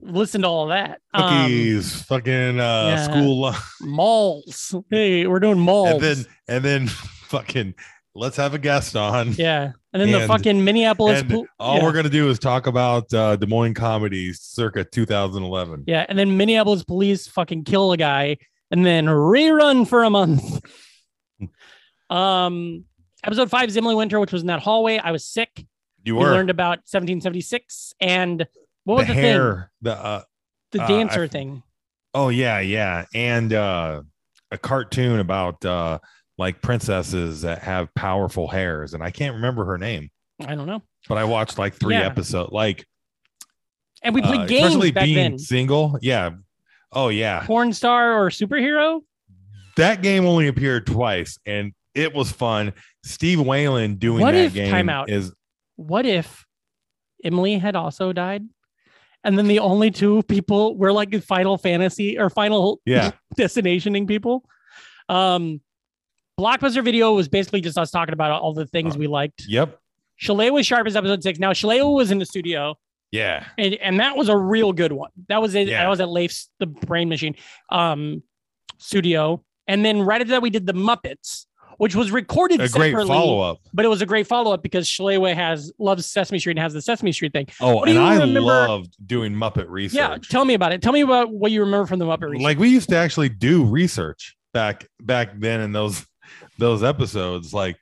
Speaker 6: listen to all of that. Um,
Speaker 5: Cookies, fucking uh,
Speaker 6: yeah.
Speaker 5: school lunch,
Speaker 6: malls. Hey, we're doing malls.
Speaker 5: and then and then fucking let's have a guest on.
Speaker 6: yeah, and then the
Speaker 5: and-
Speaker 6: fucking Minneapolis.
Speaker 5: And
Speaker 6: pool-
Speaker 5: all
Speaker 6: yeah.
Speaker 5: we're gonna do is talk about uh, Des Moines comedy circa 2011.
Speaker 6: Yeah, and then Minneapolis police fucking kill a guy and then rerun for a month. um episode 5 is Emily Winter which was in that hallway. I was sick.
Speaker 5: You
Speaker 6: We
Speaker 5: were
Speaker 6: learned about 1776 and what
Speaker 5: the
Speaker 6: was the,
Speaker 5: hair,
Speaker 6: thing?
Speaker 5: the uh,
Speaker 6: The
Speaker 5: Uh,
Speaker 6: dancer
Speaker 5: I-
Speaker 6: thing.
Speaker 5: oh yeah, yeah, and uh, a cartoon about uh, like princesses that have powerful hairs, and I can't remember her name,
Speaker 6: I don't know.
Speaker 5: but I watched like three
Speaker 6: Yeah.
Speaker 5: episodes. Like
Speaker 6: And we played
Speaker 5: uh,
Speaker 6: games
Speaker 5: especially
Speaker 6: back
Speaker 5: being
Speaker 6: then.
Speaker 5: single, yeah. Oh yeah,
Speaker 6: Porn star or superhero?
Speaker 5: that game only appeared twice, and it was fun. Steve Whalen doing
Speaker 6: What
Speaker 5: that
Speaker 6: if-
Speaker 5: game
Speaker 6: timeout.
Speaker 5: is
Speaker 6: What if Emily had also died? And then the only two people were like Final Fantasy or Final
Speaker 5: yeah,
Speaker 6: destinationing people. Um, Blockbuster Video was basically just us talking about all the things
Speaker 5: Oh.
Speaker 6: we liked.
Speaker 5: yep,
Speaker 6: Chalet was sharp as episode six. Now Chalet was in the studio,
Speaker 5: yeah.
Speaker 6: and, and that was a real good one. That was it.
Speaker 5: Yeah.
Speaker 6: That was at Leif's the Brain Machine um, studio, and then right after that we did the Muppets, which was recorded
Speaker 5: A great
Speaker 6: separately.
Speaker 5: follow up.
Speaker 6: But it was a great follow up because Shalewa has loves Sesame Street and has the Sesame Street thing.
Speaker 5: Oh,
Speaker 6: What do
Speaker 5: and
Speaker 6: you
Speaker 5: I
Speaker 6: remember-
Speaker 5: loved doing Muppet research.
Speaker 6: Yeah, tell me about it. Tell me about what you remember from the Muppet. Research.
Speaker 5: like we used to actually do research back back then in those those episodes like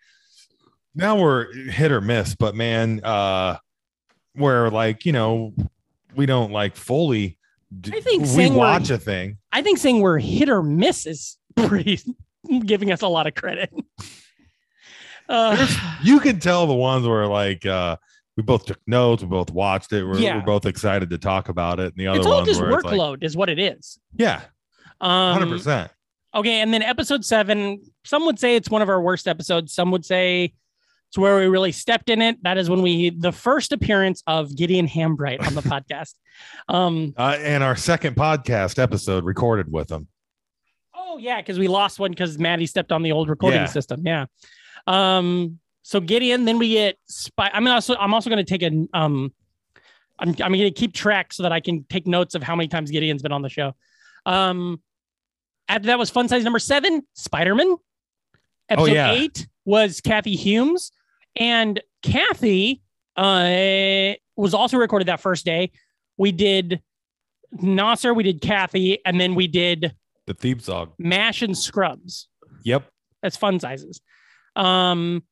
Speaker 5: now we're hit or miss but man uh where like you know we don't like fully d-
Speaker 6: I think
Speaker 5: we
Speaker 6: saying we're-
Speaker 5: watch a thing
Speaker 6: I think saying we're hit or miss is pretty giving us a lot of credit. Uh,
Speaker 5: you can tell the ones where like uh we both took notes we both watched it we're,
Speaker 6: Yeah.
Speaker 5: we're both excited to talk about it and the other
Speaker 6: it's all
Speaker 5: ones
Speaker 6: just
Speaker 5: where it's like-
Speaker 6: workload, is what it is.
Speaker 5: yeah
Speaker 6: Um,
Speaker 5: 100% percent
Speaker 6: Okay, and then episode seven. Some would say it's one of our worst episodes. Some would say it's where we really stepped in it. That is when we the first appearance of Gideon Hambright on the podcast. Um,
Speaker 5: uh, and our second podcast episode recorded with them
Speaker 6: Oh yeah, because we lost one because Maddie stepped on the old recording
Speaker 5: Yeah.
Speaker 6: system. Yeah. Um. So Gideon, then we get spy. I'm also I'm also going to take a um. I'm I'm going to keep track so that I can take notes of how many times Gideon's been on the show. Um. After that was fun size number seven, Spider Man. Episode
Speaker 5: Oh, yeah.
Speaker 6: eight was Kathy Humes, and Kathy uh was also recorded that first day. We did Nasser, we did Kathy, and then we did
Speaker 5: the theme song
Speaker 6: mash and scrubs
Speaker 5: yep
Speaker 6: as fun sizes. Um,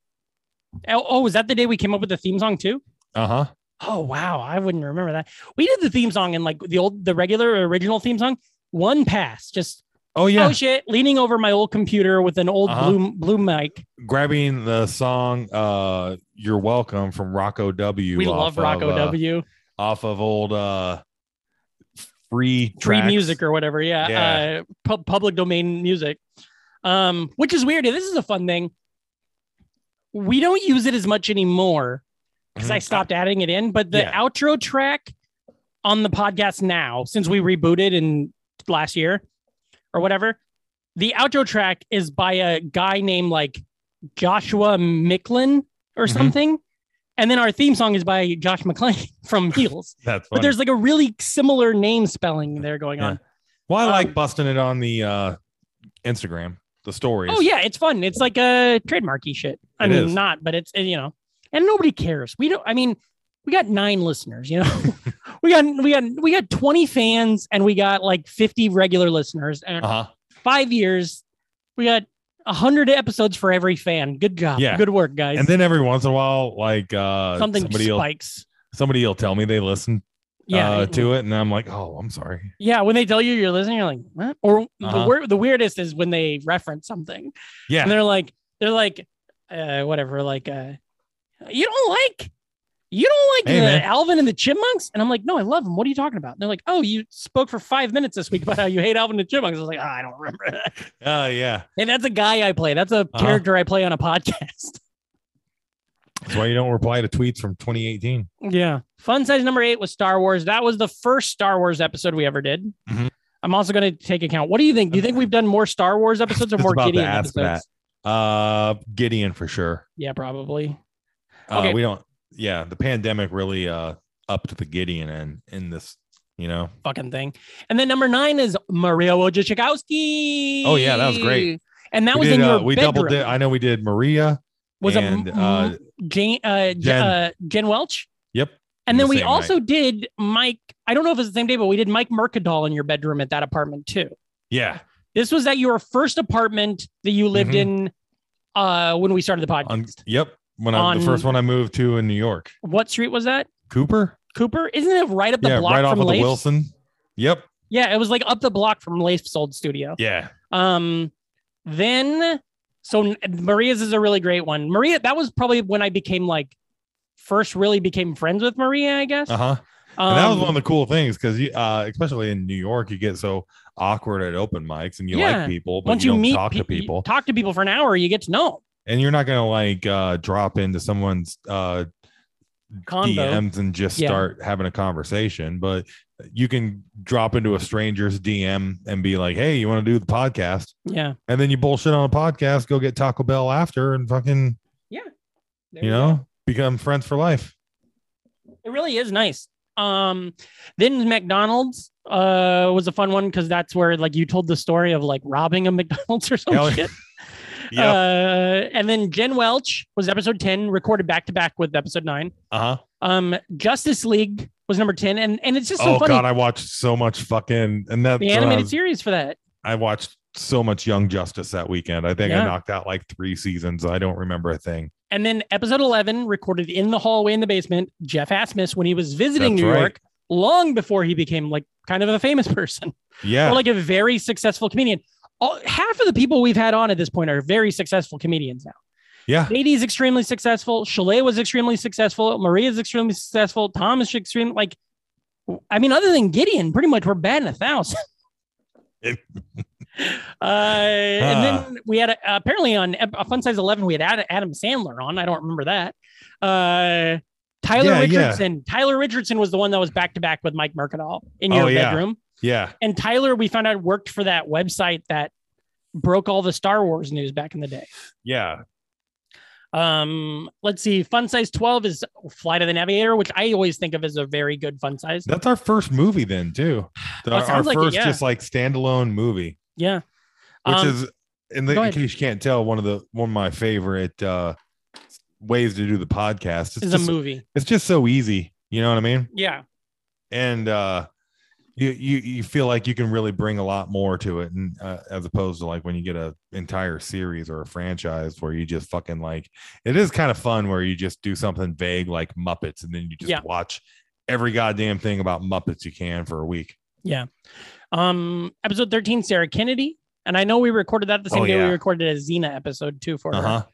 Speaker 6: oh, oh, was that the day we came up with the theme song too?
Speaker 5: uh-huh
Speaker 6: Oh wow, I wouldn't remember that. We did the theme song and like the old, the regular original theme song. One pass, just
Speaker 5: oh yeah
Speaker 6: oh shit, leaning over my old computer with an old
Speaker 5: Uh-huh.
Speaker 6: blue blue mic.
Speaker 5: grabbing the song uh you're welcome from rocco w
Speaker 6: we love
Speaker 5: off
Speaker 6: Rock
Speaker 5: of, uh,
Speaker 6: OW,
Speaker 5: off of old uh free
Speaker 6: free
Speaker 5: tracks.
Speaker 6: music or whatever. Yeah,
Speaker 5: Yeah.
Speaker 6: Uh, pub- public domain music. Um, which is weird. This is a fun thing. We don't use it as much anymore. because I stopped adding it in. But the
Speaker 5: Mm-hmm. Yeah.
Speaker 6: outro track on the podcast now, since we rebooted in last year or whatever, the outro track is by a guy named like Joshua Micklin or
Speaker 5: Mhm.
Speaker 6: something. And then our theme song is by Josh McClain from Heels.
Speaker 5: that's
Speaker 6: But
Speaker 5: funny.
Speaker 6: there's like a really similar name spelling there going
Speaker 5: Yeah.
Speaker 6: on.
Speaker 5: well i like
Speaker 6: um,
Speaker 5: busting it on the uh instagram the stories
Speaker 6: Oh yeah, it's fun. It's like a trademarky shit. I
Speaker 5: It
Speaker 6: mean,
Speaker 5: is.
Speaker 6: not, but it's you know, and nobody cares. We don't. I mean, we got nine listeners. You know, we got we got we got twenty fans, and we got like fifty regular listeners. And
Speaker 5: uh-huh
Speaker 6: five years, we got hundred episodes for every fan. Good job.
Speaker 5: Yeah.
Speaker 6: Good work, guys.
Speaker 5: and then every once in a while like uh
Speaker 6: Something
Speaker 5: somebody will
Speaker 6: spikes.
Speaker 5: somebody will tell me they listen
Speaker 6: Yeah.
Speaker 5: uh,
Speaker 6: it-
Speaker 5: to it and i'm like oh i'm sorry
Speaker 6: yeah. When they tell you you're listening, you're like, what? Or the
Speaker 5: Uh-huh.
Speaker 6: wor- the weirdest is when they reference something.
Speaker 5: yeah
Speaker 6: and they're like they're like uh, whatever, like, uh, you don't like, you don't like
Speaker 5: Hey,
Speaker 6: the
Speaker 5: man.
Speaker 6: Alvin and the Chipmunks, and I'm like, no, I love them. What are you talking about? And they're like, oh, you spoke for five minutes this week about how you hate Alvin and the Chipmunks. I was like, "Ah, I don't remember.
Speaker 5: Oh yeah.
Speaker 6: and that's a guy I play. That's a
Speaker 5: Uh-huh.
Speaker 6: character I play on a podcast.
Speaker 5: That's why you don't reply to tweets from 2018.
Speaker 6: Yeah. Fun size number eight was Star Wars. That was the first Star Wars episode we ever did.
Speaker 5: Mhm.
Speaker 6: I'm also going to take account. What do you think? Do you think we've done more Star Wars episodes or
Speaker 5: Just
Speaker 6: more
Speaker 5: about to
Speaker 6: Gideon
Speaker 5: ask
Speaker 6: episodes?
Speaker 5: Uh, Gideon for sure.
Speaker 6: Yeah, probably.
Speaker 5: Uh,
Speaker 6: Okay.
Speaker 5: We don't. Yeah, the pandemic really uh up to the Gideon end in this. You know.
Speaker 6: Fucking thing. And then number nine is Maria Wojciechowski.
Speaker 5: Oh, yeah, that was great.
Speaker 6: And that
Speaker 5: we
Speaker 6: was
Speaker 5: did,
Speaker 6: in your
Speaker 5: uh, we
Speaker 6: bedroom.
Speaker 5: doubled it. I know we did Maria.
Speaker 6: was
Speaker 5: and
Speaker 6: a
Speaker 5: uh,
Speaker 6: Jane, uh, J-
Speaker 5: Jen.
Speaker 6: uh, Jen Welch.
Speaker 5: Yep.
Speaker 6: And
Speaker 5: The
Speaker 6: then we
Speaker 5: same
Speaker 6: also did Mike. I don't know if it's the same day, but we did Mike Mercadal in your bedroom at that apartment too.
Speaker 5: yeah,
Speaker 6: This was at your first apartment that you lived
Speaker 5: Mhm.
Speaker 6: in uh, when we started the podcast.
Speaker 5: on, yep. When I
Speaker 6: On-
Speaker 5: the first one I moved to in New York,
Speaker 6: what street was that?
Speaker 5: Cooper.
Speaker 6: Cooper? Isn't it right up the
Speaker 5: yeah,
Speaker 6: block
Speaker 5: right off
Speaker 6: from
Speaker 5: of the
Speaker 6: Leif's?
Speaker 5: Wilson. Yep.
Speaker 6: Yeah, it was like up the block from Leif's old studio.
Speaker 5: Yeah.
Speaker 6: Um, then so n- Maria's is a really great one. Maria, that was probably when I became like first really became friends with Maria, I guess.
Speaker 5: Uh huh.
Speaker 6: Um,
Speaker 5: And that was one of the cool things because you, uh, especially in New York, you get so awkward at open mics and you
Speaker 6: Yeah.
Speaker 5: like people, but
Speaker 6: once
Speaker 5: you,
Speaker 6: you,
Speaker 5: don't
Speaker 6: meet
Speaker 5: talk
Speaker 6: pe-
Speaker 5: to
Speaker 6: you
Speaker 5: people,
Speaker 6: talk to people for an hour, you get to know 'em.
Speaker 5: and you're not gonna like uh, drop into someone's uh,
Speaker 6: Convo.
Speaker 5: DMs and just
Speaker 6: Yeah.
Speaker 5: start having a conversation, but you can drop into a stranger's DM and be like, "Hey, you want to do the podcast?"
Speaker 6: Yeah.
Speaker 5: And then you bullshit on a podcast, go get Taco Bell after, and fucking
Speaker 6: There
Speaker 5: you
Speaker 6: go.
Speaker 5: know become friends for life.
Speaker 6: It really is nice. Um, then McDonald's uh was a fun one because that's where like you told the story of like robbing a McDonald's or some
Speaker 5: Hell yeah.
Speaker 6: shit.
Speaker 5: Oh, Yeah.
Speaker 6: Uh, and then Jen Welch was episode ten, recorded back to back with episode nine.
Speaker 5: Uh huh.
Speaker 6: Um, Justice League was number ten, and and it's just so
Speaker 5: oh
Speaker 6: funny
Speaker 5: god, I watched so much fucking and that uh,
Speaker 6: the animated series for that.
Speaker 5: I watched so much Young Justice that weekend. I think
Speaker 6: Yeah.
Speaker 5: I knocked out like three seasons. I don't remember a thing.
Speaker 6: And then episode eleven, recorded in the hallway in the basement, Jeff Asmus when he was visiting
Speaker 5: That's
Speaker 6: New
Speaker 5: right.
Speaker 6: York, long before he became like kind of a famous person.
Speaker 5: Yeah.
Speaker 6: or like a very successful comedian. All, half of the people we've had on at this point are very successful comedians now.
Speaker 5: yeah.
Speaker 6: Sadie's extremely successful. Chalet was extremely successful. Maria's extremely successful. Tom is extreme. Like, I mean, other than Gideon, pretty much we're batting a thousand. uh,
Speaker 5: Ah.
Speaker 6: And then we had a, apparently on Ep- uh, Fun Size 11, we had Ad- Adam Sandler on. I don't remember that. Uh, Tyler
Speaker 5: Yeah, yeah.
Speaker 6: Richardson. Tyler Richardson was the one that was back to back with Mike Mercadal in your
Speaker 5: Oh, yeah.
Speaker 6: bedroom
Speaker 5: Yeah.
Speaker 6: and Tyler, we found out worked for that website that broke all the Star Wars news back in the day.
Speaker 5: Yeah.
Speaker 6: Um, let's see. Fun size 12 is Flight of the Navigator, which I always think of as a very good fun size.
Speaker 5: That's our first movie then too.
Speaker 6: Well, it
Speaker 5: our
Speaker 6: sounds like it,
Speaker 5: first
Speaker 6: yeah.
Speaker 5: just like standalone movie,
Speaker 6: Yeah.
Speaker 5: which
Speaker 6: Um,
Speaker 5: is in, the,
Speaker 6: go
Speaker 5: in
Speaker 6: ahead.
Speaker 5: case you can't tell, one of the one of my favorite uh ways to do the podcast. It's
Speaker 6: is a
Speaker 5: just,
Speaker 6: movie.
Speaker 5: it's just so easy. You know what I mean?
Speaker 6: Yeah.
Speaker 5: And uh you, you you feel like you can really bring a lot more to it and uh, as opposed to like when you get a entire series or a franchise where you just fucking like it is kind of fun where you just do something vague like muppets and then you just
Speaker 6: Yeah.
Speaker 5: watch every goddamn thing about muppets you can for a week
Speaker 6: Yeah. Um, episode 13, Sarah Kennedy. And I know we recorded that the same
Speaker 5: Oh,
Speaker 6: day
Speaker 5: yeah.
Speaker 6: we recorded a Xena episode too for her.
Speaker 5: uh-huh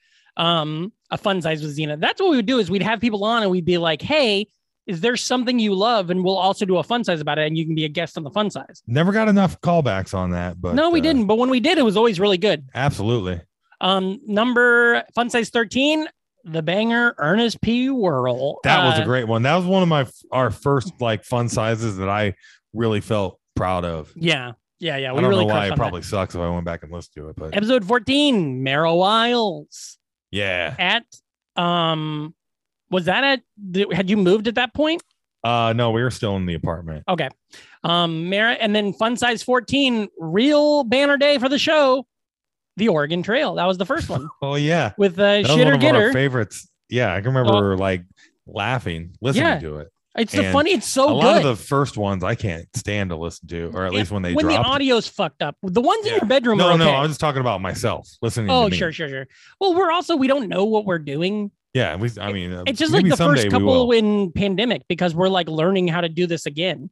Speaker 6: um, a fun size with Xena. That's what we would do is we'd have people on and we'd be like, hey, is there something you love? And we'll also do a fun size about it, and you can be a guest on the fun size.
Speaker 5: never got enough callbacks on that but
Speaker 6: no, we
Speaker 5: uh,
Speaker 6: didn't. But when we did, it was always really good.
Speaker 5: absolutely
Speaker 6: Um, number fun size 13, the banger Ernest P. Whirl.
Speaker 5: that was
Speaker 6: Uh,
Speaker 5: a great one that was one of my our first like fun sizes that i really felt proud of
Speaker 6: Yeah. Yeah. Yeah.
Speaker 5: i
Speaker 6: We
Speaker 5: don't
Speaker 6: really
Speaker 5: know why
Speaker 6: crushed
Speaker 5: it
Speaker 6: on that.
Speaker 5: probably sucks if i went back and listened to it but
Speaker 6: Episode 14, Merrill Wiles
Speaker 5: yeah
Speaker 6: at, um, was that at, th- had you moved at that point?
Speaker 5: Uh no, we were still in the apartment.
Speaker 6: Okay. Um, Merritt, and then fun size 14, real banner day for the show, the Oregon Trail. That was the first one
Speaker 5: Oh yeah.
Speaker 6: with uh,
Speaker 5: That was
Speaker 6: Shit
Speaker 5: one
Speaker 6: or
Speaker 5: of our
Speaker 6: Gitter.
Speaker 5: favorites. Yeah, I can remember
Speaker 6: Oh.
Speaker 5: we were, like laughing, listening
Speaker 6: Yeah.
Speaker 5: to it.
Speaker 6: It's so
Speaker 5: and
Speaker 6: funny. It's
Speaker 5: a
Speaker 6: so
Speaker 5: lot
Speaker 6: good.
Speaker 5: of the first ones I can't stand to listen to, or at
Speaker 6: Yeah,
Speaker 5: least when they
Speaker 6: when the
Speaker 5: dropped.
Speaker 6: audio's fucked up, the ones in
Speaker 5: Yeah.
Speaker 6: your bedroom
Speaker 5: no,
Speaker 6: are okay.
Speaker 5: no, I was just talking about myself listening.
Speaker 6: Oh,
Speaker 5: to me.
Speaker 6: sure, sure, sure. Well, we're also we don't know what we're doing.
Speaker 5: Yeah, we. I mean, uh,
Speaker 6: It's just
Speaker 5: maybe
Speaker 6: like the
Speaker 5: someday
Speaker 6: first
Speaker 5: we will.
Speaker 6: couple in pandemic because we're like learning how to do this again.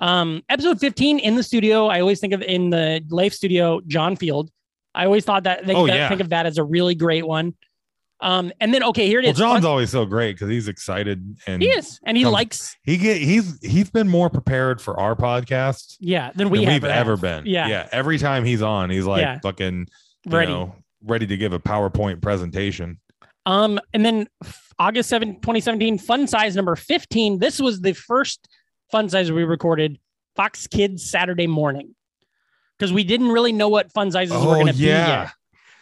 Speaker 6: Um, episode 15 in the studio. I always think of in the Life studio, John Field. I always thought that they
Speaker 5: Oh,
Speaker 6: that-
Speaker 5: yeah.
Speaker 6: think of that as a really great one. Um, and then okay, here it
Speaker 5: Well,
Speaker 6: is.
Speaker 5: John's
Speaker 6: On-
Speaker 5: always so great because he's excited and
Speaker 6: he is, and he
Speaker 5: comes-
Speaker 6: likes
Speaker 5: he get he's he's been more prepared for our podcast
Speaker 6: yeah. Then we
Speaker 5: than
Speaker 6: have
Speaker 5: we've ever been.
Speaker 6: Yeah.
Speaker 5: yeah. Every time he's on, he's like
Speaker 6: Yeah.
Speaker 5: fucking you
Speaker 6: ready.
Speaker 5: know, ready to give a PowerPoint presentation.
Speaker 6: Um, and then f- August 7, 2017, fun size number 15. This was the first fun size we recorded Fox Kids Saturday morning because we didn't really know what fun sizes were going to be yet.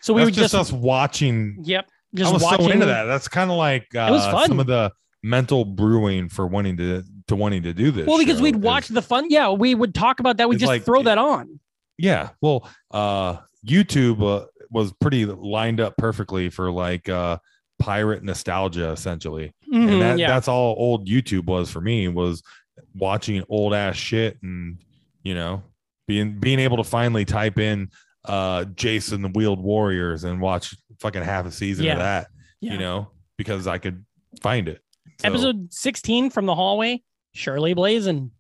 Speaker 6: So we
Speaker 5: Oh, That's
Speaker 6: were
Speaker 5: just,
Speaker 6: just,
Speaker 5: us watching.
Speaker 6: yep, just
Speaker 5: I was
Speaker 6: watching
Speaker 5: so into that. That's kind of like uh,
Speaker 6: was fun.
Speaker 5: some of the mental brewing for wanting to to wanting to do this.
Speaker 6: Well, because
Speaker 5: show
Speaker 6: we'd
Speaker 5: is-
Speaker 6: watch the fun. Yeah, we would talk about that. We
Speaker 5: It's
Speaker 6: just
Speaker 5: like-
Speaker 6: throw that on.
Speaker 5: yeah well uh youtube uh, was pretty lined up perfectly for like uh pirate nostalgia essentially
Speaker 6: Mhm,
Speaker 5: and that,
Speaker 6: yeah.
Speaker 5: that's all old youtube was for me was watching old ass shit and you know being being able to finally type in uh jason the wheeled warriors and watch fucking half a season
Speaker 6: Yeah.
Speaker 5: of that
Speaker 6: Yeah.
Speaker 5: you know because i could find it So,
Speaker 6: Episode 16 from the hallway, Shirley Blazin.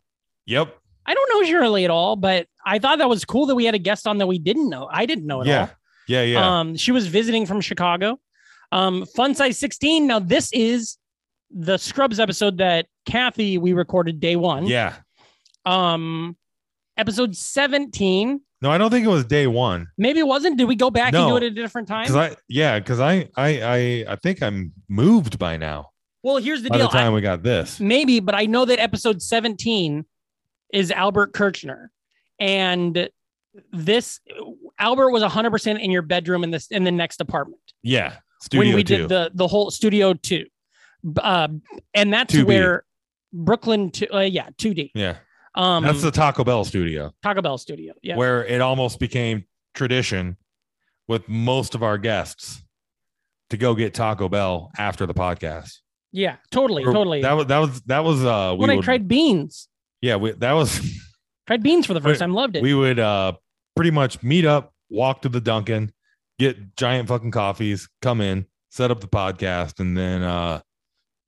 Speaker 5: yep
Speaker 6: I don't know Shirley at all, but I thought that was cool that we had a guest on that we didn't know. I didn't know Oh, at all.
Speaker 5: yeah yeah yeah
Speaker 6: Um, she was visiting from Chicago. Um, fun size 16. Now, this is the Scrubs episode that Kathy we recorded day one.
Speaker 5: yeah
Speaker 6: Um, episode 17.
Speaker 5: no i don't think it was day one
Speaker 6: Maybe it wasn't. Did we go back and do
Speaker 5: No,
Speaker 6: it at a different time?
Speaker 5: Cause I yeah, because I I I I think I'm moved by now.
Speaker 6: well, here's the
Speaker 5: by
Speaker 6: deal.
Speaker 5: the time we got this,
Speaker 6: I- Mm. maybe, but I know that episode 17 is Albert Kirchner. And this Albert was 100% in your bedroom in this in the next apartment
Speaker 5: yeah, Studio
Speaker 6: when we
Speaker 5: Two.
Speaker 6: did the the whole Studio Two, B- uh, and that's
Speaker 5: 2B.
Speaker 6: where Brooklyn Two, uh, yeah, Two D.
Speaker 5: yeah,
Speaker 6: Um,
Speaker 5: that's the Taco Bell studio
Speaker 6: Taco Bell Studio. Yeah,
Speaker 5: where it almost became tradition with most of our guests to go get Taco Bell after the podcast.
Speaker 6: yeah, totally,
Speaker 5: Or-
Speaker 6: totally.
Speaker 5: That was that was that was uh we
Speaker 6: when I
Speaker 5: would-
Speaker 6: tried beans,
Speaker 5: yeah we, that was
Speaker 6: tried beans for the first
Speaker 5: Wait,
Speaker 6: time, loved it.
Speaker 5: we would uh pretty much meet up, walk to the Dunkin', get giant fucking coffees, come in, set up the podcast, and then uh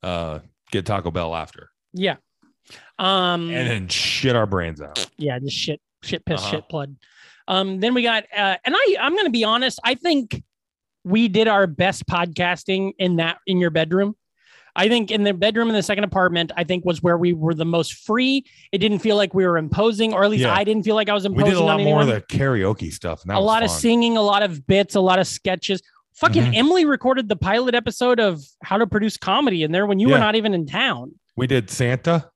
Speaker 5: uh get Taco Bell after.
Speaker 6: yeah, um,
Speaker 5: and then shit our brains out.
Speaker 6: yeah, just shit, shit, piss,
Speaker 5: Uh-huh.
Speaker 6: shit, blood. Um, then we got, uh, and I, I'm gonna be honest. I think we did our best podcasting in that in your bedroom. I think in the bedroom in the second apartment, I think was where we were the most free. It didn't feel like we were imposing, or at least
Speaker 5: Yeah.
Speaker 6: I didn't feel like I was
Speaker 5: We
Speaker 6: imposing.
Speaker 5: did a lot
Speaker 6: on
Speaker 5: more
Speaker 6: anyone.
Speaker 5: of the karaoke stuff. And that
Speaker 6: a
Speaker 5: was
Speaker 6: lot of
Speaker 5: fun.
Speaker 6: singing, a lot of bits, a lot of sketches. Fucking
Speaker 5: Mhm.
Speaker 6: Emily recorded the pilot episode of How to Produce Comedy in there when you were
Speaker 5: Yeah.
Speaker 6: not even in town.
Speaker 5: We did Santa,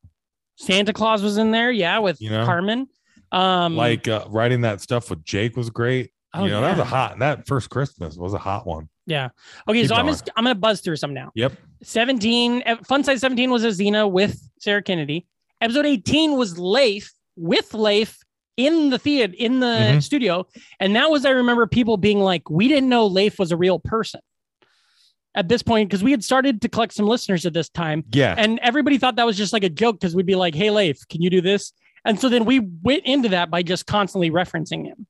Speaker 6: Santa Claus was in there, yeah, with
Speaker 5: You know?
Speaker 6: Carmen. Um,
Speaker 5: like uh, writing that stuff with Jake was great.
Speaker 6: Oh,
Speaker 5: you know, that was
Speaker 6: yeah.
Speaker 5: a hot. That first Christmas was a hot one.
Speaker 6: okay,
Speaker 5: keep
Speaker 6: so I'm
Speaker 5: going.
Speaker 6: just I'm gonna buzz through some now.
Speaker 5: Yep.
Speaker 6: 17, eh, Fun Size 17 was Azina with Sarah Kennedy. Episode 18 was Leif with Leif in the theater in the
Speaker 5: Mhm.
Speaker 6: studio, and that was I remember people being like, "We didn't know Leif was a real person." At this point, because we had started to collect some listeners at this time,
Speaker 5: Yeah,
Speaker 6: and everybody thought that was just like a joke because we'd be like, "Hey, Leif, can you do this?" And so then we went into that by just constantly referencing him.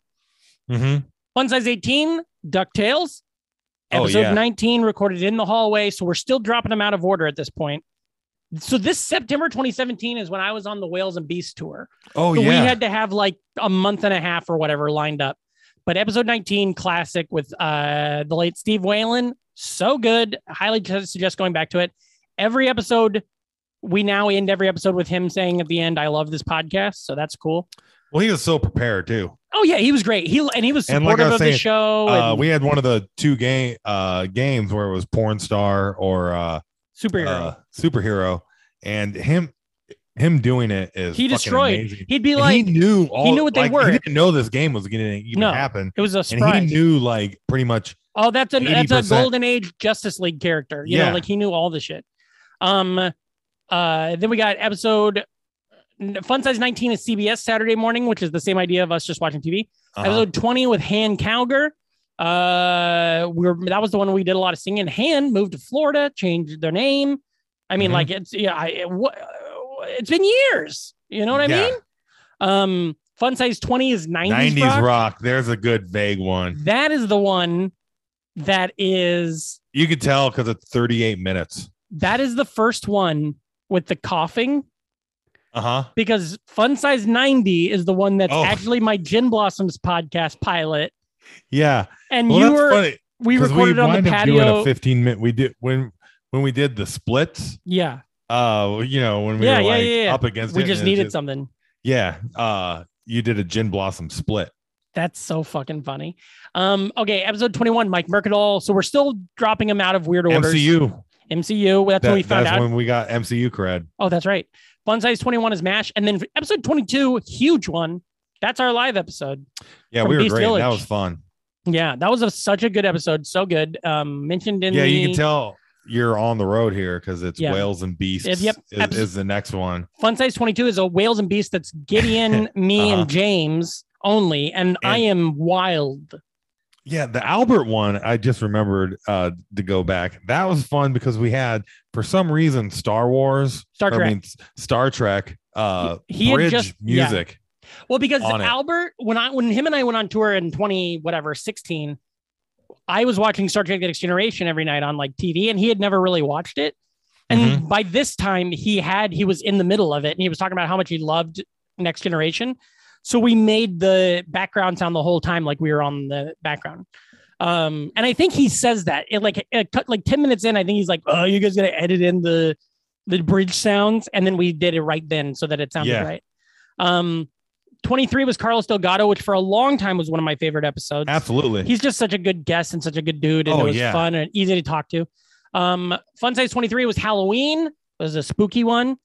Speaker 5: Mhm.
Speaker 6: Fun size 18, DuckTales.
Speaker 5: Oh,
Speaker 6: Episode
Speaker 5: yeah.
Speaker 6: 19 recorded in the hallway. So we're still dropping them out of order at this point. So this September 2017 is when I was on the Whales and Beasts tour.
Speaker 5: Oh
Speaker 6: so
Speaker 5: yeah.
Speaker 6: we had to have like a month and a half or whatever lined up. But episode 19, classic with uh the late Steve Whalen. So good. Highly t- suggest going back to it. Every episode, we now end every episode with him saying at the end, I love this podcast. So that's cool.
Speaker 5: well, he was so prepared too.
Speaker 6: Oh yeah, he was great. He and he was
Speaker 5: And
Speaker 6: supportive
Speaker 5: like I
Speaker 6: of
Speaker 5: was
Speaker 6: the
Speaker 5: saying,
Speaker 6: show.
Speaker 5: uh,
Speaker 6: and-
Speaker 5: we had one of the two game uh, games where it was porn star or uh,
Speaker 6: superhero.
Speaker 5: uh, superhero, and him him doing it is
Speaker 6: he
Speaker 5: fucking
Speaker 6: destroyed.
Speaker 5: amazing.
Speaker 6: He'd be
Speaker 5: And
Speaker 6: like,
Speaker 5: he knew all.
Speaker 6: knew what they
Speaker 5: like,
Speaker 6: were.
Speaker 5: He didn't know this game was going to even
Speaker 6: No.
Speaker 5: happen,
Speaker 6: it was a
Speaker 5: and he
Speaker 6: surprise.
Speaker 5: knew like pretty much
Speaker 6: oh, that's a that's a
Speaker 5: 80%.
Speaker 6: golden age Justice League character. You know,
Speaker 5: Yeah.
Speaker 6: like he knew all the shit. Um, uh, then we got episode Fun Size 19 is CBS Saturday morning, which is the same idea of us just watching TV.
Speaker 5: uh-huh.
Speaker 6: Episode 20 with Han Cowger. Uh, we were that was the one we did a lot of singing. Han moved to Florida, changed their name. I mean,
Speaker 5: Mhm.
Speaker 6: like it's yeah, I it, what it's been years. You know what I
Speaker 5: Yeah.
Speaker 6: mean? Um, Fun Size 20 is 90s,
Speaker 5: 90s
Speaker 6: rock.
Speaker 5: rock. There's a good vague one.
Speaker 6: That is the one that is
Speaker 5: You could tell because it's 38 minutes.
Speaker 6: that is the first one with the coughing
Speaker 5: Uh huh.
Speaker 6: because Fun Size 90 is the one that's
Speaker 5: Oh.
Speaker 6: actually my Gin Blossoms podcast pilot.
Speaker 5: Yeah.
Speaker 6: And
Speaker 5: Well,
Speaker 6: you
Speaker 5: that's
Speaker 6: were
Speaker 5: funny.
Speaker 6: we
Speaker 5: 'Cause
Speaker 6: recorded on
Speaker 5: wind
Speaker 6: the
Speaker 5: up doing
Speaker 6: patio.
Speaker 5: a 15 minute. We did when when we did the splits.
Speaker 6: yeah,
Speaker 5: Uh, you know when we
Speaker 6: Yeah,
Speaker 5: were
Speaker 6: yeah,
Speaker 5: like
Speaker 6: yeah, yeah.
Speaker 5: up against
Speaker 6: we
Speaker 5: it
Speaker 6: just
Speaker 5: and it
Speaker 6: needed something.
Speaker 5: Yeah. Uh, you did a gin blossom split.
Speaker 6: That's so fucking funny. Um, okay, episode 21, Mike Mercadal. So we're still dropping him out of weird orders.
Speaker 5: MCU.
Speaker 6: MCU. That's
Speaker 5: That-
Speaker 6: when we found
Speaker 5: that's
Speaker 6: out.
Speaker 5: when we got MCU cred.
Speaker 6: Oh, that's right. Fun size 21 is MASH. And then for episode 22, huge one. That's our live episode.
Speaker 5: Yeah,
Speaker 6: From
Speaker 5: we were
Speaker 6: Beast
Speaker 5: great.
Speaker 6: Village.
Speaker 5: That was fun.
Speaker 6: Yeah, that was a, such a good episode. So good. Um, mentioned in
Speaker 5: yeah,
Speaker 6: the
Speaker 5: you can tell you're on the road here because it's
Speaker 6: Yeah.
Speaker 5: whales and beasts.
Speaker 6: Yep, yep.
Speaker 5: Is,
Speaker 6: Abs-
Speaker 5: is the next one
Speaker 6: Fun size 22 is a whales and beasts that's Gideon, me,
Speaker 5: Uh-huh.
Speaker 6: and James only. And, I am wild.
Speaker 5: yeah the albert one i just remembered uh to go back that was fun because we had for some reason star wars
Speaker 6: Star
Speaker 5: or,
Speaker 6: Trek.
Speaker 5: i mean S- star trek uh
Speaker 6: He had
Speaker 5: bridge
Speaker 6: just- yeah.
Speaker 5: music
Speaker 6: Well, because
Speaker 5: on it.
Speaker 6: Albert, when I when him and I went on tour in 20 whatever 16, I was watching Star Trek The Next Generation every night on like TV, and he had never really watched it. And
Speaker 5: Mm-hmm.
Speaker 6: by this time, he had he was in the middle of it, and he was talking about how much he loved Next Generation. So we made the background sound the whole time like we were on the background. Um, and I think he says that it like it cut like 10 minutes in, I think he's like, Oh, you guys gotta edit in the the bridge sounds, and then we did it right then so that it sounded
Speaker 5: Yeah.
Speaker 6: right. Um 23 was Carlos Delgado, which for a long time was one of my favorite episodes.
Speaker 5: absolutely
Speaker 6: He's just such a good guest and such a good dude, and
Speaker 5: Oh,
Speaker 6: it was
Speaker 5: yeah.
Speaker 6: fun and easy to talk to. Um, Fun Size 23 was Halloween, it was a spooky one.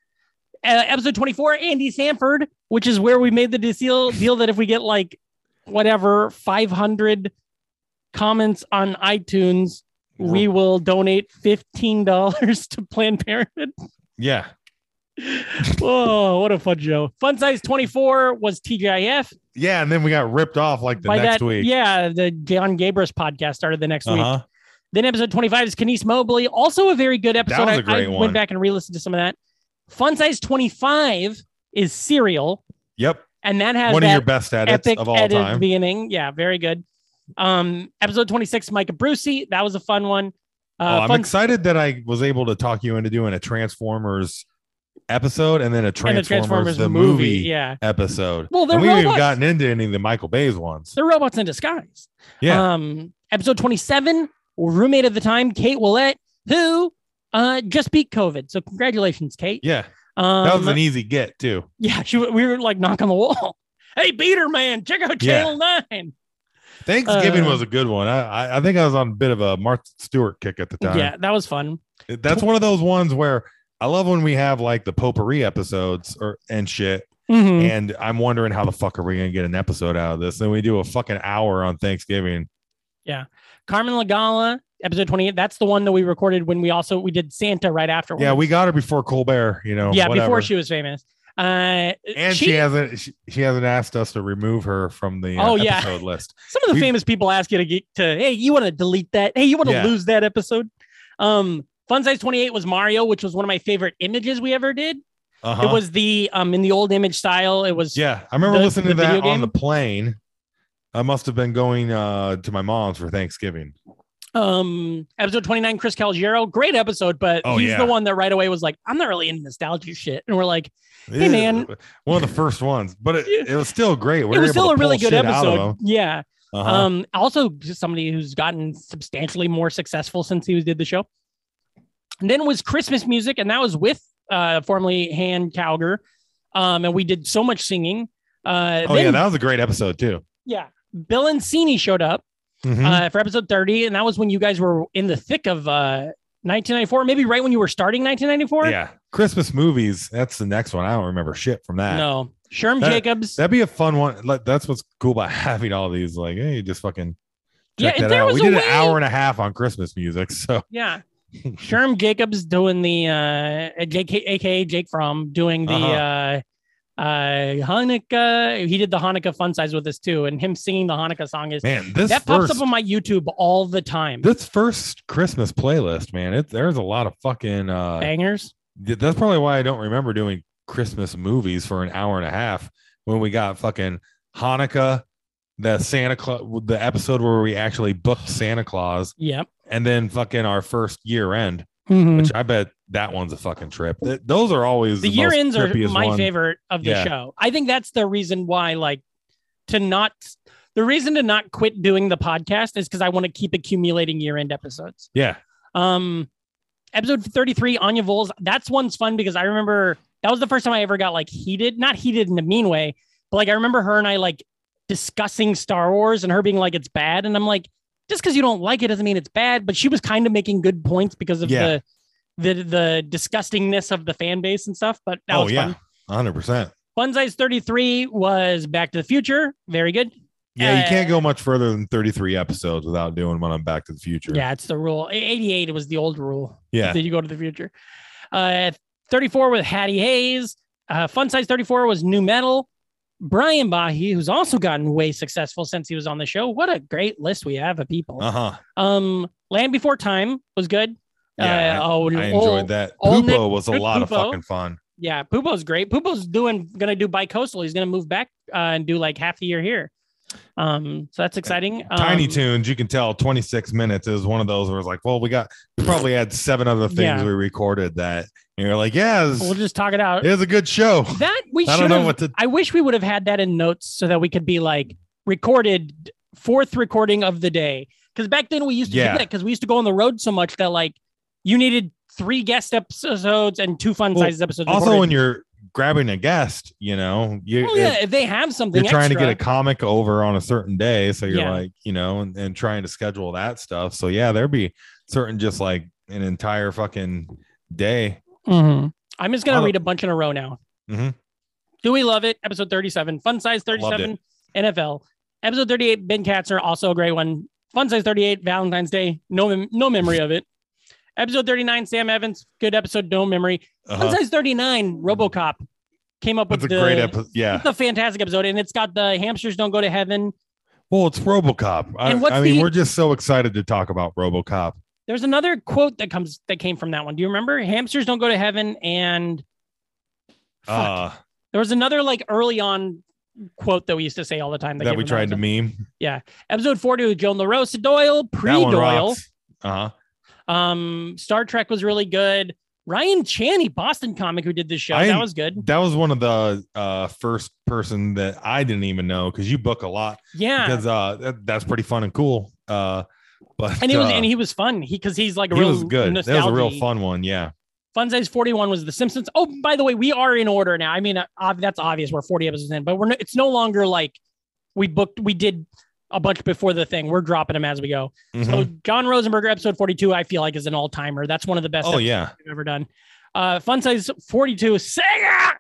Speaker 6: Uh, episode 24, Andy Sanford, which is where we made the deal, deal that if we get like whatever 500 comments on iTunes, we will donate $15 to Planned Parenthood.
Speaker 5: yeah
Speaker 6: oh, what a fun show. Fun Size 24 was TGIF.
Speaker 5: yeah and then we got ripped off like the
Speaker 6: By
Speaker 5: next
Speaker 6: that,
Speaker 5: week
Speaker 6: yeah, the John Gabris podcast started the next week.
Speaker 5: uh-huh
Speaker 6: Then episode 25 is Kenise Mobley. Also a very good episode.
Speaker 5: was
Speaker 6: I-
Speaker 5: a great
Speaker 6: I,
Speaker 5: one.
Speaker 6: went back and re-listened to some of that. Fun size 25 is Serial,
Speaker 5: yep
Speaker 6: and that has
Speaker 5: one of
Speaker 6: that
Speaker 5: your best edits
Speaker 6: epic
Speaker 5: of all
Speaker 6: edit
Speaker 5: time
Speaker 6: beginning. Yeah, very good. Um, episode 26, Micah Brucey. That was a fun one.
Speaker 5: oh,
Speaker 6: Uh,
Speaker 5: i'm
Speaker 6: fun
Speaker 5: excited that i was able to talk you into doing a transformers episode and then a
Speaker 6: and the
Speaker 5: transformers,
Speaker 6: Transformers
Speaker 5: the
Speaker 6: movie.
Speaker 5: movie,
Speaker 6: Yeah.
Speaker 5: episode
Speaker 6: Well, they're
Speaker 5: and we haven't even
Speaker 6: robots.
Speaker 5: gotten into any of the michael bay's ones
Speaker 6: They're robots in disguise.
Speaker 5: yeah
Speaker 6: Um, episode 27, roommate of the time, Kate Willette, who uh just beat COVID. So congratulations, Kate.
Speaker 5: Yeah,
Speaker 6: Um,
Speaker 5: that was an e- easy get too.
Speaker 6: Yeah, she, we were like knock on the wall. Hey, Beater Man, check out
Speaker 5: Yeah.
Speaker 6: Channel Nine.
Speaker 5: Thanksgiving
Speaker 6: uh,
Speaker 5: was a good one. I, I I think I was on a bit of a Martha Stewart kick at the time.
Speaker 6: Yeah, that was fun.
Speaker 5: that's one of those ones where I love when we have like the potpourri episodes or and shit.
Speaker 6: Mhm.
Speaker 5: And I'm wondering how the fuck are we gonna get an episode out of this? And we do a fucking hour on Thanksgiving.
Speaker 6: Carmen Lagala, episode twenty-eight. That's the one that we recorded when we also we did Santa right after.
Speaker 5: Yeah, we got her before Colbert. You know.
Speaker 6: yeah, before
Speaker 5: whatever.
Speaker 6: she was famous. Uh,
Speaker 5: And she, hasn't she, she hasn't asked us to remove her from the uh,
Speaker 6: Oh, yeah.
Speaker 5: episode list.
Speaker 6: some of the
Speaker 5: we-
Speaker 6: famous people ask you to get to. Hey, you want to delete that? Hey, you want to
Speaker 5: Yeah.
Speaker 6: lose that episode? Um, Fun Size Twenty-Eight was Mario, which was one of my favorite images we ever did.
Speaker 5: Uh-huh.
Speaker 6: It was the um in the old image style. It was
Speaker 5: Yeah, I remember
Speaker 6: The-
Speaker 5: listening
Speaker 6: the
Speaker 5: to that
Speaker 6: video game?
Speaker 5: on the plane. I must have been going uh, to my mom's for Thanksgiving.
Speaker 6: Um, episode 29, Chris Calgiero, great episode, but
Speaker 5: Oh,
Speaker 6: he's
Speaker 5: yeah.
Speaker 6: the one that right away was like, I'm not really into nostalgia shit. And we're like, Hey, man.
Speaker 5: one of the first ones, but it, it was still great. We
Speaker 6: it
Speaker 5: were
Speaker 6: was
Speaker 5: able
Speaker 6: still
Speaker 5: to
Speaker 6: a really
Speaker 5: pull
Speaker 6: good
Speaker 5: shit out of
Speaker 6: episode. Yeah.
Speaker 5: them. Uh-huh.
Speaker 6: Um, also just somebody who's gotten substantially more successful since he was did the show. And then was Christmas music, and that was with uh formerly Han Calger. Um, and we did so much singing. Uh
Speaker 5: oh
Speaker 6: then,
Speaker 5: yeah, that was a great episode too.
Speaker 6: yeah. Bill Encini showed up
Speaker 5: Mhm.
Speaker 6: uh, for episode 30, and that was when you guys were in the thick of uh 1994, maybe right when you were starting 1994.
Speaker 5: yeah, Christmas movies. That's the next one. I don't remember shit from that.
Speaker 6: No, Sherm
Speaker 5: That-
Speaker 6: Jacobs.
Speaker 5: That'd be a fun one. Like, That's what's cool about having all these. Like, hey, just fucking
Speaker 6: yeah,
Speaker 5: check
Speaker 6: if
Speaker 5: that
Speaker 6: there
Speaker 5: out.
Speaker 6: was
Speaker 5: We
Speaker 6: a
Speaker 5: did
Speaker 6: way,
Speaker 5: an hour and a half on Christmas music. So
Speaker 6: Yeah, Sherm Jacobs doing the uh, Jake, aka Jake Fromm, doing the
Speaker 5: Uh-huh.
Speaker 6: uh uh, Hanukkah. He did the Hanukkah fun size with us too, and him singing the Hanukkah song is
Speaker 5: man, this
Speaker 6: that pops
Speaker 5: first,
Speaker 6: up on my YouTube all the time.
Speaker 5: this first Christmas playlist, man. It there's a lot of fucking uh,
Speaker 6: Bangers.
Speaker 5: Th- That's probably why I don't remember doing Christmas movies for an hour and a half when we got fucking Hanukkah, the Santa Claus, the episode where we actually booked Santa Claus,
Speaker 6: Yep.
Speaker 5: and then fucking our first year end, which I bet that one's a fucking trip. Th- those are always
Speaker 6: Mm-hmm. The year
Speaker 5: most
Speaker 6: ends are
Speaker 5: trippiest
Speaker 6: my
Speaker 5: one.
Speaker 6: favorite of the
Speaker 5: Yeah.
Speaker 6: show. I think that's the reason why, like, to not The reason to not quit doing the podcast is because I want to keep accumulating year end episodes.
Speaker 5: Yeah.
Speaker 6: Um, episode 33, Anya Voles. That's one's fun because I remember that was the first time I ever got like heated, not heated in a mean way, but like I remember her and I like discussing Star Wars and her being like, it's bad. And I'm like, just because you don't like it doesn't mean it's bad. But she was kind of making good points because of
Speaker 5: Yeah.
Speaker 6: the, the, the disgustingness of the fan base and stuff. But that
Speaker 5: oh
Speaker 6: was
Speaker 5: yeah.
Speaker 6: fun.
Speaker 5: hundred percent.
Speaker 6: Bunzai's 33 was Back to the Future. Very good.
Speaker 5: Yeah, you can't
Speaker 6: Uh,
Speaker 5: go much further than 33 episodes without doing one on Back to the Future.
Speaker 6: Yeah, it's the rule. 88 was the old rule.
Speaker 5: Yeah.
Speaker 6: Did you go to the future? Uh, 34 with Hattie Hayes. Uh, Fun Size 34 was New Metal. Brian Bahi, who's also gotten way successful since he was on the show. What a great list we have of people.
Speaker 5: Uh huh.
Speaker 6: Um, Land Before Time was good.
Speaker 5: Yeah,
Speaker 6: uh, oh,
Speaker 5: I enjoyed
Speaker 6: oh,
Speaker 5: that.
Speaker 6: all
Speaker 5: Poopo
Speaker 6: Nick-
Speaker 5: was a
Speaker 6: good
Speaker 5: lot of
Speaker 6: Poopo.
Speaker 5: fucking fun.
Speaker 6: Yeah, Poopo's great. Poopo's doing gonna do bicoastal. He's gonna move back uh, and do like half the year here. Um, so that's exciting.
Speaker 5: Tiny
Speaker 6: Um,
Speaker 5: Tunes, you can tell 26 minutes is one of those where it's like, well, we got we probably had seven other things
Speaker 6: Yeah.
Speaker 5: we recorded that. And you're like, yeah, it's
Speaker 6: We'll just talk it out.
Speaker 5: it was a good show.
Speaker 6: That we
Speaker 5: I
Speaker 6: should
Speaker 5: don't know
Speaker 6: have
Speaker 5: what to.
Speaker 6: I wish we would have had that in notes so that we could be like recorded fourth recording of the day. Because back then we used to
Speaker 5: Yeah.
Speaker 6: do that because we used to go on the road so much that like you needed three guest episodes and two fun sizes episodes.
Speaker 5: Also,
Speaker 6: recorded.
Speaker 5: when you're grabbing a guest, you know, you
Speaker 6: Well, Oh, yeah, if they have something,
Speaker 5: you're trying to get a
Speaker 6: extra,
Speaker 5: comic over on a certain day so you're
Speaker 6: Yeah.
Speaker 5: like you know and, and trying to schedule that stuff so yeah there'd be certain just like an entire fucking day
Speaker 6: Mhm. I'm just gonna
Speaker 5: I'll-
Speaker 6: read a bunch in a row now.
Speaker 5: Mhm.
Speaker 6: Do we love it? Episode 37, fun size 37, NFL. Episode 38, Ben Katzner, also a great one. Fun size 38, Valentine's Day. No, mem- no memory of it. Episode 39, Sam Evans, good episode, no memory.
Speaker 5: uh-huh.
Speaker 6: Fun size 39, RoboCop came up with
Speaker 5: that's a
Speaker 6: the
Speaker 5: great episode yeah
Speaker 6: It's a fantastic episode, and it's got the hamsters don't go to heaven.
Speaker 5: well it's robocop i,
Speaker 6: And what's
Speaker 5: I mean
Speaker 6: the-
Speaker 5: we're just so excited to talk about robocop
Speaker 6: There's another quote that comes that came from that one. Do you remember? Hamsters don't go to heaven, and Fuck.
Speaker 5: uh
Speaker 6: There was another like early on quote that we used to say all the time.
Speaker 5: that we
Speaker 6: came from
Speaker 5: tried to
Speaker 6: episode.
Speaker 5: meme
Speaker 6: Episode 40 with Joan LaRosa Doyle, pre
Speaker 5: that one
Speaker 6: Doyle.
Speaker 5: rocks uh-huh
Speaker 6: Um, Star Trek was really good. Ryan Channy, Boston comic who did this show.
Speaker 5: I-
Speaker 6: that was good.
Speaker 5: that was one of the uh first person that i didn't even know because you book a lot
Speaker 6: Yeah.
Speaker 5: because uh that, that's pretty fun and cool uh but
Speaker 6: and he was
Speaker 5: uh,
Speaker 6: and he was fun. He because he's like a
Speaker 5: he
Speaker 6: real
Speaker 5: was good that was a real
Speaker 6: nostalgia-
Speaker 5: fun one yeah
Speaker 6: Fun size 41 was The Simpsons. Oh, by the way, we are in order now. I mean, uh, ob- that's obvious. We're 40 episodes in, but we're no, it's no longer like we booked, we did a bunch before the thing. We're dropping them as we go. So
Speaker 5: Mhm.
Speaker 6: John Rosenberger, episode 42, I feel like is an all timer. That's one of the best
Speaker 5: oh yeah
Speaker 6: episodes we've ever done. Uh, fun size 42, Sega.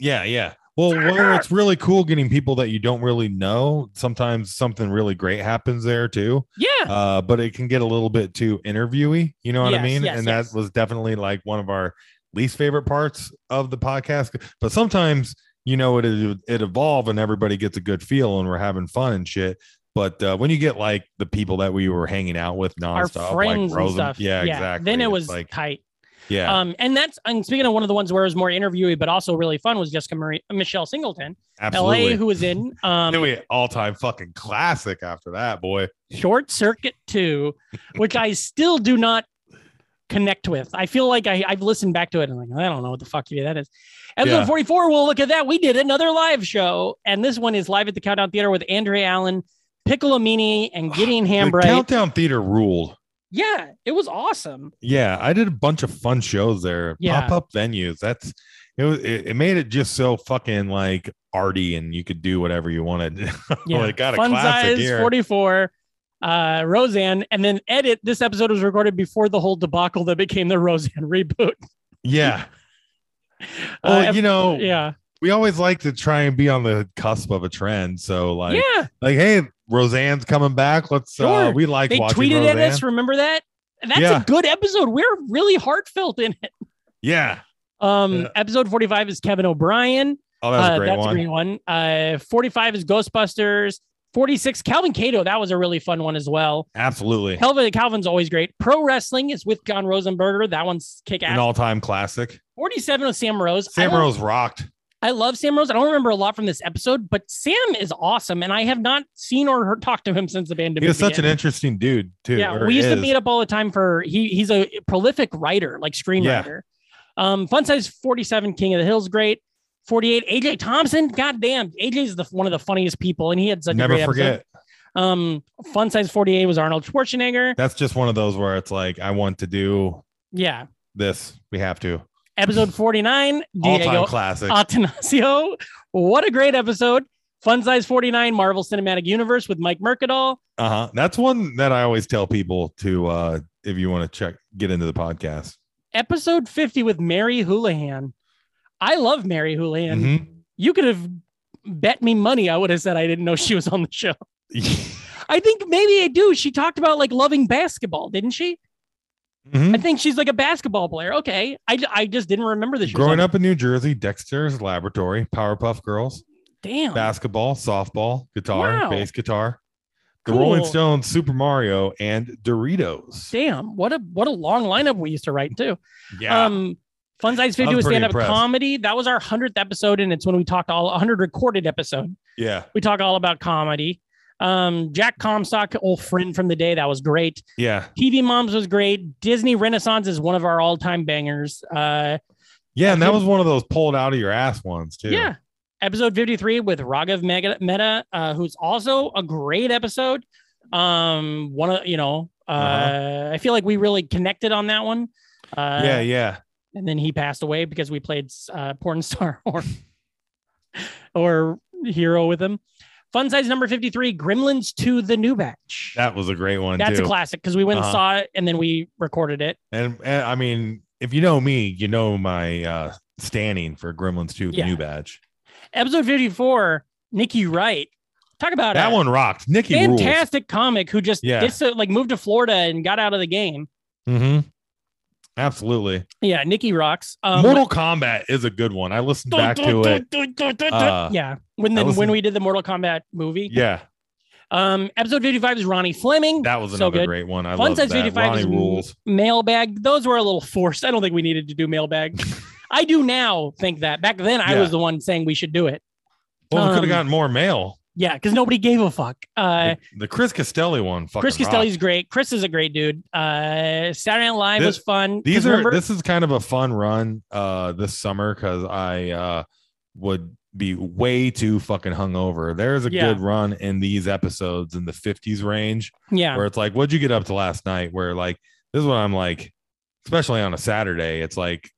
Speaker 5: yeah yeah well where it's really cool getting people that you don't really know sometimes something really great happens there too
Speaker 6: Yeah.
Speaker 5: uh but it can get a little bit too interviewy you know what i
Speaker 6: Yes,
Speaker 5: mean
Speaker 6: yes,
Speaker 5: and
Speaker 6: yes.
Speaker 5: that was definitely like one of our least favorite parts of the podcast but sometimes you know it it evolve and everybody gets a good feel and we're having fun and shit but uh, when you get like the people that we were hanging out with
Speaker 6: Our
Speaker 5: nonstop,
Speaker 6: friends
Speaker 5: like Rosen,
Speaker 6: and stuff.
Speaker 5: yeah, exactly.
Speaker 6: Then it
Speaker 5: It's
Speaker 6: was
Speaker 5: like,
Speaker 6: tight.
Speaker 5: yeah,
Speaker 6: Um, and that's, and speaking of one of the ones where it was more interviewy, but also really fun was Jessica Marie, Michelle Singleton,
Speaker 5: absolutely.
Speaker 6: LA, who was in, um,
Speaker 5: Then we all time fucking classic after that, boy.
Speaker 6: Short Circuit 2, which I still do not connect with. I feel like I, I've listened back to it and I'm like, I don't know what the fuck yeah, that is. Episode
Speaker 5: Yeah.
Speaker 6: 44, well, look at that. We did another live show. And this one is live at the Countdown Theater with Andre Allen, Piccolomini, and Gideon
Speaker 5: The
Speaker 6: Hambright.
Speaker 5: Countdown Theater ruled.
Speaker 6: yeah, it was awesome.
Speaker 5: Yeah, I did a bunch of fun shows there.
Speaker 6: Yeah.
Speaker 5: Pop up venues. That's it was it, it made it just so fucking like arty and you could do whatever you wanted.
Speaker 6: Yeah.
Speaker 5: it got a
Speaker 6: Fun
Speaker 5: classic
Speaker 6: size
Speaker 5: here.
Speaker 6: 44. Uh, Roseanne, and then edit. This episode was recorded before the whole debacle that became the Roseanne reboot.
Speaker 5: yeah.
Speaker 6: Uh,
Speaker 5: Well,
Speaker 6: ep-
Speaker 5: Oh, you know,
Speaker 6: yeah,
Speaker 5: we always like to try and be on the cusp of a trend. So like
Speaker 6: yeah.
Speaker 5: like hey, Roseanne's coming back. Let's uh
Speaker 6: Sure.
Speaker 5: we like
Speaker 6: they
Speaker 5: watching
Speaker 6: tweeted
Speaker 5: Roseanne.
Speaker 6: at us. Remember that? That's
Speaker 5: Yeah.
Speaker 6: a good episode. We're really heartfelt in it.
Speaker 5: Yeah.
Speaker 6: Um,
Speaker 5: Yeah.
Speaker 6: episode 45 is Kevin O'Brien.
Speaker 5: Oh, that was
Speaker 6: Uh,
Speaker 5: a great
Speaker 6: that's
Speaker 5: one.
Speaker 6: a great one. Uh, 45 is Ghostbusters. 46, Calvin Cato. That was a really fun one as well.
Speaker 5: Absolutely.
Speaker 6: Calvin, Calvin's always great. Pro Wrestling is with John Rosenberger. That one's kick ass.
Speaker 5: An all-time classic.
Speaker 6: 47 with Sam Rose. I
Speaker 5: Sam
Speaker 6: don't-
Speaker 5: Rose rocked.
Speaker 6: I love Sam Rose. I don't remember a lot from this episode, but Sam is awesome. And I have not seen or heard, talked to him since the band.
Speaker 5: He was such an interesting dude too.
Speaker 6: Yeah,
Speaker 5: or
Speaker 6: we used to
Speaker 5: is.
Speaker 6: meet up all the time for he he's a prolific writer, like screenwriter. Um, fun size 47 King of the Hill's great. 48. AJ Thompson, goddamn, AJ is the one of the funniest people, and he had such a
Speaker 5: Never
Speaker 6: great
Speaker 5: forget.
Speaker 6: episode. Um, Fun Size 48 was Arnold Schwarzenegger.
Speaker 5: That's just one of those where it's like, I want to do
Speaker 6: Yeah,
Speaker 5: this. We have to.
Speaker 6: episode 49,
Speaker 5: All time
Speaker 6: Diego
Speaker 5: classic.
Speaker 6: Atanasio. What a great episode! Fun Size 49, Marvel Cinematic Universe with Mike Mercadal.
Speaker 5: Uh huh. That's one that I always tell people to, uh, if you want to check, get into the podcast.
Speaker 6: Episode 50 with Mary Houlihan. I love Mary Houlihan.
Speaker 5: Mhm.
Speaker 6: You could have bet me money. I would have said I didn't know she was on the show.
Speaker 5: Mm-hmm.
Speaker 6: I think maybe I do. She talked about like loving basketball, didn't she?
Speaker 5: Mhm.
Speaker 6: I think she's like a basketball player. Okay. I, I just didn't remember this.
Speaker 5: Growing up in New Jersey, Dexter's Laboratory, Powerpuff Girls,
Speaker 6: Damn.
Speaker 5: basketball, softball, guitar,
Speaker 6: Wow.
Speaker 5: bass guitar, the
Speaker 6: Cool.
Speaker 5: Rolling Stones, Super Mario, and Doritos.
Speaker 6: Damn. What a what a long lineup we used to write too.
Speaker 5: Yeah.
Speaker 6: Um Fun Size
Speaker 5: I'm
Speaker 6: 50 was
Speaker 5: pretty
Speaker 6: stand-up
Speaker 5: impressed.
Speaker 6: comedy. That was our hundredth episode, and it's when we talked all hundred recorded episode.
Speaker 5: yeah.
Speaker 6: We talk all about comedy. Um, Jack Comstock, old friend from the day, that was great.
Speaker 5: Yeah.
Speaker 6: TV Moms was great. Disney Renaissance is one of our all-time bangers. Uh,
Speaker 5: Yeah. And that was one of those pulled out of your ass ones, too.
Speaker 6: Yeah. Episode 53 with Raghav Mega- Mehta, uh, who's also a great episode. Um, one of, you know, uh, I feel like we really connected on that one. Uh,
Speaker 5: Uh-huh. yeah. Yeah.
Speaker 6: And then he passed away because we played uh, Porn Star or, or Hero with him. Fun size number 53 Gremlins to the New Batch.
Speaker 5: That was a great one,
Speaker 6: That's
Speaker 5: too.
Speaker 6: a classic because we went
Speaker 5: Uh-huh.
Speaker 6: and saw it and then we recorded it.
Speaker 5: And, and I mean, if you know me, you know my uh standing for Gremlins 2 the
Speaker 6: Yeah.
Speaker 5: new badge.
Speaker 6: Episode 54, Nikki Wright. Talk about
Speaker 5: That
Speaker 6: a-
Speaker 5: one rocked. Nikki rules.
Speaker 6: fantastic comic who just
Speaker 5: Yeah.
Speaker 6: dis- like moved to Florida and got out of the game.
Speaker 5: Mhm. Absolutely.
Speaker 6: Yeah, Nikki rocks. Um,
Speaker 5: Mortal Kombat is a good one. I listened
Speaker 6: dun,
Speaker 5: back
Speaker 6: dun,
Speaker 5: to
Speaker 6: dun,
Speaker 5: it.
Speaker 6: dun, dun, dun, dun.
Speaker 5: Uh,
Speaker 6: yeah, when the,
Speaker 5: I listened-
Speaker 6: when we did the Mortal Kombat movie.
Speaker 5: Yeah.
Speaker 6: Um, episode fifty five is Ronnie Fleming.
Speaker 5: That was
Speaker 6: So
Speaker 5: another
Speaker 6: good.
Speaker 5: great one. I
Speaker 6: Fun
Speaker 5: love
Speaker 6: size
Speaker 5: that.
Speaker 6: fifty five
Speaker 5: Ronnie
Speaker 6: is
Speaker 5: rules.
Speaker 6: mailbag. Those were a little forced. I don't think we needed to do mailbag. I do now think that. Back then, I
Speaker 5: Yeah.
Speaker 6: was the one saying we should do it.
Speaker 5: Well, Oh, we could
Speaker 6: Um,
Speaker 5: have gotten more mail.
Speaker 6: Yeah, because nobody gave a fuck. Uh,
Speaker 5: The, the Chris Castelli one. Fucking
Speaker 6: Chris
Speaker 5: rocked.
Speaker 6: Castelli's great. Chris is a great dude. Uh, Saturday Night Live
Speaker 5: This-
Speaker 6: was fun. 'Cause
Speaker 5: These are
Speaker 6: remember-
Speaker 5: this is kind of a fun run uh this summer because I uh would be way too fucking hungover. There's a
Speaker 6: Yeah.
Speaker 5: good run in these episodes in the 50s range
Speaker 6: yeah.
Speaker 5: where it's like, what'd you get up to last night? Where like this is what I'm like, especially on a Saturday, it's like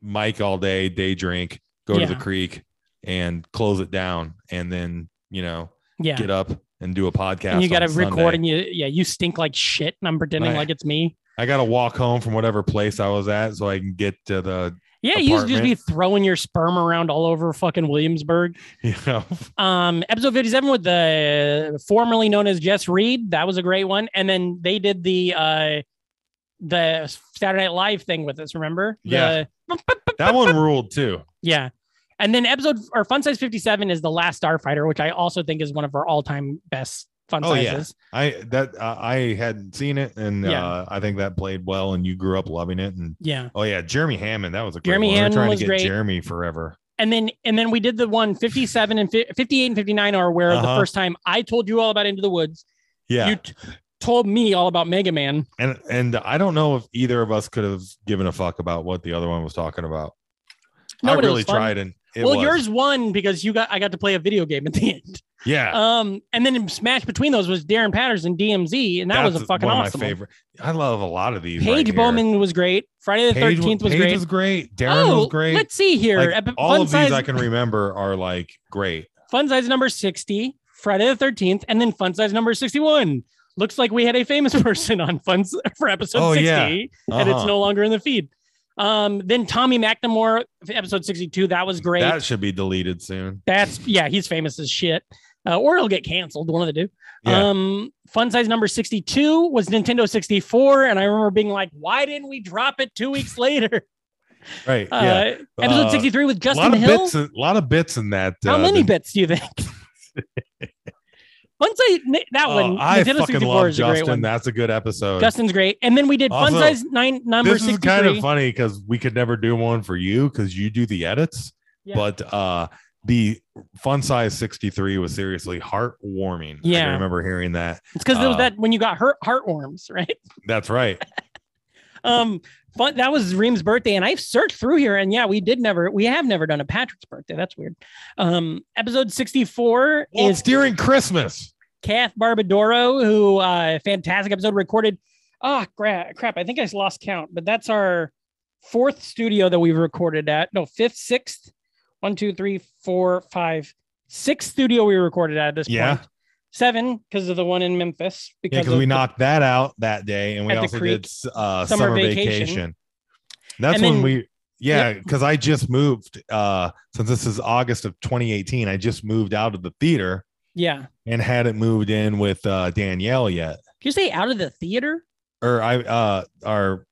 Speaker 5: Mike all day, day drink, go to
Speaker 6: Yeah.
Speaker 5: the creek and close it down, and then you know,
Speaker 6: Yeah.
Speaker 5: get up and do a podcast.
Speaker 6: and you got
Speaker 5: on
Speaker 6: to record
Speaker 5: Sunday.
Speaker 6: and you yeah you stink like shit and i'm pretending
Speaker 5: Right.
Speaker 6: like it's me
Speaker 5: I gotta walk home from whatever place I was at so I can get to the
Speaker 6: yeah you used to just be throwing your sperm around all over fucking williamsburg
Speaker 5: you know
Speaker 6: um episode 57 with the formerly known as jess reed that was a great one and then they did the uh the saturday night live thing with us remember
Speaker 5: Yeah.
Speaker 6: The-
Speaker 5: that one ruled too.
Speaker 6: yeah and then episode or fun size 57 is the last starfighter which i also think is one of our all-time best fun
Speaker 5: Oh, yeah.
Speaker 6: sizes
Speaker 5: I that uh, I hadn't seen it, and
Speaker 6: Yeah.
Speaker 5: uh, I think that played well, and you grew up loving it. And
Speaker 6: yeah
Speaker 5: oh yeah, Jeremy Hammond, that was a great
Speaker 6: Jeremy
Speaker 5: one. We were
Speaker 6: Hammond
Speaker 5: trying
Speaker 6: was
Speaker 5: to get
Speaker 6: great.
Speaker 5: Jeremy forever.
Speaker 6: and then and then we did the one 57 and fi- 58 and 59 are where the
Speaker 5: Uh-huh.
Speaker 6: first time i told you all about into the woods
Speaker 5: Yeah,
Speaker 6: you t- told me all about mega man
Speaker 5: and and I don't know if either of us could have given a fuck about what the other one was talking about.
Speaker 6: No,
Speaker 5: I
Speaker 6: but it was
Speaker 5: really
Speaker 6: fun.
Speaker 5: tried, and it
Speaker 6: well
Speaker 5: was.
Speaker 6: yours won because you got i got to play a video game at the end
Speaker 5: yeah,
Speaker 6: um and then in smash between those was darren patterson dmz and that was
Speaker 5: that's
Speaker 6: a fucking
Speaker 5: one of
Speaker 6: awesome
Speaker 5: My favorite. I love a lot of these. right
Speaker 6: paige
Speaker 5: here.
Speaker 6: bowman was great friday the
Speaker 5: Paige
Speaker 6: 13th was
Speaker 5: Paige
Speaker 6: great
Speaker 5: was great. Darren
Speaker 6: oh
Speaker 5: was great.
Speaker 6: let's see here
Speaker 5: Like,
Speaker 6: Epi-
Speaker 5: all
Speaker 6: fun
Speaker 5: of
Speaker 6: size
Speaker 5: these I can remember are like great.
Speaker 6: fun size number 60 friday the 13th and then fun size number 61 looks like we had a famous person on fun s- for episode
Speaker 5: Oh,
Speaker 6: 60
Speaker 5: yeah.
Speaker 6: and it's
Speaker 5: Uh-huh.
Speaker 6: no longer in the feed. Um, then Tommy McNamore, episode 62, that was great.
Speaker 5: that should be deleted soon.
Speaker 6: That's yeah, he's famous as shit. Uh, or he'll get canceled, one of the two.
Speaker 5: Yeah.
Speaker 6: Um, fun size number 62 was Nintendo 64, and I remember being like, why didn't we drop it two weeks later?
Speaker 5: right.
Speaker 6: Uh,
Speaker 5: yeah.
Speaker 6: episode
Speaker 5: Uh,
Speaker 6: 63 with
Speaker 5: a lot
Speaker 6: Justin
Speaker 5: of
Speaker 6: Hill.
Speaker 5: bits. A lot of bits in that.
Speaker 6: How
Speaker 5: uh,
Speaker 6: many
Speaker 5: the-
Speaker 6: bits do you think? Once I that
Speaker 5: Oh,
Speaker 6: one,
Speaker 5: I
Speaker 6: Nintendo
Speaker 5: fucking
Speaker 6: 64
Speaker 5: love
Speaker 6: is a great
Speaker 5: Justin.
Speaker 6: one.
Speaker 5: That's a good episode.
Speaker 6: Justin's great, and then we did
Speaker 5: Also,
Speaker 6: fun size nine number
Speaker 5: this
Speaker 6: 63.
Speaker 5: is kind of funny because we could never do one for you because you do the edits.
Speaker 6: Yeah.
Speaker 5: But uh, the fun size 63 was seriously heartwarming. I
Speaker 6: Yeah.
Speaker 5: can remember hearing that.
Speaker 6: It's because it was
Speaker 5: Uh,
Speaker 6: that when you got hurt heartworms, right?
Speaker 5: That's right.
Speaker 6: Um, fun. That was Reem's birthday, and I've searched through here, and yeah, we did never, we have never done a Patrick's birthday. That's weird. Um, episode sixty-four
Speaker 5: Well,
Speaker 6: is
Speaker 5: it's during Christmas.
Speaker 6: Kath Barbadoro, who uh, fantastic episode recorded. Ah, gra- crap! I think I lost count, but that's our fourth studio that we've recorded at. No, fifth, sixth, one, two, three, four, five, sixth studio we recorded at, at this
Speaker 5: Yeah.
Speaker 6: point. Seven because of the one in Memphis.
Speaker 5: Yeah, because
Speaker 6: of
Speaker 5: we
Speaker 6: the-
Speaker 5: knocked that out that day, and we
Speaker 6: At the
Speaker 5: also
Speaker 6: creek.
Speaker 5: did uh,
Speaker 6: Summer
Speaker 5: summer,
Speaker 6: vacation.
Speaker 5: vacation. That's
Speaker 6: And
Speaker 5: when
Speaker 6: then-
Speaker 5: we, yeah, because I just moved. Uh, since this is August of 2018, I just moved out of the theater
Speaker 6: Yeah.
Speaker 5: and hadn't moved in with uh, Danielle yet,
Speaker 6: Can you say out of the theater?
Speaker 5: or I, uh, or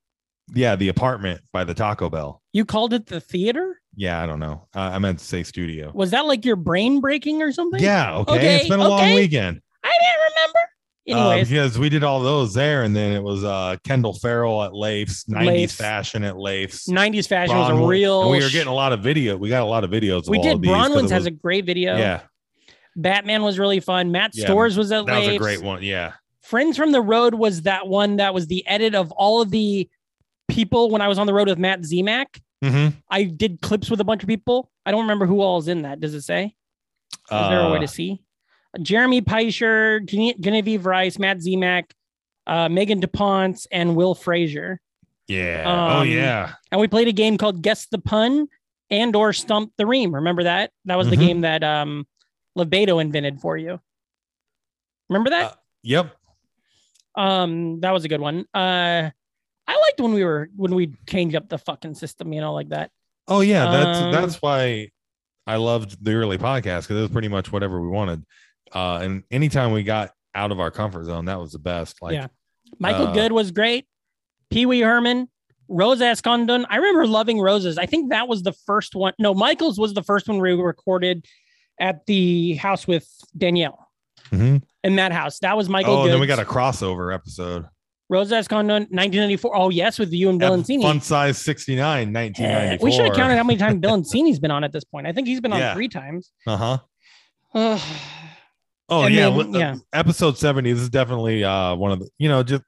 Speaker 5: yeah, the apartment by the Taco Bell.
Speaker 6: You called it the theater?
Speaker 5: Yeah, I don't know. Uh, I meant to say studio.
Speaker 6: Was that like your brain breaking or something?
Speaker 5: Yeah, okay.
Speaker 6: Okay,
Speaker 5: It's been a long
Speaker 6: okay.
Speaker 5: weekend.
Speaker 6: I didn't remember.
Speaker 5: Uh,
Speaker 6: Anyways,
Speaker 5: because we did all those there, and then it was uh, Kendall Farrell at Leif's, 90s
Speaker 6: Leif's.
Speaker 5: fashion at Leif's.
Speaker 6: 90s fashion was a
Speaker 5: Bronwyn-
Speaker 6: real.
Speaker 5: and we were
Speaker 6: sh-
Speaker 5: getting a lot of video. We got a lot of videos. Of
Speaker 6: we
Speaker 5: all
Speaker 6: did.
Speaker 5: of these 'cause
Speaker 6: Bronwyn's
Speaker 5: it
Speaker 6: has
Speaker 5: was-
Speaker 6: a great video.
Speaker 5: yeah.
Speaker 6: Batman was really fun. Matt
Speaker 5: Yeah,
Speaker 6: Stores was at
Speaker 5: That was a
Speaker 6: Leif's.
Speaker 5: great one. Yeah.
Speaker 6: Friends from the Road was that one that was the edit of all of the people when I was on the road with Matt Zemak.
Speaker 5: Mm-hmm.
Speaker 6: I did clips with a bunch of people. I don't remember who all is in that. Does it say?
Speaker 5: Uh,
Speaker 6: Is there a way to see? Jeremy Peischer, Gene- Genevieve Rice, Matt Zemak, uh, Megan DuPont, and Will Frazier.
Speaker 5: yeah. oh
Speaker 6: um,
Speaker 5: yeah.
Speaker 6: And we played a game called Guess the Pun and or Stump the Ream. Remember that? That was the
Speaker 5: Mhm.
Speaker 6: game that um, Lebedo invented for you. Remember that?
Speaker 5: Yep.
Speaker 6: Um, that was a good one. Uh, I liked when we were when we changed up the fucking system, you know, like that.
Speaker 5: Oh yeah. That's
Speaker 6: um,
Speaker 5: that's why I loved the early podcast because it was pretty much whatever we wanted. Uh, and anytime we got out of our comfort zone, that was the best. Like
Speaker 6: Yeah. Michael
Speaker 5: Uh,
Speaker 6: Good was great. Pee Wee Herman, Rose Ascondon. I remember loving Rose's. I think that was the first one. No, Michael's was the first one we recorded at the house with Danielle
Speaker 5: Mhm.
Speaker 6: in that house. That was Michael
Speaker 5: oh,
Speaker 6: Good.
Speaker 5: and then we got a crossover episode.
Speaker 6: Rose Ascondon, 1994. Oh, yes, with you and Bill Encini.
Speaker 5: Fun size 69,
Speaker 6: Eh,
Speaker 5: 1994.
Speaker 6: we should have counted how many times Bill Encini's been on at this point. I think he's been on
Speaker 5: Yeah.
Speaker 6: three times.
Speaker 5: Uh huh.
Speaker 6: Ugh.
Speaker 5: Oh
Speaker 6: And
Speaker 5: yeah,
Speaker 6: then-
Speaker 5: li- uh,
Speaker 6: yeah.
Speaker 5: Episode 70. This is definitely uh one of the you know just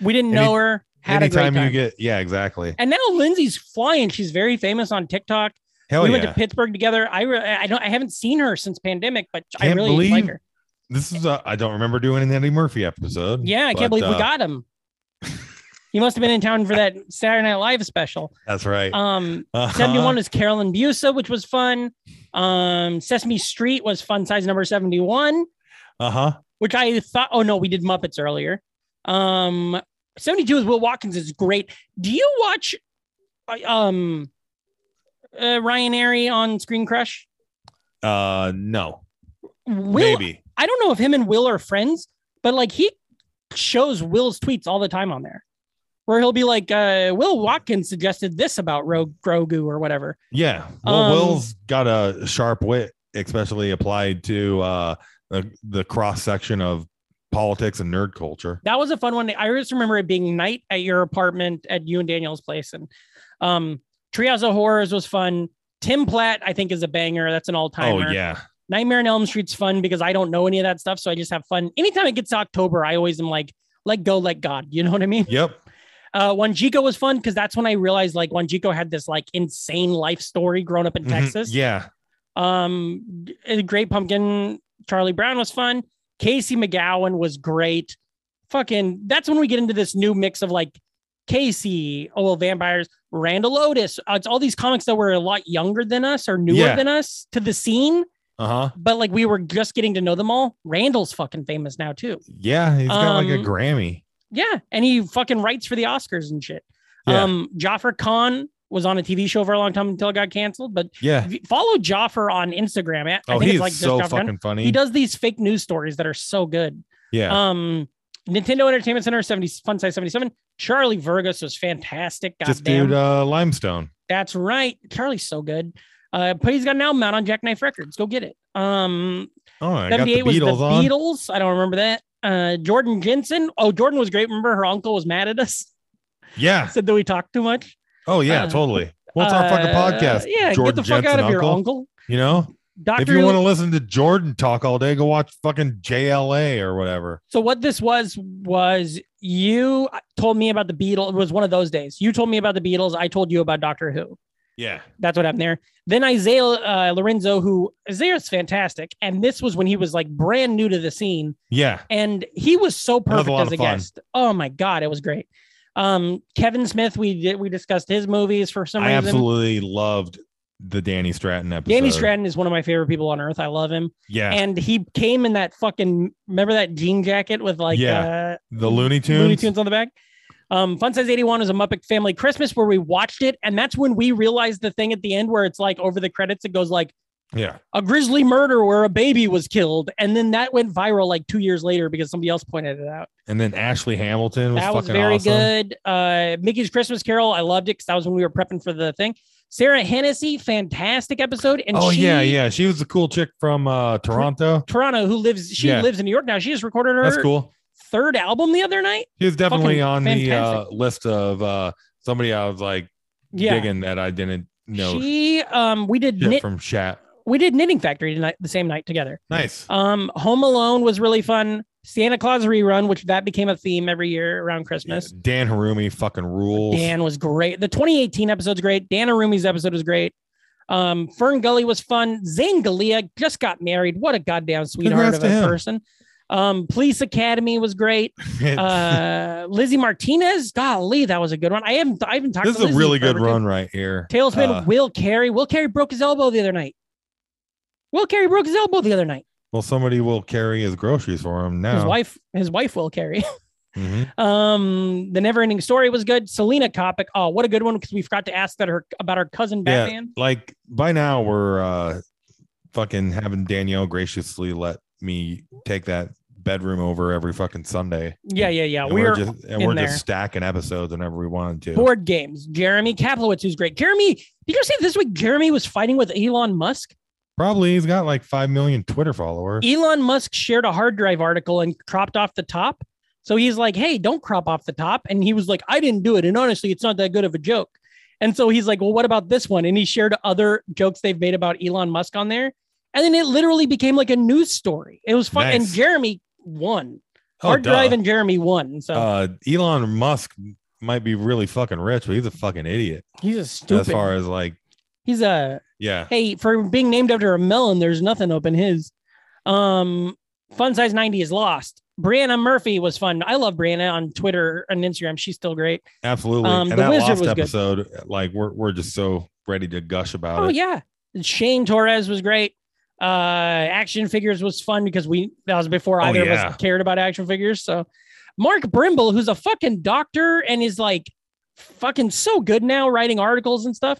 Speaker 6: we didn't
Speaker 5: Any-
Speaker 6: know her. Had a great
Speaker 5: anytime
Speaker 6: time.
Speaker 5: you get yeah exactly.
Speaker 6: and now Lindsay's flying. She's very famous on TikTok.
Speaker 5: Hell
Speaker 6: we
Speaker 5: yeah.
Speaker 6: went to Pittsburgh together. I re- I don't I haven't seen her since pandemic, but I
Speaker 5: Can't
Speaker 6: really like
Speaker 5: believe-
Speaker 6: her.
Speaker 5: This is a, I don't remember doing an Eddie Murphy episode.
Speaker 6: Yeah, I can't
Speaker 5: but,
Speaker 6: believe we
Speaker 5: uh,
Speaker 6: got him. he must have been in town for that Saturday Night Live special.
Speaker 5: That's right.
Speaker 6: Um,
Speaker 5: Uh-huh.
Speaker 6: 71 is Carolyn Busa, which was fun. Um, Sesame Street was fun size number 71,
Speaker 5: Uh-huh.
Speaker 6: which I thought, oh no, we did Muppets earlier. Um, 72 is Will Watkins is great. Do you watch uh, um uh, Ryan Airy on Screen Crush?
Speaker 5: Uh no.
Speaker 6: Will
Speaker 5: Maybe.
Speaker 6: I don't know if him and Will are friends, but like he shows Will's tweets all the time on there, where he'll be like, uh, "Will Watkins suggested this about Ro- Grogu or whatever."
Speaker 5: Yeah. Well,
Speaker 6: Um,
Speaker 5: Will's got a sharp wit, especially applied to uh the, the cross section of politics and nerd culture.
Speaker 6: That was a fun one. I just remember it being night at your apartment at you and Daniel's place, and um, Trials of Horrors was fun. Tim Platt, I think, is a banger. That's an all-timer.
Speaker 5: Oh yeah.
Speaker 6: Nightmare on Elm Street's fun because I don't know any of that stuff, so I just have fun. Anytime it gets to October, I always am like, "Let go, let God." You know what I mean?
Speaker 5: Yep. Mm-hmm.
Speaker 6: Uh, Wanjico was fun because that's when I realized like Wanjico had this like insane life story growing up in
Speaker 5: Mhm.
Speaker 6: Texas.
Speaker 5: Yeah.
Speaker 6: Um, a Great Pumpkin, Charlie Brown was fun. Casey McGowan was great. Fucking, that's when we get into this new mix of like Casey, oh well, vampires, Randall Otis. Uh, it's all these comics that were a lot younger than us or newer
Speaker 5: Yeah.
Speaker 6: than us to the scene,
Speaker 5: Uh-huh.
Speaker 6: but like we were just getting to know them all. Randall's fucking famous now too.
Speaker 5: Yeah, he's got like a
Speaker 6: Um,
Speaker 5: Grammy.
Speaker 6: Yeah, and he fucking writes for the Oscars and shit.
Speaker 5: Yeah.
Speaker 6: Um, Joffer Khan was on a TV show for a long time until it got canceled. But
Speaker 5: Yeah.
Speaker 6: if you- follow Joffer on Instagram. I- I
Speaker 5: Oh,
Speaker 6: think
Speaker 5: he's
Speaker 6: it's like just
Speaker 5: so
Speaker 6: Joffer Khan.
Speaker 5: fucking funny.
Speaker 6: He does these fake news stories that are so good.
Speaker 5: yeah.
Speaker 6: Um, Nintendo Entertainment Center seventy Fun Size seventy seven. Charlie Vergas was fantastic.
Speaker 5: Just
Speaker 6: Oh, Goddamn,
Speaker 5: dude uh limestone.
Speaker 6: that's right. Charlie's so good. Uh, but he's got an album out on Jackknife Records. Go get it. Um,
Speaker 5: Oh, I got the
Speaker 6: 78 was the
Speaker 5: Beatles on.
Speaker 6: Beatles. I don't remember that. Uh, Jordan Jensen. Oh, Jordan was great. Remember her uncle was mad at us.
Speaker 5: Yeah.
Speaker 6: Said that we talked too much.
Speaker 5: Oh yeah,
Speaker 6: Uh,
Speaker 5: totally. What's our fucking
Speaker 6: Uh,
Speaker 5: podcast?
Speaker 6: Yeah, get
Speaker 5: Jordan
Speaker 6: the fuck out
Speaker 5: Jensen
Speaker 6: of here,
Speaker 5: uncle?
Speaker 6: uncle.
Speaker 5: You know, if
Speaker 6: Doctor
Speaker 5: you want to listen to Jordan talk all day, go watch fucking JLA or whatever.
Speaker 6: So what this was was you told me about the Beatles. It was one of those days. You told me about the Beatles. I told you about Doctor Who.
Speaker 5: Yeah.
Speaker 6: That's what happened there. Then Isaiah uh, Lorenzo, who Isaiah's fantastic, and this was when he was like brand new to the scene,
Speaker 5: Yeah.
Speaker 6: and he was so
Speaker 5: was a
Speaker 6: perfect
Speaker 5: lot
Speaker 6: as
Speaker 5: of
Speaker 6: a
Speaker 5: fun.
Speaker 6: guest. Oh my god, it was great. Um, Kevin Smith, we did we discussed his movies for some
Speaker 5: I
Speaker 6: reason.
Speaker 5: absolutely loved the Danny Stratton episode.
Speaker 6: Danny Stratton is one of my favorite people on earth. I love him,
Speaker 5: Yeah.
Speaker 6: and he came in that fucking remember that jean jacket with like
Speaker 5: Yeah.
Speaker 6: uh,
Speaker 5: the Looney Tunes.
Speaker 6: Looney Tunes on the back. Um, Fun Size 81 is a Muppet Family Christmas where we watched it. And that's when we realized the thing at the end where it's like over the credits, it goes like
Speaker 5: Yeah.
Speaker 6: a grisly murder where a baby was killed. And then that went viral like two years later because somebody else pointed it out.
Speaker 5: And then Ashley Hamilton was
Speaker 6: that was
Speaker 5: fucking
Speaker 6: very
Speaker 5: awesome.
Speaker 6: good. Uh, Mickey's Christmas Carol, I loved it because that was when we were prepping for the thing. Sarah Hennessy, fantastic episode. And
Speaker 5: oh
Speaker 6: she,
Speaker 5: yeah, yeah. She was the cool chick from uh Toronto.
Speaker 6: Toronto, who lives, she
Speaker 5: Yeah.
Speaker 6: lives in New York now. She just recorded her
Speaker 5: That's cool.
Speaker 6: third album the other night.
Speaker 5: He was definitely
Speaker 6: fucking
Speaker 5: on the uh,
Speaker 6: fantastic.
Speaker 5: list of uh somebody I was like
Speaker 6: Yeah.
Speaker 5: digging that I didn't know
Speaker 6: She, um, we did
Speaker 5: shit
Speaker 6: knit,
Speaker 5: from chat.
Speaker 6: we did Knitting Factory tonight, the same night together.
Speaker 5: Nice.
Speaker 6: Um, Home Alone was really fun. Santa Claus rerun, which that became a theme every year around Christmas.
Speaker 5: Dan Harumi fucking rules.
Speaker 6: Dan was great. The 2018 episode's great. Dan Arumi's episode was great. Um, Fern Gully was fun. Zangalia just got married. What a goddamn sweetheart
Speaker 5: Congrats
Speaker 6: of
Speaker 5: to
Speaker 6: a
Speaker 5: him.
Speaker 6: person. Um, Police Academy was great. Uh, Lizzie Martinez, golly, that was a good one. I haven't, I haven't talked.
Speaker 5: this
Speaker 6: to
Speaker 5: is a
Speaker 6: Lizzie
Speaker 5: really good
Speaker 6: forever, too.
Speaker 5: run right here.
Speaker 6: Tailspin.
Speaker 5: Uh,
Speaker 6: Will Carey. Will Carey broke his elbow the other night. Will Carey broke his elbow the other night.
Speaker 5: well, somebody will carry his groceries for him now.
Speaker 6: His wife, his wife, Will Carey.
Speaker 5: Mhm.
Speaker 6: Um, the never ending story was good. Selena Kopic. Oh, what a good one because we forgot to ask that her about her cousin
Speaker 5: Yeah.
Speaker 6: Batman.
Speaker 5: Like by now, we're uh fucking having Danielle graciously let me take that bedroom over every fucking Sunday.
Speaker 6: Yeah, yeah, yeah.
Speaker 5: And
Speaker 6: We
Speaker 5: we're
Speaker 6: are
Speaker 5: just and
Speaker 6: in
Speaker 5: we're
Speaker 6: there.
Speaker 5: just stacking episodes whenever we wanted to.
Speaker 6: board games. Jeremy Kaplowitz, who's great. Jeremy, did you see this week? Jeremy was fighting with Elon Musk.
Speaker 5: Probably he's got like five million Twitter followers.
Speaker 6: Elon Musk shared a hard drive article and cropped off the top. So he's like, "Hey, don't crop off the top." And he was like, "I didn't do it." And honestly, it's not that good of a joke. And so he's like, "Well, what about this one?" And he shared other jokes they've made about Elon Musk on there. And then it literally became like a news story. It was fun. And
Speaker 5: Nice.
Speaker 6: Jeremy won.
Speaker 5: Oh,
Speaker 6: Hard
Speaker 5: duh.
Speaker 6: drive and Jeremy won. So
Speaker 5: uh, Elon Musk might be really fucking rich, but he's a fucking idiot
Speaker 6: he's a stupid.
Speaker 5: as far as like
Speaker 6: he's a
Speaker 5: yeah.
Speaker 6: hey, for being named after a melon, there's nothing open his. Um, Fun Size 90 is lost. Brianna Murphy was fun. I love Brianna on Twitter and Instagram. She's still great.
Speaker 5: Absolutely.
Speaker 6: Um,
Speaker 5: and
Speaker 6: The
Speaker 5: that
Speaker 6: Wizard
Speaker 5: last
Speaker 6: was good.
Speaker 5: episode, like we're we're just so ready to gush about
Speaker 6: Oh,
Speaker 5: it.
Speaker 6: yeah. Shane Torres was great. Uh, action figures was fun because we that was before
Speaker 5: Oh,
Speaker 6: either of
Speaker 5: yeah.
Speaker 6: us cared about action figures. So, Mark Brimble, who's a fucking doctor and is like fucking so good now writing articles and stuff.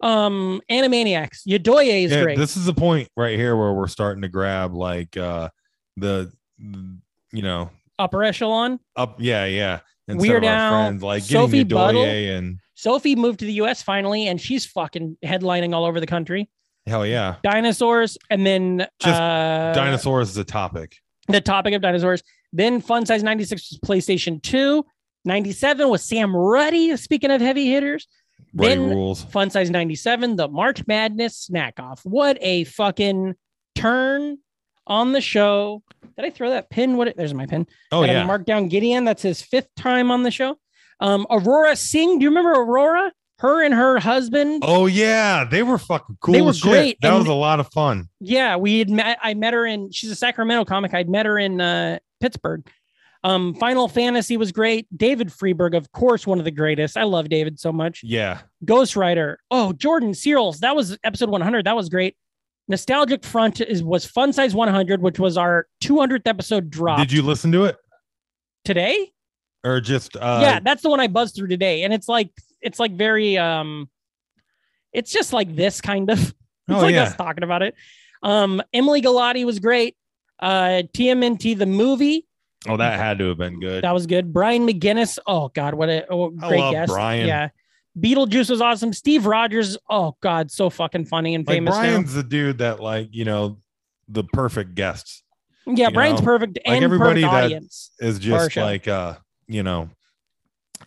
Speaker 6: Um, Animaniacs, Yodoye is
Speaker 5: Yeah,
Speaker 6: great.
Speaker 5: This is the point right here where we're starting to grab like uh the you know
Speaker 6: Upper echelon.
Speaker 5: up yeah yeah
Speaker 6: Weird
Speaker 5: of our
Speaker 6: Al,
Speaker 5: friends like
Speaker 6: Sophie
Speaker 5: getting
Speaker 6: Buddle.
Speaker 5: Udoye and
Speaker 6: Sophie moved to the US finally, and she's fucking headlining all over the country.
Speaker 5: hell yeah
Speaker 6: Dinosaurs, and then
Speaker 5: Just
Speaker 6: uh,
Speaker 5: dinosaurs is a topic
Speaker 6: the topic of dinosaurs. Then Fun Size 96 was PlayStation 2. 97 was Sam Ruddy, speaking of heavy hitters.
Speaker 5: Ruddy
Speaker 6: then-
Speaker 5: rules
Speaker 6: Fun Size 97, the March Madness snack off. What a fucking turn on the show. Did I throw that pin? What? There's my pin.
Speaker 5: oh
Speaker 6: Gotta
Speaker 5: yeah
Speaker 6: Mark down Gideon. That's his fifth time on the show. Um, Aurora Singh. Do you remember Aurora? Her and her husband.
Speaker 5: oh yeah they were fucking cool
Speaker 6: They were
Speaker 5: as shit.
Speaker 6: great,
Speaker 5: that
Speaker 6: and-
Speaker 5: was a lot of fun
Speaker 6: Yeah, we had met. I met her in. She's a Sacramento comic. I'd met her in uh, Pittsburgh. Um, Final Fantasy was great. David Freeberg, of course, one of the greatest. I love David so much.
Speaker 5: yeah
Speaker 6: Ghost Rider. Oh, Jordan Searles. That was episode 100. That was great. Nostalgic Front is was Fun Size 100, which was our 200th episode drop
Speaker 5: did you listen to it
Speaker 6: today.
Speaker 5: or just uh
Speaker 6: yeah, that's the one I buzzed through today, and it's like it's like very um, it's just like this kind of. It's
Speaker 5: Oh,
Speaker 6: like
Speaker 5: yeah.
Speaker 6: us talking about it. Um, Emily Galati was great. Uh, TMNT the movie
Speaker 5: oh that had to have been good
Speaker 6: that was good. Brian McGinnis. Oh God, what a oh,
Speaker 5: I
Speaker 6: great
Speaker 5: love
Speaker 6: guest.
Speaker 5: Brian.
Speaker 6: Yeah, Beetlejuice was awesome. Steve Rogers. Oh God, so fucking funny and
Speaker 5: like
Speaker 6: famous. now.
Speaker 5: Brian's the dude that like you know the perfect guest
Speaker 6: yeah,
Speaker 5: you
Speaker 6: Brian's
Speaker 5: know,
Speaker 6: perfect
Speaker 5: like
Speaker 6: and
Speaker 5: everybody
Speaker 6: perfect
Speaker 5: that-
Speaker 6: audience.
Speaker 5: is
Speaker 6: our
Speaker 5: just
Speaker 6: show.
Speaker 5: like uh you know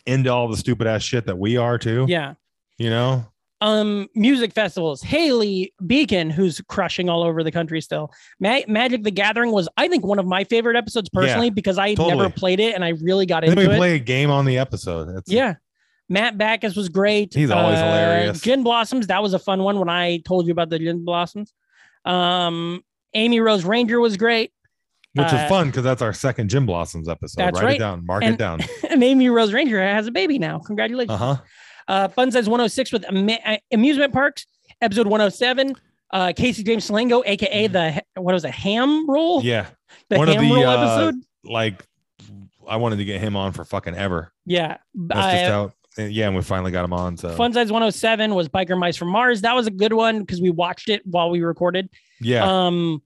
Speaker 5: into all the stupid ass shit that we are too
Speaker 6: Yeah.
Speaker 5: you know
Speaker 6: um music festivals haley beacon who's crushing all over the country still Ma- magic the gathering was i think one of my favorite episodes personally because i had
Speaker 5: totally.
Speaker 6: never played it and i really got
Speaker 5: Then
Speaker 6: into
Speaker 5: we
Speaker 6: it
Speaker 5: play a game on the episode. That's
Speaker 6: yeah matt backus was great Uh,
Speaker 5: He's always hilarious.
Speaker 6: gin blossoms that was a fun one when i told you about the gin blossoms um amy rose ranger was great
Speaker 5: which
Speaker 6: Uh,
Speaker 5: is fun because that's our second Jim Blossoms episode.
Speaker 6: That's
Speaker 5: Write
Speaker 6: right.
Speaker 5: it down, mark
Speaker 6: And-
Speaker 5: it down.
Speaker 6: and amy rose ranger has a baby now congratulations
Speaker 5: Uh huh.
Speaker 6: uh, Fun Size 106 with ama- uh, Amusement Parks, episode 107. Uh, Casey James Salengo, aka the what was it, ham roll?
Speaker 5: Mm-hmm. Yeah,
Speaker 6: the
Speaker 5: one of
Speaker 6: ham
Speaker 5: the,
Speaker 6: roll
Speaker 5: uh,
Speaker 6: episode.
Speaker 5: like I wanted to get him on for fucking ever.
Speaker 6: Yeah,
Speaker 5: That's just uh, out. Yeah, and we finally got him on. So
Speaker 6: Fun Size 107 was Biker Mice from Mars. That was a good one because we watched it while we recorded.
Speaker 5: yeah,
Speaker 6: Um,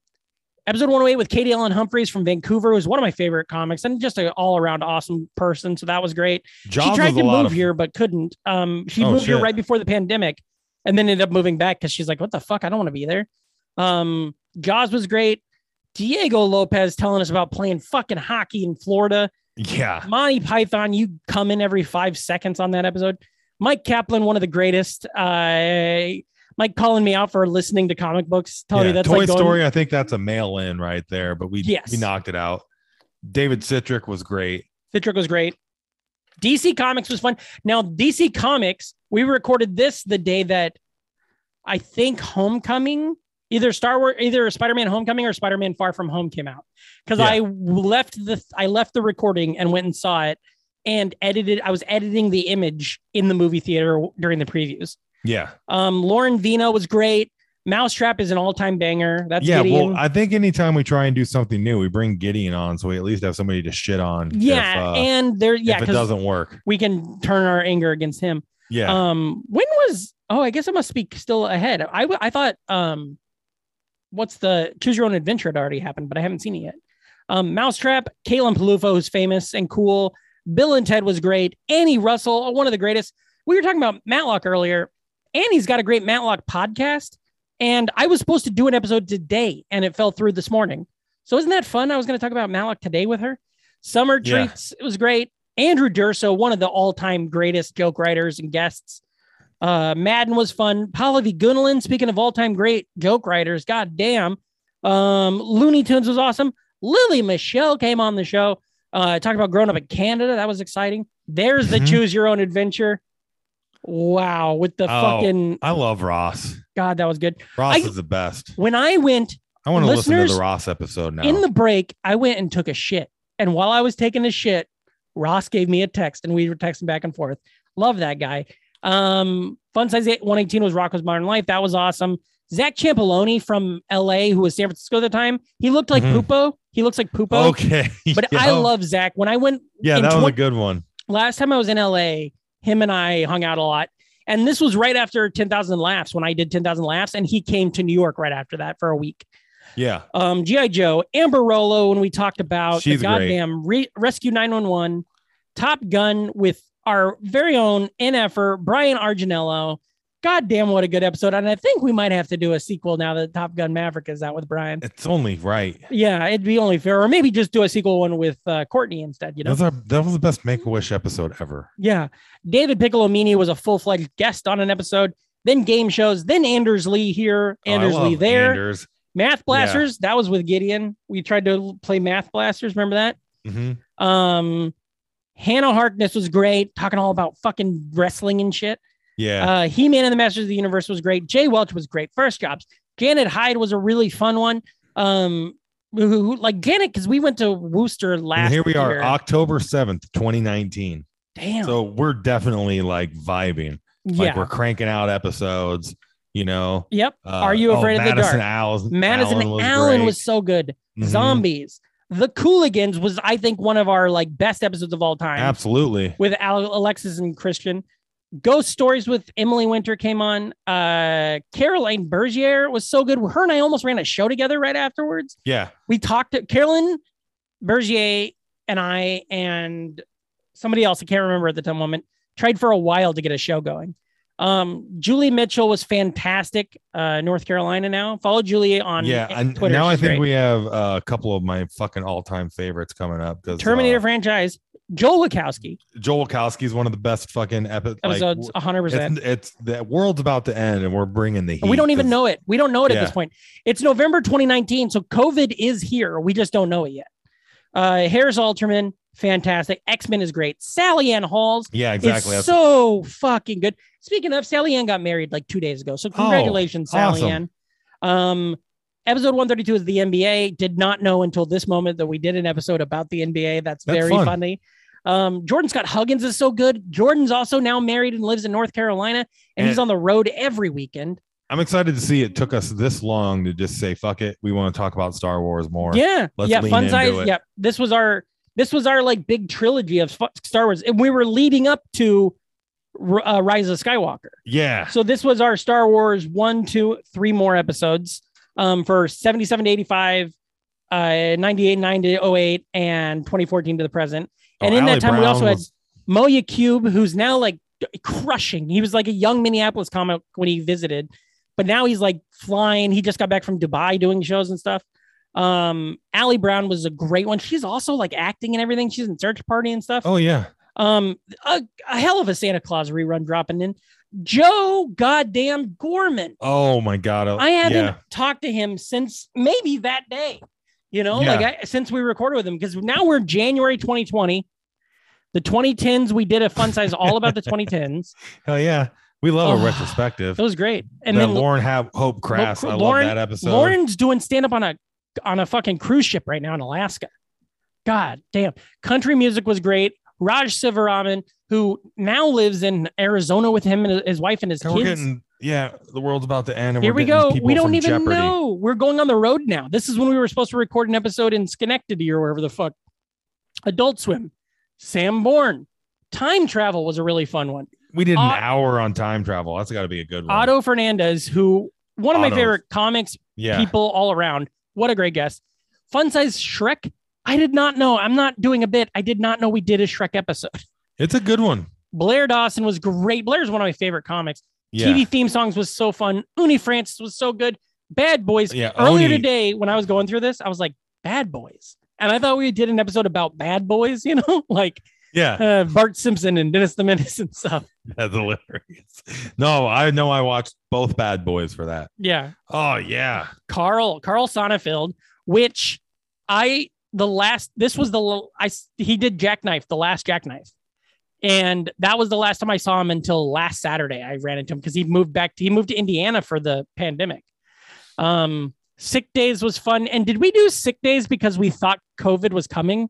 Speaker 6: episode 108 with Katie Ellen Humphreys from Vancouver was one of my favorite comics and just an all around awesome person. So that was great.
Speaker 5: Jaws
Speaker 6: she tried
Speaker 5: was a
Speaker 6: to
Speaker 5: lot
Speaker 6: move
Speaker 5: of-
Speaker 6: here but couldn't. Um, she
Speaker 5: Oh,
Speaker 6: moved here
Speaker 5: shit.
Speaker 6: right before the pandemic, and then ended up moving back because she's like, "What the fuck? I don't want to be there." Um, Jaws was great. Diego Lopez telling us about playing fucking hockey in Florida.
Speaker 5: Yeah,
Speaker 6: Monty Python, you come in every five seconds on that episode. Mike Kaplan, one of the greatest. Uh, Mike calling me out for listening to comic books. Telling
Speaker 5: yeah.
Speaker 6: me that's
Speaker 5: Toy
Speaker 6: like going,
Speaker 5: Story. I think that's a mail in right there, but we
Speaker 6: Yes.
Speaker 5: we knocked it out. David Citrick was great.
Speaker 6: The trick was great. DC Comics was fun. Now, DC Comics, we recorded this the day that I think Homecoming, either Star Wars, either Spider-Man Homecoming or Spider-Man Far From Home came out. Because
Speaker 5: Yeah.
Speaker 6: I left the I left the recording and went and saw it and edited. I was editing the image in the movie theater during the previews.
Speaker 5: Yeah,
Speaker 6: Um, Lauren Vino was great. Mousetrap is an all-time banger. That's
Speaker 5: yeah.
Speaker 6: Gideon.
Speaker 5: Well, I think anytime we try and do something new, we bring Gideon on, so we at least have somebody to shit on.
Speaker 6: yeah,
Speaker 5: if, uh,
Speaker 6: and there, yeah,
Speaker 5: if it
Speaker 6: because
Speaker 5: doesn't work.
Speaker 6: we can turn our anger against him.
Speaker 5: Yeah,
Speaker 6: Um, when was? Oh, I guess I must speak still ahead. I w- I thought um, what's the choose your own adventure had already happened, but I haven't seen it yet. Um, Mousetrap, Kalen Palufo, who's famous and cool. Bill and Ted was great. Annie Russell, one of the greatest. We were talking about Matlock earlier. Annie's got a great Matlock podcast, and I was supposed to do an episode today, and it fell through this morning. So isn't that fun? I was going to talk about Matlock today with her. Summer
Speaker 5: Yeah.
Speaker 6: treats. It was great. Andrew Durso, one of the all-time greatest joke writers and guests. Uh, Madden was fun. Pallavi Gunilin, speaking of all-time great joke writers, goddamn. Um, Looney Tunes was awesome. Lily Michelle came on the show. Uh, talked about growing up in Canada. That was exciting. There's the
Speaker 5: Mhm.
Speaker 6: choose your own adventure. Wow, with the
Speaker 5: Oh.
Speaker 6: fucking
Speaker 5: I love Ross.
Speaker 6: god, that was good.
Speaker 5: Ross
Speaker 6: I-
Speaker 5: is the best.
Speaker 6: When I went
Speaker 5: I want to listen to
Speaker 6: Listeners,
Speaker 5: the Ross episode now.
Speaker 6: in the break, I went and took a shit. And while I was taking a shit, Ross gave me a text and we were texting back and forth. Love that guy. Um, Fun Size 8, 118 was Rocco's Modern Life. That was awesome. Zach Ciampolini from LA, who was San Francisco at the time, he looked like
Speaker 5: Mhm.
Speaker 6: Pupo. He looks like Pupo.
Speaker 5: okay,
Speaker 6: But I
Speaker 5: Yeah.
Speaker 6: love Zach. When I went
Speaker 5: Yeah,
Speaker 6: in
Speaker 5: that was a
Speaker 6: 20
Speaker 5: good one.
Speaker 6: last time I was in LA, him and I hung out a lot. And this was right after 10,000 laughs when I did 10,000 laughs. And he came to New York right after that for a week
Speaker 5: Yeah,
Speaker 6: um, GI Joe, Amber Rollo, when we talked about
Speaker 5: She's
Speaker 6: the
Speaker 5: great.
Speaker 6: goddamn re- Rescue 911, Top Gun with our very own NFer Brian Arginello. Goddamn, what a good episode! And I think we might have to do a sequel now that Top Gun Maverick is out with Brian.
Speaker 5: it's only right.
Speaker 6: Yeah, it'd be only fair, or maybe just do a sequel one with uh, Courtney instead. You know,
Speaker 5: Those are- that was the best Make a Wish episode ever.
Speaker 6: yeah. David Piccolomini was a full fledged guest on an episode. Then game shows. Then Anders Lee here,
Speaker 5: Oh, I
Speaker 6: Anders Lee
Speaker 5: love
Speaker 6: there.
Speaker 5: Anders.
Speaker 6: Math blasters. That was with Gideon. We tried to l- play math blasters. Remember that?
Speaker 5: Mhm.
Speaker 6: Um, Hannah Harkness was great, talking all about fucking wrestling and shit.
Speaker 5: Yeah,
Speaker 6: Uh, he Man and the Masters of the Universe was great. Jay Welch was great. First Jobs. Janet Hyde was a really fun one. Um, who, who- like Janet, because we went to Wooster
Speaker 5: And
Speaker 6: last.
Speaker 5: here we are,
Speaker 6: year.
Speaker 5: October seventh, twenty nineteen.
Speaker 6: Damn.
Speaker 5: So we're definitely like vibing.
Speaker 6: yeah.
Speaker 5: Like we're cranking out episodes. You know,
Speaker 6: yep.
Speaker 5: Uh,
Speaker 6: Are you
Speaker 5: oh,
Speaker 6: afraid of the
Speaker 5: Madison
Speaker 6: dark?
Speaker 5: Allen,
Speaker 6: Madison
Speaker 5: Allen was,
Speaker 6: Allen
Speaker 5: great.
Speaker 6: was so good.
Speaker 5: Mhm.
Speaker 6: Zombies. The Cooligans was, I think, one of our like best episodes of all time.
Speaker 5: absolutely.
Speaker 6: with Al- Alexis and Christian. Ghost Stories with Emily Winter came on. Uh, Caroline Bergier was so good. Her and I almost ran a show together right afterwards.
Speaker 5: Yeah,
Speaker 6: We talked to Caroline Bergier and I and somebody else I can't remember at the time moment tried for a while to get a show going. Um, Julie Mitchell was fantastic. Uh, North Carolina now. Follow Julie on
Speaker 5: yeah. And
Speaker 6: Twitter.
Speaker 5: now I
Speaker 6: She's
Speaker 5: think
Speaker 6: great.
Speaker 5: we have uh, a couple of my fucking all-time favorites coming up. 'cause,
Speaker 6: Terminator
Speaker 5: uh,
Speaker 6: franchise. Joel Lukowski,
Speaker 5: Joel Wachowski is one of the best fucking epic.
Speaker 6: episodes
Speaker 5: Like,
Speaker 6: 100%.
Speaker 5: it's, it's the world's about to end, and we're bringing the heat.
Speaker 6: And we don't even
Speaker 5: 'cause-
Speaker 6: know it. We don't know it at this
Speaker 5: Yeah.
Speaker 6: point. It's November 2019, so COVID is here. We just don't know it yet. Uh, Harris Alterman, fantastic. X Men is great. Sally Ann Halls
Speaker 5: Yeah, exactly.
Speaker 6: is
Speaker 5: That's-
Speaker 6: so fucking good. Speaking of, Sally Ann got married like two days ago, so congratulations, Sally
Speaker 5: Oh, awesome.
Speaker 6: Ann. Um, episode 132 is the NBA. Did not know until this moment that we did an episode about the NBA. That's,
Speaker 5: That's
Speaker 6: very
Speaker 5: fun.
Speaker 6: funny. Um, Jordan Scott Huggins is so good. Jordan's also now married and lives in North Carolina, and he's
Speaker 5: And-
Speaker 6: on the road every weekend.
Speaker 5: I'm excited to see it took us this long to just say fuck it. We want to talk about Star Wars more.
Speaker 6: yeah
Speaker 5: let's
Speaker 6: yeah
Speaker 5: lean
Speaker 6: fun
Speaker 5: into
Speaker 6: size
Speaker 5: it.
Speaker 6: yeah this was our this was our like big trilogy of Fu- star wars and we were leading up to R- uh, rise of skywalker
Speaker 5: Yeah.
Speaker 6: so this was our star wars one two three more episodes um for 77 to 85 uh 98 9 to 08 and 2014 to the present And in that
Speaker 5: Ally
Speaker 6: time, we also had-
Speaker 5: Oh, was-
Speaker 6: moya cube who's now like crushing he was like a young minneapolis comic when he visited but now he's like flying he just got back from dubai doing shows and stuff um ali brown was a great one she's also like acting and everything she's in search party and stuff
Speaker 5: Oh yeah.
Speaker 6: um a, a hell of a santa claus rerun dropping in joe goddamn gorman
Speaker 5: Oh my god. Oh,
Speaker 6: I haven't
Speaker 5: yeah.
Speaker 6: talked to him since maybe that day, you know,
Speaker 5: Yeah.
Speaker 6: like I, since we recorded with him, because now we're January 2020. The 2010s, we did a fun size all about the 2010s.
Speaker 5: Hell yeah. We love
Speaker 6: Oh,
Speaker 5: a retrospective.
Speaker 6: That was great. And
Speaker 5: that
Speaker 6: then
Speaker 5: Lauren have Hope Crass. I love
Speaker 6: Lauren-
Speaker 5: that episode.
Speaker 6: Lauren's doing stand up on a on a fucking cruise ship right now in Alaska. God damn. Country music was great. Raj Sivaraman, who now lives in Arizona with him and his wife and his
Speaker 5: And we're
Speaker 6: kids.
Speaker 5: getting yeah, the world's about to end. And
Speaker 6: Here
Speaker 5: we're
Speaker 6: we
Speaker 5: getting
Speaker 6: go.
Speaker 5: people
Speaker 6: We don't
Speaker 5: from
Speaker 6: even
Speaker 5: Jeopardy.
Speaker 6: know. We're going on the road now. This is when we were supposed to record an episode in Schenectady or wherever the fuck. Adult Swim, Sam Bourne, time travel was a really fun one.
Speaker 5: We did an
Speaker 6: Au-
Speaker 5: hour on time travel. That's got to be a good one.
Speaker 6: Otto Fernandez, who one of my
Speaker 5: Otto.
Speaker 6: favorite comics
Speaker 5: yeah.
Speaker 6: people all around. What a great guest. Fun size Shrek. I did not know. I'm not doing a bit. I did not know we did a Shrek episode.
Speaker 5: It's a good one.
Speaker 6: Blair Dawson was great. Blair's one of my favorite comics.
Speaker 5: Yeah.
Speaker 6: TV theme songs was so fun. Uni Francis was so good. Bad Boys.
Speaker 5: Yeah,
Speaker 6: Earlier
Speaker 5: Oni-
Speaker 6: today, when I was going through this, I was like, Bad Boys. And I thought we did an episode about Bad Boys, you know, like
Speaker 5: Yeah.
Speaker 6: uh, Bart Simpson and Dennis the Menace and stuff.
Speaker 5: That's hilarious. No, I know I watched both Bad Boys for that.
Speaker 6: Yeah.
Speaker 5: Oh yeah.
Speaker 6: Carl, Carl Sonnefeld, which I, the last, this was the, l- I, s- he did Jackknife, the last Jackknife. And that was the last time I saw him until last Saturday. I ran into him because he moved back to, he moved to Indiana for the pandemic. Um, sick days was fun. And did we do sick days because we thought COVID was coming?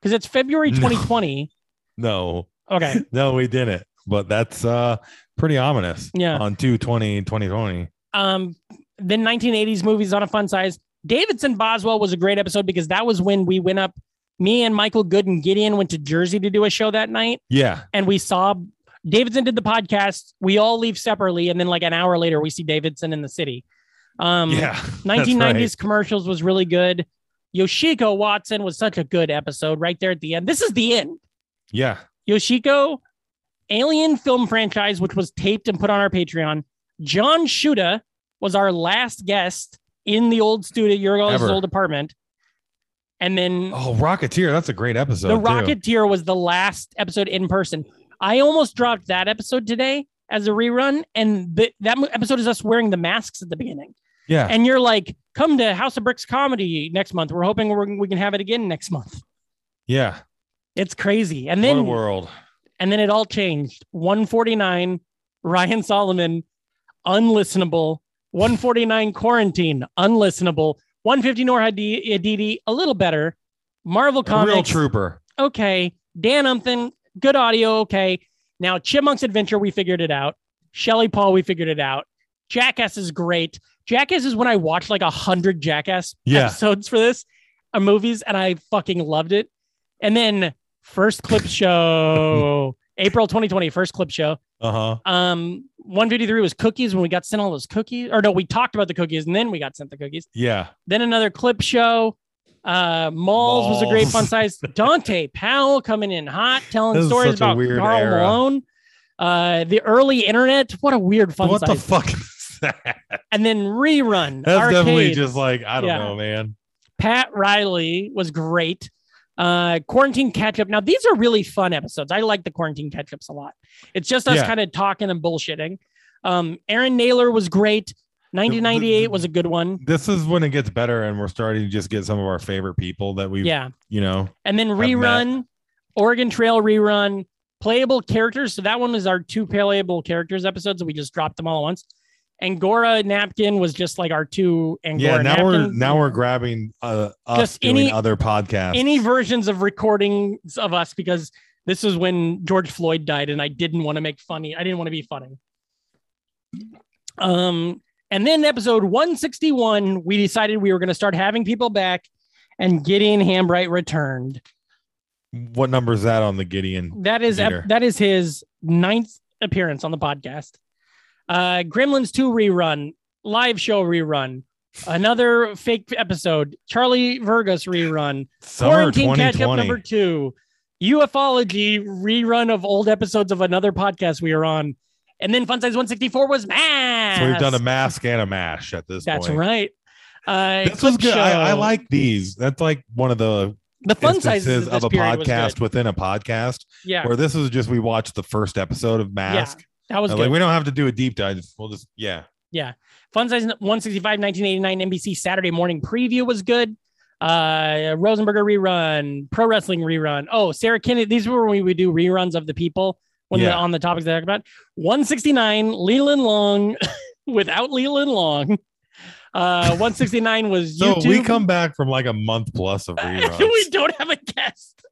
Speaker 6: Because it's February
Speaker 5: No.
Speaker 6: 2020.
Speaker 5: No.
Speaker 6: Okay.
Speaker 5: No, we didn't. But that's uh pretty ominous.
Speaker 6: Yeah.
Speaker 5: On 220 2020.
Speaker 6: um then 1980s movies on a fun size davidson boswell was a great episode because that was when we went up me and michael good and gideon went to jersey to do a show that night
Speaker 5: Yeah.
Speaker 6: and we saw davidson did the podcast we all leave separately and then like an hour later we see davidson in the city um
Speaker 5: yeah. that's
Speaker 6: 1990s
Speaker 5: right.
Speaker 6: commercials was really good yoshiko watson was such a good episode right there at the end this is the end
Speaker 5: Yeah.
Speaker 6: Yoshiko, Alien Film Franchise, which was taped and put on our Patreon. John Shuda was our last guest in the old studio, your guys'
Speaker 5: Ever.
Speaker 6: old apartment. And then
Speaker 5: Oh, Rocketeer. That's a great episode.
Speaker 6: The
Speaker 5: too.
Speaker 6: Rocketeer was the last episode in person. I almost dropped that episode today as a rerun. And th- that mo- episode is us wearing the masks at the beginning.
Speaker 5: Yeah.
Speaker 6: And you're like, come to House of Bricks comedy next month. We're hoping we're, we can have it again next month.
Speaker 5: yeah.
Speaker 6: It's crazy. And then
Speaker 5: what a world.
Speaker 6: and then it all changed. 149, Ryan Solomon, unlistenable. 149, quarantine, unlistenable. 150, Nor Hadi- Hadidi, a little better. Marvel
Speaker 5: A real
Speaker 6: Comics,
Speaker 5: trooper.
Speaker 6: okay. Dan Umthen, good audio, okay. Now, Chipmunk's Adventure, we figured it out. Shelly Paul, we figured it out. Jackass is great. Jackass is when I watched like a hundred Jackass
Speaker 5: Yeah.
Speaker 6: episodes for this or movies, and I fucking loved it. And then first clip show, April 2020, first clip show.
Speaker 5: Uh-huh.
Speaker 6: Um, 153 was cookies when we got sent all those cookies, or no, we talked about the cookies and then we got sent the cookies.
Speaker 5: Yeah.
Speaker 6: Then another clip show. Uh, Malls was a great
Speaker 5: Malls.
Speaker 6: fun size. Dante Powell coming in hot, telling
Speaker 5: This is
Speaker 6: stories
Speaker 5: such a
Speaker 6: about
Speaker 5: weird
Speaker 6: Carl
Speaker 5: era.
Speaker 6: Malone. Uh, the early internet. What a weird fun
Speaker 5: what
Speaker 6: size.
Speaker 5: the fuck is that?
Speaker 6: and then rerun.
Speaker 5: That's definitely
Speaker 6: Arcade.
Speaker 5: just like, I don't
Speaker 6: Yeah.
Speaker 5: know, man.
Speaker 6: Pat Riley was great. Uh, Uh, quarantine catch up. Now these are really fun episodes. I like the quarantine catch ups a lot. It's just us
Speaker 5: Yeah.
Speaker 6: kind of talking and bullshitting. Um, Aaron Naylor was great. 1998 was a good one.
Speaker 5: This is when it gets better, and we're starting to just get some of our favorite people that we,
Speaker 6: Yeah.
Speaker 5: you know,
Speaker 6: And then
Speaker 5: met.
Speaker 6: rerun, Oregon Trail rerun, playable characters. So that one was our two playable characters episodes. We just dropped them all at once. Angora Napkin was just like our two Angora
Speaker 5: yeah. Now
Speaker 6: Napkin.
Speaker 5: we're now we're grabbing uh, us
Speaker 6: Just
Speaker 5: doing
Speaker 6: any-
Speaker 5: other podcasts.
Speaker 6: any versions of recordings of us because this is when George Floyd died and I didn't want to make funny. I didn't want to be funny. Um, and then episode 161, we decided we were going to start having people back and Gideon Hambright returned.
Speaker 5: what number is that on the Gideon?
Speaker 6: That is
Speaker 5: Peter.
Speaker 6: ep- that is his ninth appearance on the podcast. Uh, Gremlins 2 rerun, live show rerun, another fake episode, Charlie Virgus rerun,
Speaker 5: Summer
Speaker 6: Quarantine catch up
Speaker 5: 2020.
Speaker 6: number two, ufology rerun of old episodes of another podcast we are on, and then Fun Size 164 was mass.
Speaker 5: So we've done a mask and a mash at this
Speaker 6: That's
Speaker 5: point.
Speaker 6: right. Uh,
Speaker 5: This was
Speaker 6: clip
Speaker 5: good. I, I
Speaker 6: show.
Speaker 5: like these. That's like one of the
Speaker 6: the fun sizes
Speaker 5: instances
Speaker 6: of,
Speaker 5: of a podcast within a podcast
Speaker 6: Yeah,
Speaker 5: where this is just we watched the first episode of Mask.
Speaker 6: that was
Speaker 5: And,
Speaker 6: good.
Speaker 5: like we don't have to do a deep dive. We'll just yeah.
Speaker 6: Fun Size 165, 1989 NBC Saturday morning preview was good. Uh, Rosenberger rerun, pro wrestling rerun. Oh, Sarah Kennedy. These were when we would do reruns of the people when the,
Speaker 5: Yeah.
Speaker 6: on the topics they talk about. 169, Leland Long without Leland Long. Uh, 169 was
Speaker 5: So
Speaker 6: YouTube.
Speaker 5: we come back from like a month plus of reruns,
Speaker 6: we don't have a guest.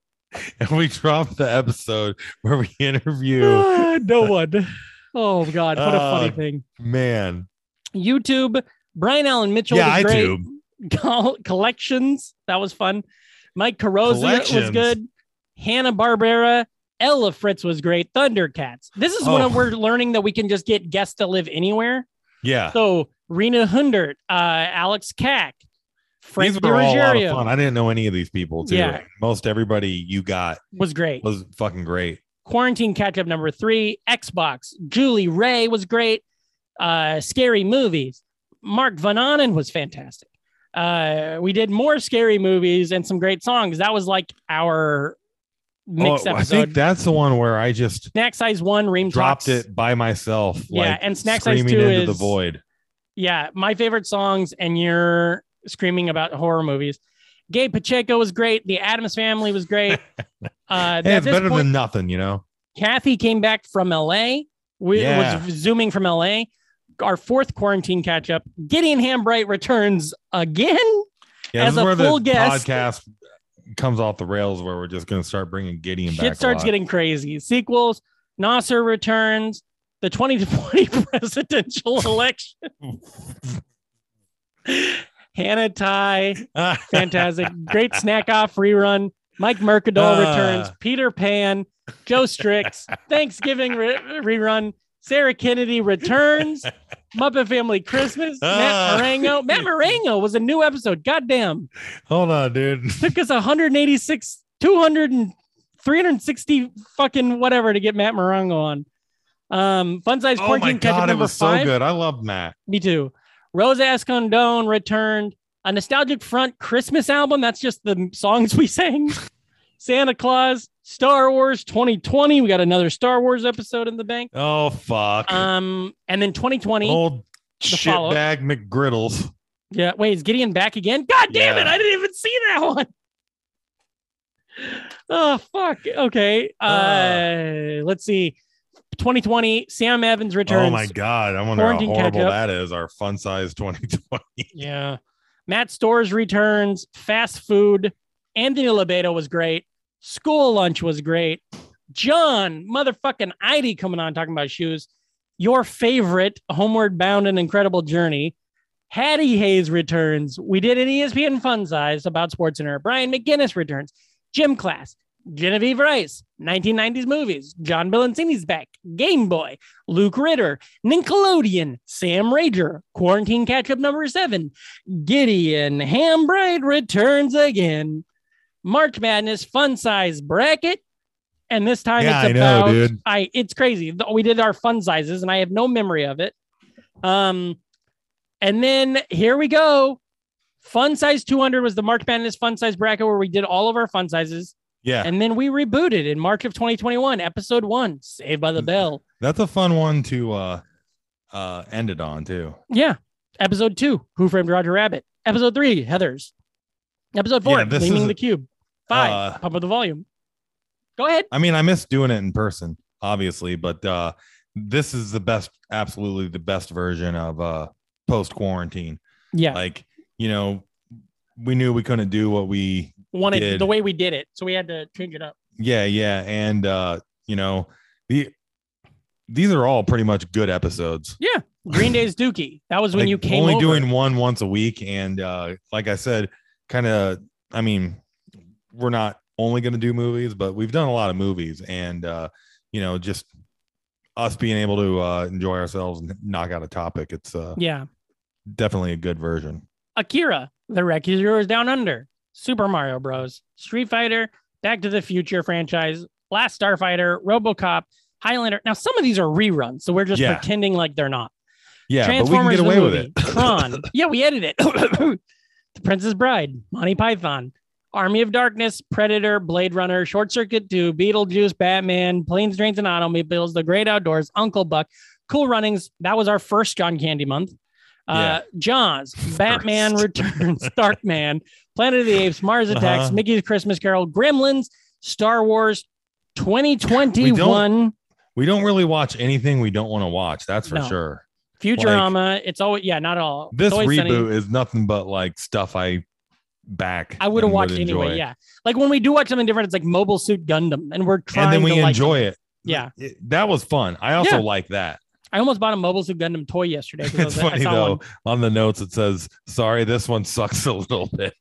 Speaker 5: and we drop the episode where we interview
Speaker 6: Ah, no one. Oh God, what a funny
Speaker 5: Uh,
Speaker 6: thing.
Speaker 5: man.
Speaker 6: YouTube, Brian Allen Mitchell.
Speaker 5: Yeah,
Speaker 6: was
Speaker 5: I
Speaker 6: great.
Speaker 5: do.
Speaker 6: Col- collections. That was fun. Mike Carozzi was
Speaker 5: Collections?
Speaker 6: good. Hanna Barbera. Ella Fritz was great. Thundercats. This is
Speaker 5: Oh.
Speaker 6: when we're learning that we can just get guests to live anywhere.
Speaker 5: Yeah.
Speaker 6: So Rena Hundert, uh, Alex Kack, Frank
Speaker 5: These were all a lot of fun.
Speaker 6: DiRogerio
Speaker 5: I didn't know any of these people too.
Speaker 6: Yeah.
Speaker 5: Most everybody you got
Speaker 6: was great.
Speaker 5: was fucking great.
Speaker 6: Quarantine catch up number three. Xbox. Julie Ray was great. Uh, scary movies. Mark Van Onen was fantastic. Uh, we did more scary movies and some great songs. That was like our mix
Speaker 5: Oh, I
Speaker 6: episode.
Speaker 5: think that's the one where I just
Speaker 6: Snack size one, Ream
Speaker 5: dropped
Speaker 6: Talks.
Speaker 5: it by myself.
Speaker 6: Yeah,
Speaker 5: like,
Speaker 6: and Snack Size
Speaker 5: screaming
Speaker 6: 2
Speaker 5: into the
Speaker 6: is-
Speaker 5: void.
Speaker 6: Yeah, my favorite songs, and you're screaming about horror movies. Gabe Pacheco was great. The Adams Family was great. Uh,
Speaker 5: Hey,
Speaker 6: at
Speaker 5: it's
Speaker 6: this
Speaker 5: better
Speaker 6: point-
Speaker 5: than nothing, you know.
Speaker 6: Kathy came back from LA. We
Speaker 5: Yeah.
Speaker 6: was zooming from LA. Our fourth quarantine catch up. Gideon Hambright returns again.
Speaker 5: Yeah,
Speaker 6: As
Speaker 5: this
Speaker 6: a
Speaker 5: is where
Speaker 6: full
Speaker 5: the
Speaker 6: guest-
Speaker 5: podcast comes off the rails, where we're just going to start bringing Gideon back.
Speaker 6: Shit
Speaker 5: a
Speaker 6: starts
Speaker 5: lot.
Speaker 6: getting crazy. Sequels. Nasser returns. The 2020 presidential election. Hannah Ty, fantastic. Great snack off rerun. Mike Mercadal
Speaker 5: Ah.
Speaker 6: returns. Peter Pan, Joe Strix, Thanksgiving re- rerun. Sarah Kennedy returns. Muppet Family Christmas.
Speaker 5: Ah.
Speaker 6: Matt Marengo. Matt Marengo was a new episode. Goddamn.
Speaker 5: Hold on, dude.
Speaker 6: Took us 186, 200, and 360 fucking whatever to get Matt Marengo on. Um, fun size
Speaker 5: Oh my
Speaker 6: quarantine catch up
Speaker 5: god, it
Speaker 6: number
Speaker 5: was so
Speaker 6: five.
Speaker 5: good. I love Matt.
Speaker 6: Me too. Rose Ascondone returned. A nostalgic front Christmas album. That's just the songs we sang. Santa Claus, Star Wars 2020. We got another Star Wars episode in the bank.
Speaker 5: Oh fuck,
Speaker 6: Um, and then 2020.
Speaker 5: old
Speaker 6: follow-up.
Speaker 5: shitbag McGriddles. Oh
Speaker 6: Yeah. Wait, is Gideon back again? God damn it!
Speaker 5: Yeah.
Speaker 6: I didn't even see that one. Oh fuck. Okay.
Speaker 5: Ah.
Speaker 6: Uh, let's see. 2020. Sam Evans returns.
Speaker 5: Oh my god, I wonder how
Speaker 6: Quarantine
Speaker 5: horrible
Speaker 6: catch-up.
Speaker 5: that is. Our fun size 2020.
Speaker 6: Yeah. Matt Stores returns, fast food. Anthony Lebedo was great. School lunch was great. John motherfucking ID coming on talking about shoes. Your favorite, Homeward Bound and Incredible Journey. Hattie Hayes returns. We did an E ESPN Fun Size about Sports Center. Brian McGinnis returns. Gym class. Genevieve Rice. 1990s movies. John Bilancini's back. Game Boy. Luke Ritter. Nickelodeon, Sam Rager, quarantine catch up number seven, Gideon Hambright returns again, March Madness fun size bracket, and this time
Speaker 5: Yeah,
Speaker 6: it's
Speaker 5: I know,
Speaker 6: about
Speaker 5: dude.
Speaker 6: I it's crazy. Th- We did our fun sizes, and I have no memory of it. Um, and then here we go, Fun size 200 was the March Madness fun size bracket where we did all of our fun sizes.
Speaker 5: Yeah,
Speaker 6: And then we rebooted in March of 2021, episode one, Saved
Speaker 5: Mm-hmm.
Speaker 6: by the Bell.
Speaker 5: that's a fun one to uh uh end it on too.
Speaker 6: Yeah. Episode two, Who Framed Roger Rabbit? Episode three, Heather's. Episode four,
Speaker 5: Yeah, this
Speaker 6: Gleaming
Speaker 5: is-
Speaker 6: the Cube. Five,
Speaker 5: Uh,
Speaker 6: Pump Up the Volume. Go ahead.
Speaker 5: I mean, I miss doing it in person, obviously, but uh this is the best, absolutely the best version of uh post quarantine.
Speaker 6: Yeah.
Speaker 5: Like, you know, we knew we couldn't do what we
Speaker 6: wanted
Speaker 5: did.
Speaker 6: the way we did it. So we had to change it up.
Speaker 5: yeah, yeah. And uh, you know, the these are all pretty much good episodes.
Speaker 6: Green Day's Dookie. That was when
Speaker 5: Like,
Speaker 6: you came
Speaker 5: only
Speaker 6: over.
Speaker 5: doing one once a week and uh like i said kind of i mean we're not only going to do movies but we've done a lot of movies and uh you know just us being able to uh enjoy ourselves and knock out a topic it's uh
Speaker 6: Yeah.
Speaker 5: definitely a good version
Speaker 6: Akira, The Wreck is Yours Down Under, Super Mario Bros., Street Fighter, Back to the Future franchise, Last Starfighter, Robocop, Highlander. Now, some of these are reruns, so we're just
Speaker 5: Yeah.
Speaker 6: pretending like they're not.
Speaker 5: yeah but we can
Speaker 6: Transformers
Speaker 5: get away
Speaker 6: the
Speaker 5: with
Speaker 6: movie,
Speaker 5: it
Speaker 6: Tron. Yeah, we edited it. the Princess Bride, Monty Python, Army of Darkness, Predator, Blade Runner, Short Circuit 2, Beetlejuice, Batman, Planes, Trains, and Automobiles, The Great Outdoors, Uncle Buck, Cool Runnings. That was our first John Candy month. Uh, Jaws, Batman Returns, Darkman, Planet of the Apes, Mars Attacks,
Speaker 5: Uh-huh.
Speaker 6: Mickey's Christmas Carol, Gremlins, Star Wars, 2021,
Speaker 5: we don't really watch anything we don't want to watch that's for
Speaker 6: No.
Speaker 5: sure
Speaker 6: Futurama. it's always, yeah, not all. It's
Speaker 5: this
Speaker 6: always
Speaker 5: reboot
Speaker 6: sunny.
Speaker 5: is nothing but like stuff i back
Speaker 6: I would have
Speaker 5: and
Speaker 6: watched it anyway.
Speaker 5: enjoy.
Speaker 6: Yeah. Like when we do watch something different, it's like Mobile Suit Gundam, and we're trying
Speaker 5: and then we
Speaker 6: to like-
Speaker 5: enjoy it
Speaker 6: yeah.
Speaker 5: It- that was fun i also
Speaker 6: Yeah.
Speaker 5: like that
Speaker 6: I almost bought a Mobile Suit Gundam toy yesterday. 'cause I
Speaker 5: It's
Speaker 6: was like, I
Speaker 5: funny
Speaker 6: saw
Speaker 5: though. On the notes, it says, "Sorry, this one sucks a little bit."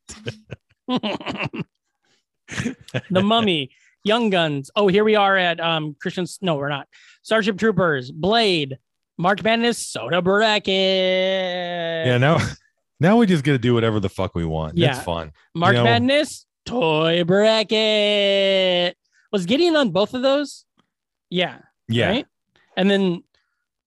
Speaker 6: one. the Mummy, Young Guns. Oh, here we are at um Christian's. No, we're not. Starship Troopers, Blade, March Madness, Soda Bracket.
Speaker 5: Yeah. Now, now we just get to do whatever the fuck we want.
Speaker 6: Yeah.
Speaker 5: It's fun.
Speaker 6: March
Speaker 5: know-
Speaker 6: Madness, Toy Bracket. Was Gideon on both of those? Yeah.
Speaker 5: Yeah.
Speaker 6: Right? And then,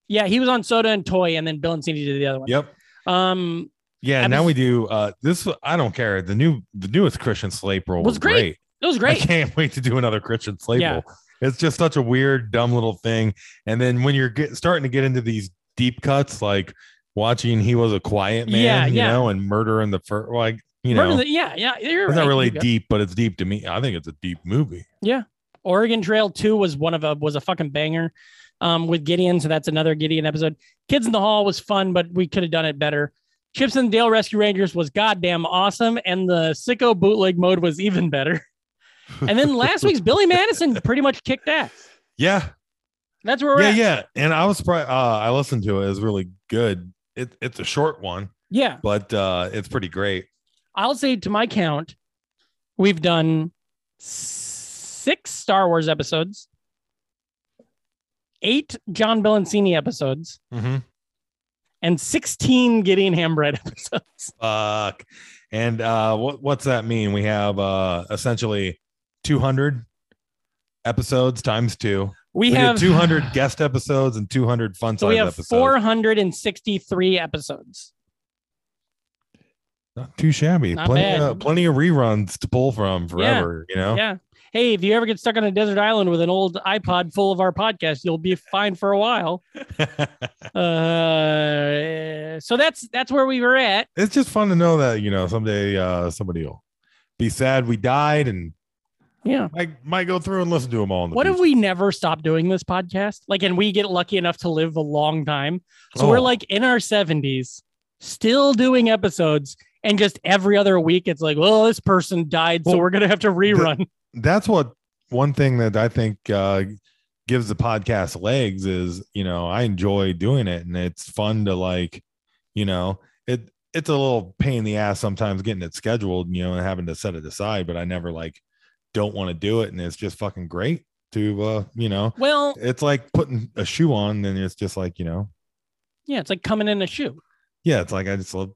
Speaker 6: yeah, he was on Soda and Toy, and then Bill and Cindy did the other one.
Speaker 5: Yep.
Speaker 6: Um,
Speaker 5: Yeah.
Speaker 6: I
Speaker 5: now
Speaker 6: was-
Speaker 5: we do. Uh, this I don't care. The new, the newest Christian Slate roll
Speaker 6: Was great. it was
Speaker 5: I
Speaker 6: great.
Speaker 5: can't wait to do another Christian Slate
Speaker 6: Yeah.
Speaker 5: roll. It's just such a weird, dumb little thing. And then when you're get, starting to get into these deep cuts, like watching he was a quiet man,
Speaker 6: Yeah,
Speaker 5: you
Speaker 6: yeah.
Speaker 5: know, and murder in the first, like you
Speaker 6: Murder
Speaker 5: know,
Speaker 6: the- yeah, yeah. You're right.
Speaker 5: it's not really
Speaker 6: You go.
Speaker 5: deep, but it's deep to me. I think it's a deep movie.
Speaker 6: Oregon Trail Two was one of a was a fucking banger, um, with Gideon. So that's another Gideon episode. Kids in the Hall was fun, but we could have done it better. Chips and Dale Rescue Rangers was goddamn awesome, and the sicko bootleg mode was even better. And then last week's Billy Madison pretty much kicked ass.
Speaker 5: Yeah,
Speaker 6: That's where we're
Speaker 5: yeah,
Speaker 6: at.
Speaker 5: yeah. And I was surprised. Uh, I listened to it. It was really good. It, it's a short one,
Speaker 6: yeah.
Speaker 5: but uh, it's pretty great.
Speaker 6: I'll say to my count, we've done six Star Wars episodes, eight John Bellancini episodes, and 16 Gideon Hambread episodes.
Speaker 5: Fuck. And uh, what what's that mean? We have uh, essentially 200 episodes times two.
Speaker 6: We,
Speaker 5: We,
Speaker 6: have
Speaker 5: did 200 guest episodes and 200 fun
Speaker 6: So
Speaker 5: size
Speaker 6: we have
Speaker 5: episodes.
Speaker 6: 463 episodes.
Speaker 5: Not too shabby.
Speaker 6: Not
Speaker 5: plenty,
Speaker 6: bad.
Speaker 5: Of, plenty of reruns to pull from forever. You know.
Speaker 6: Yeah. Hey, if you ever get stuck on a desert island with an old iPod full of our podcast, you'll be fine for a while. Uh, so that's that's where we were at.
Speaker 5: it's just fun to know that you know someday uh, somebody will be sad we died and
Speaker 6: Yeah.
Speaker 5: might might go through and listen to them all. On the
Speaker 6: What if
Speaker 5: beach.
Speaker 6: we never stop doing this podcast? Like, and we get lucky enough to live a long time. So we're
Speaker 5: Oh.
Speaker 6: like in our 70s, still doing episodes, and just every other week it's like, well, this person died, so
Speaker 5: Well,
Speaker 6: we're gonna have to rerun.
Speaker 5: that's what one thing that I think uh, gives the podcast legs is you know I enjoy doing it and it's fun to like you know it it's a little pain in the ass sometimes getting it scheduled you know and having to set it aside but I never like don't want to do it and it's just fucking great to uh you know
Speaker 6: well,
Speaker 5: it's like putting a shoe on and it's just like you know
Speaker 6: yeah, it's like coming in a shoe.
Speaker 5: yeah it's like I just love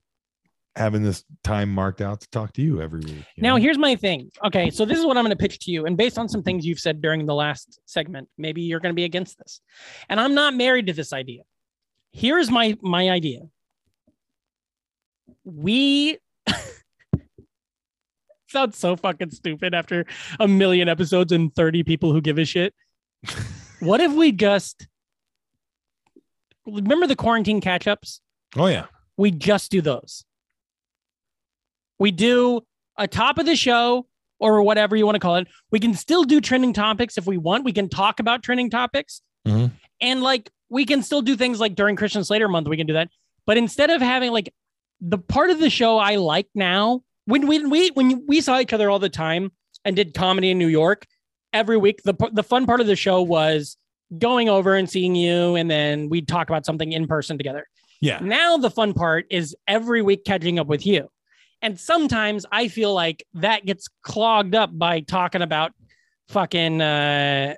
Speaker 5: having this time marked out to talk to you every week you
Speaker 6: Now,
Speaker 5: know?
Speaker 6: here's my thing. Okay, so this is what I'm going to pitch to you. And based on some things you've said during the last segment, maybe you're going to be against this. And I'm not married to this idea. Here's my my idea. We Sounds so fucking stupid after a million episodes and 30 people who give a shit. what if we just remember the quarantine catch ups?
Speaker 5: Oh yeah.
Speaker 6: We just do those. We do a top of the show or whatever you want to call it. We can still do trending topics if we want. We can talk about trending topics.
Speaker 5: Mhm.
Speaker 6: And like we can still do things like during Christian Slater month, we can do that. But instead of having like the part of the show I like now, when we we when we saw each other all the time and did comedy in New York every week, the p- the fun part of the show was going over and seeing you and then we'd talk about something in person together.
Speaker 5: Yeah.
Speaker 6: Now the fun part is every week catching up with you. And sometimes I feel like that gets clogged up by talking about fucking uh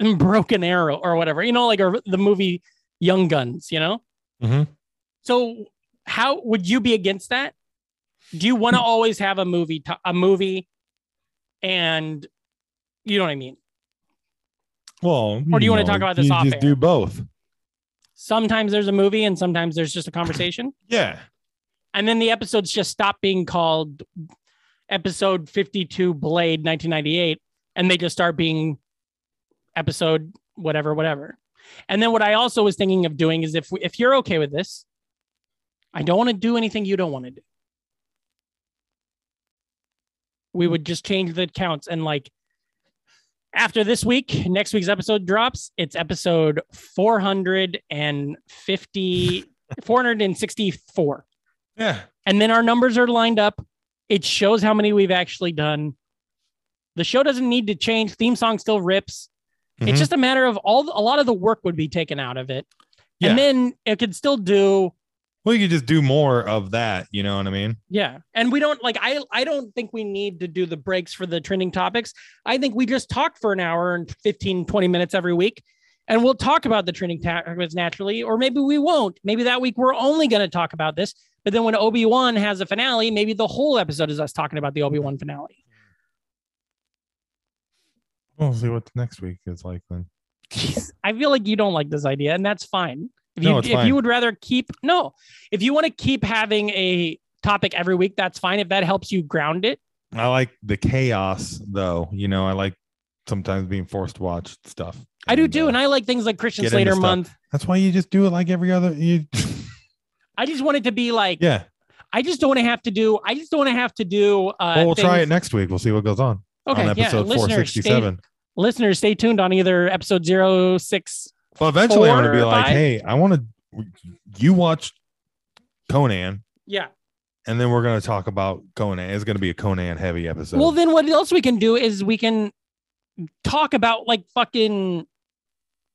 Speaker 6: Broken Arrow or whatever. You know like or the movie Young Guns, you know?
Speaker 5: Mhm.
Speaker 6: So how would you be against that? Do you want to always have a movie to- a movie and you know what I mean?
Speaker 5: Well,
Speaker 6: Or do you wanna talk about this
Speaker 5: You
Speaker 6: off
Speaker 5: just
Speaker 6: air?
Speaker 5: do both.
Speaker 6: Sometimes there's a movie and sometimes there's just a conversation.
Speaker 5: Yeah.
Speaker 6: and then the episodes just stop being called episode 52 blade 1998 and they just start being episode whatever whatever and then what i also was thinking of doing is if if you're okay with this i don't want to do anything you don't want to do we would just change the counts and like after this week next week's episode drops it's episode 450 464
Speaker 5: Yeah.
Speaker 6: and then our numbers are lined up. It shows how many we've actually done. The show doesn't need to change. Theme song still rips.
Speaker 5: Mhm.
Speaker 6: It's just a matter of all a lot of the work would be taken out of it.
Speaker 5: Yeah.
Speaker 6: And then it could still do
Speaker 5: Well, you could just do more of that. You know what I mean?
Speaker 6: yeah. And we don't like I I don't think we need to do the breaks for the trending topics. I think we just talk for an hour and 15 20 minutes every week and we'll talk about the trending topics naturally or maybe we won't. Maybe that week we're only going to talk about this. But then when Obi-Wan has a finale, maybe the whole episode is us talking about the Obi-Wan finale.
Speaker 5: We'll see what next week is like then.
Speaker 6: Jeez, I feel like you don't like this idea and that's fine. If you
Speaker 5: No, it's
Speaker 6: if
Speaker 5: fine.
Speaker 6: you would rather keep no, if you want to keep having a topic every week, that's fine if that helps you ground it.
Speaker 5: I like the chaos though. You know, I like sometimes being forced to watch stuff.
Speaker 6: I do too, and I like things like Christian
Speaker 5: uh, get into
Speaker 6: Slater
Speaker 5: stuff.
Speaker 6: month.
Speaker 5: that's why you just do it like every other. You,
Speaker 6: I just want it to be like
Speaker 5: yeah.
Speaker 6: I just don't want to have to do I just don't want to have to do uh
Speaker 5: Well, we'll try it
Speaker 6: things-
Speaker 5: next week. We'll see what goes on
Speaker 6: Okay,
Speaker 5: on
Speaker 6: yeah.
Speaker 5: episode four
Speaker 6: Listeners
Speaker 5: sixty
Speaker 6: stay,
Speaker 5: seven.
Speaker 6: listeners stay tuned on either episode zero six.
Speaker 5: Well, eventually I'm
Speaker 6: four
Speaker 5: gonna be
Speaker 6: or
Speaker 5: like,
Speaker 6: five?
Speaker 5: hey, I want to. You watch Conan,
Speaker 6: Yeah.
Speaker 5: and then we're gonna talk about Conan. It's gonna be a Conan heavy episode.
Speaker 6: Well then what else we can do is we can talk about like fucking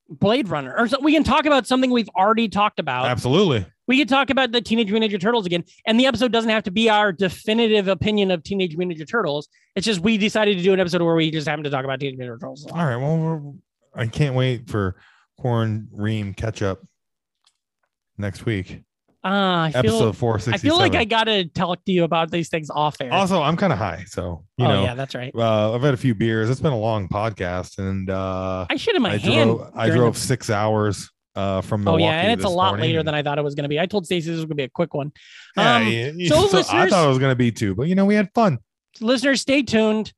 Speaker 6: Blade Runner or so, we can talk about something we've already talked about.
Speaker 5: absolutely.
Speaker 6: We could talk about the Teenage Mutant Ninja Turtles again, and the episode doesn't have to be our definitive opinion of Teenage Mutant Ninja Turtles. It's just we decided to do an episode where we just happen to talk about Teenage Mutant Ninja Turtles.
Speaker 5: All right. Well, we're, I can't wait for corn ream ketchup next week.
Speaker 6: Uh, I feel
Speaker 5: Episode four sixty
Speaker 6: I
Speaker 5: seven.
Speaker 6: feel like I gotta talk to you about these things off air.
Speaker 5: also I'm kind of high, so you
Speaker 6: oh
Speaker 5: know
Speaker 6: yeah, that's right.
Speaker 5: uh, I've had a few beers. It's been a long podcast, and uh,
Speaker 6: I shit in my
Speaker 5: I
Speaker 6: hand.
Speaker 5: drove I
Speaker 6: during
Speaker 5: drove
Speaker 6: the-
Speaker 5: six hours uh, from
Speaker 6: oh
Speaker 5: Milwaukee.
Speaker 6: yeah, and it's a
Speaker 5: this
Speaker 6: lot
Speaker 5: morning.
Speaker 6: later than I thought it was gonna be. I told Stacey this was gonna be a quick one.
Speaker 5: Yeah,
Speaker 6: um,
Speaker 5: yeah, yeah.
Speaker 6: so
Speaker 5: So I
Speaker 6: listeners-
Speaker 5: thought it was gonna be two, but you know we had fun.
Speaker 6: Listeners, stay tuned.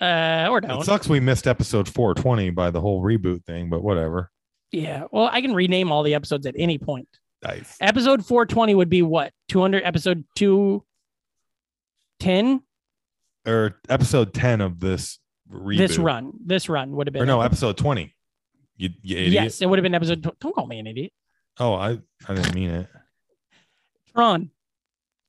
Speaker 6: Uh, or
Speaker 5: It
Speaker 6: don't.
Speaker 5: sucks we missed episode 420 by the whole reboot thing, but whatever.
Speaker 6: Yeah. Well, I can rename all the episodes at any point.
Speaker 5: Nice.
Speaker 6: episode 420 would be what 200 episode 210
Speaker 5: Or episode 10 of this reboot.
Speaker 6: this run this run would have been
Speaker 5: Or no, episode 20. You, you idiot.
Speaker 6: yes it would have been episode tw- don't call me an idiot
Speaker 5: Oh, I I didn't mean it.
Speaker 6: tron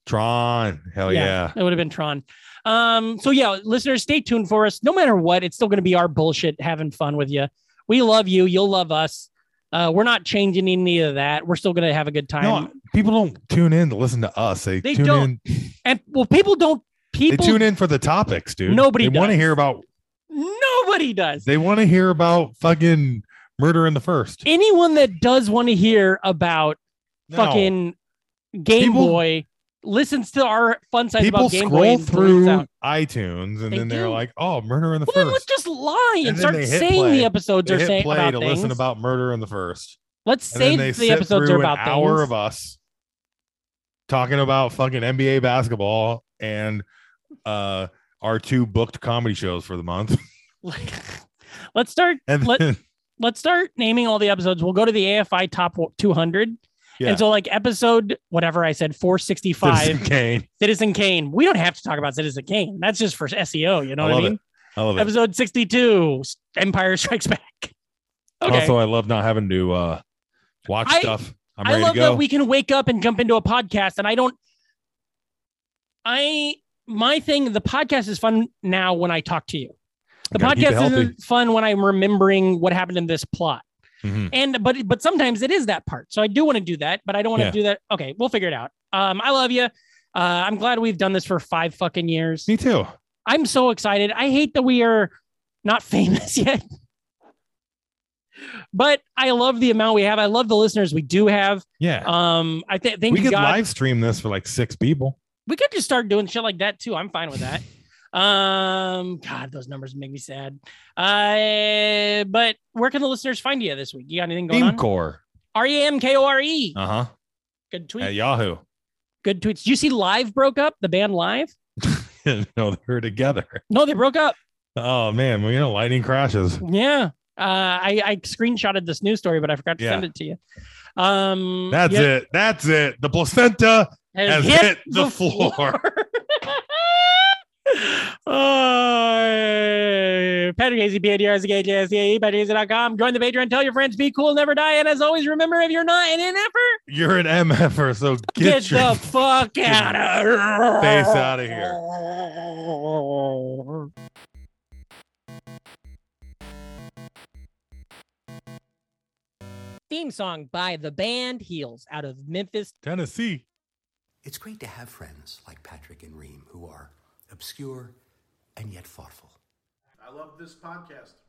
Speaker 5: Tron. Hell yeah.
Speaker 6: it would have been tron um so yeah listeners stay tuned for us no matter what it's still going to be our bullshit having fun with you we love you you'll love us uh we're not changing any of that we're still going to have a good time
Speaker 5: No, people don't tune in to listen to us. They,
Speaker 6: They
Speaker 5: tune
Speaker 6: don't.
Speaker 5: in.
Speaker 6: and well people don't
Speaker 5: They
Speaker 6: people
Speaker 5: tune in for the topics, dude.
Speaker 6: Nobody
Speaker 5: They want to
Speaker 6: does.
Speaker 5: hear about.
Speaker 6: nobody does
Speaker 5: They want to hear about fucking murder in the first.
Speaker 6: anyone that does want to hear about
Speaker 5: No.
Speaker 6: fucking Game
Speaker 5: People-
Speaker 6: Boy listens to our fun side
Speaker 5: people
Speaker 6: about Game Boy
Speaker 5: scroll
Speaker 6: and through.
Speaker 5: through
Speaker 6: Out.
Speaker 5: iTunes and
Speaker 6: They
Speaker 5: then they're
Speaker 6: do.
Speaker 5: like, "Oh, murder in the
Speaker 6: Well, then let's
Speaker 5: first.
Speaker 6: just lie and,
Speaker 5: And then
Speaker 6: start
Speaker 5: they hit
Speaker 6: saying
Speaker 5: play.
Speaker 6: the episodes
Speaker 5: They
Speaker 6: are
Speaker 5: hit
Speaker 6: saying
Speaker 5: play
Speaker 6: about
Speaker 5: to
Speaker 6: things.
Speaker 5: listen about murder in the first.
Speaker 6: let's
Speaker 5: And then
Speaker 6: say
Speaker 5: they
Speaker 6: the
Speaker 5: sit
Speaker 6: episodes
Speaker 5: through
Speaker 6: are about
Speaker 5: an hour
Speaker 6: things.
Speaker 5: of us talking about fucking NBA basketball and uh, our two booked comedy shows for the month.
Speaker 6: Like, let's start.
Speaker 5: And
Speaker 6: Let-
Speaker 5: then-
Speaker 6: Let's start naming all the episodes. We'll go to the AFI top 200.
Speaker 5: Yeah.
Speaker 6: And so, like episode whatever I said, 465,
Speaker 5: Citizen Kane.
Speaker 6: Citizen Kane. We don't have to talk about Citizen Kane. That's just for SEO. You know
Speaker 5: I
Speaker 6: what I
Speaker 5: love
Speaker 6: mean?
Speaker 5: it. I love it.
Speaker 6: Episode 62, Empire Strikes Back. Okay.
Speaker 5: Also, I love not having to uh, watch
Speaker 6: I-
Speaker 5: stuff. I'm
Speaker 6: I
Speaker 5: ready
Speaker 6: love
Speaker 5: to go.
Speaker 6: that we can wake up and jump into a podcast, and I don't. I my thing. The podcast is fun now when I talk to you. The
Speaker 5: Gotta keep it
Speaker 6: podcast
Speaker 5: healthy.
Speaker 6: is fun when I'm remembering what happened in this plot,
Speaker 5: Mhm.
Speaker 6: and but but sometimes it is that part. So I do want to do that, but I don't want to
Speaker 5: Yeah.
Speaker 6: do that. Okay, we'll figure it out. Um, I love you. Uh, I'm glad we've done this for five fucking years.
Speaker 5: Me too.
Speaker 6: I'm so excited. I hate that we are not famous yet. But I love the amount we have. I love the listeners we do have.
Speaker 5: Yeah.
Speaker 6: Um, I th- thank
Speaker 5: we
Speaker 6: you
Speaker 5: could
Speaker 6: God.
Speaker 5: live stream this for like six people.
Speaker 6: we could just start doing shit like that too. I'm fine with that. um, God, those numbers make me sad. Uh, but where can the listeners find you this week? You got anything going
Speaker 5: Beam
Speaker 6: on?
Speaker 5: core.
Speaker 6: R e m k o r e.
Speaker 5: Uh
Speaker 6: Good
Speaker 5: huh.
Speaker 6: tweet.
Speaker 5: At Yahoo.
Speaker 6: Good tweets. Did you see Live broke up? The band Live?
Speaker 5: no, they're together.
Speaker 6: No, they broke up.
Speaker 5: Oh man, well, you know, lightning crashes.
Speaker 6: Yeah. Uh, I I screenshotted this news story, but I forgot to
Speaker 5: Yeah.
Speaker 6: send it to you. Um,
Speaker 5: That's
Speaker 6: yeah,
Speaker 5: it. That's it. The placenta has hit, the, floor.
Speaker 6: Uh, Patrick Hazy, P-A-D-R-S-K-J-S-E-A-E, PatrickHazy.com. Join the Patreon. Tell your friends, be cool, never die. And as always, remember if you're not an NFer,
Speaker 5: You're an MFer, so get,
Speaker 6: get,
Speaker 5: your
Speaker 6: the fuck out of here.
Speaker 5: face out of here.
Speaker 6: Theme song by the band Heels out of Memphis,
Speaker 5: Tennessee.
Speaker 2: It's great to have friends like Patrick and Reem who are obscure and yet thoughtful.
Speaker 7: I love this podcast.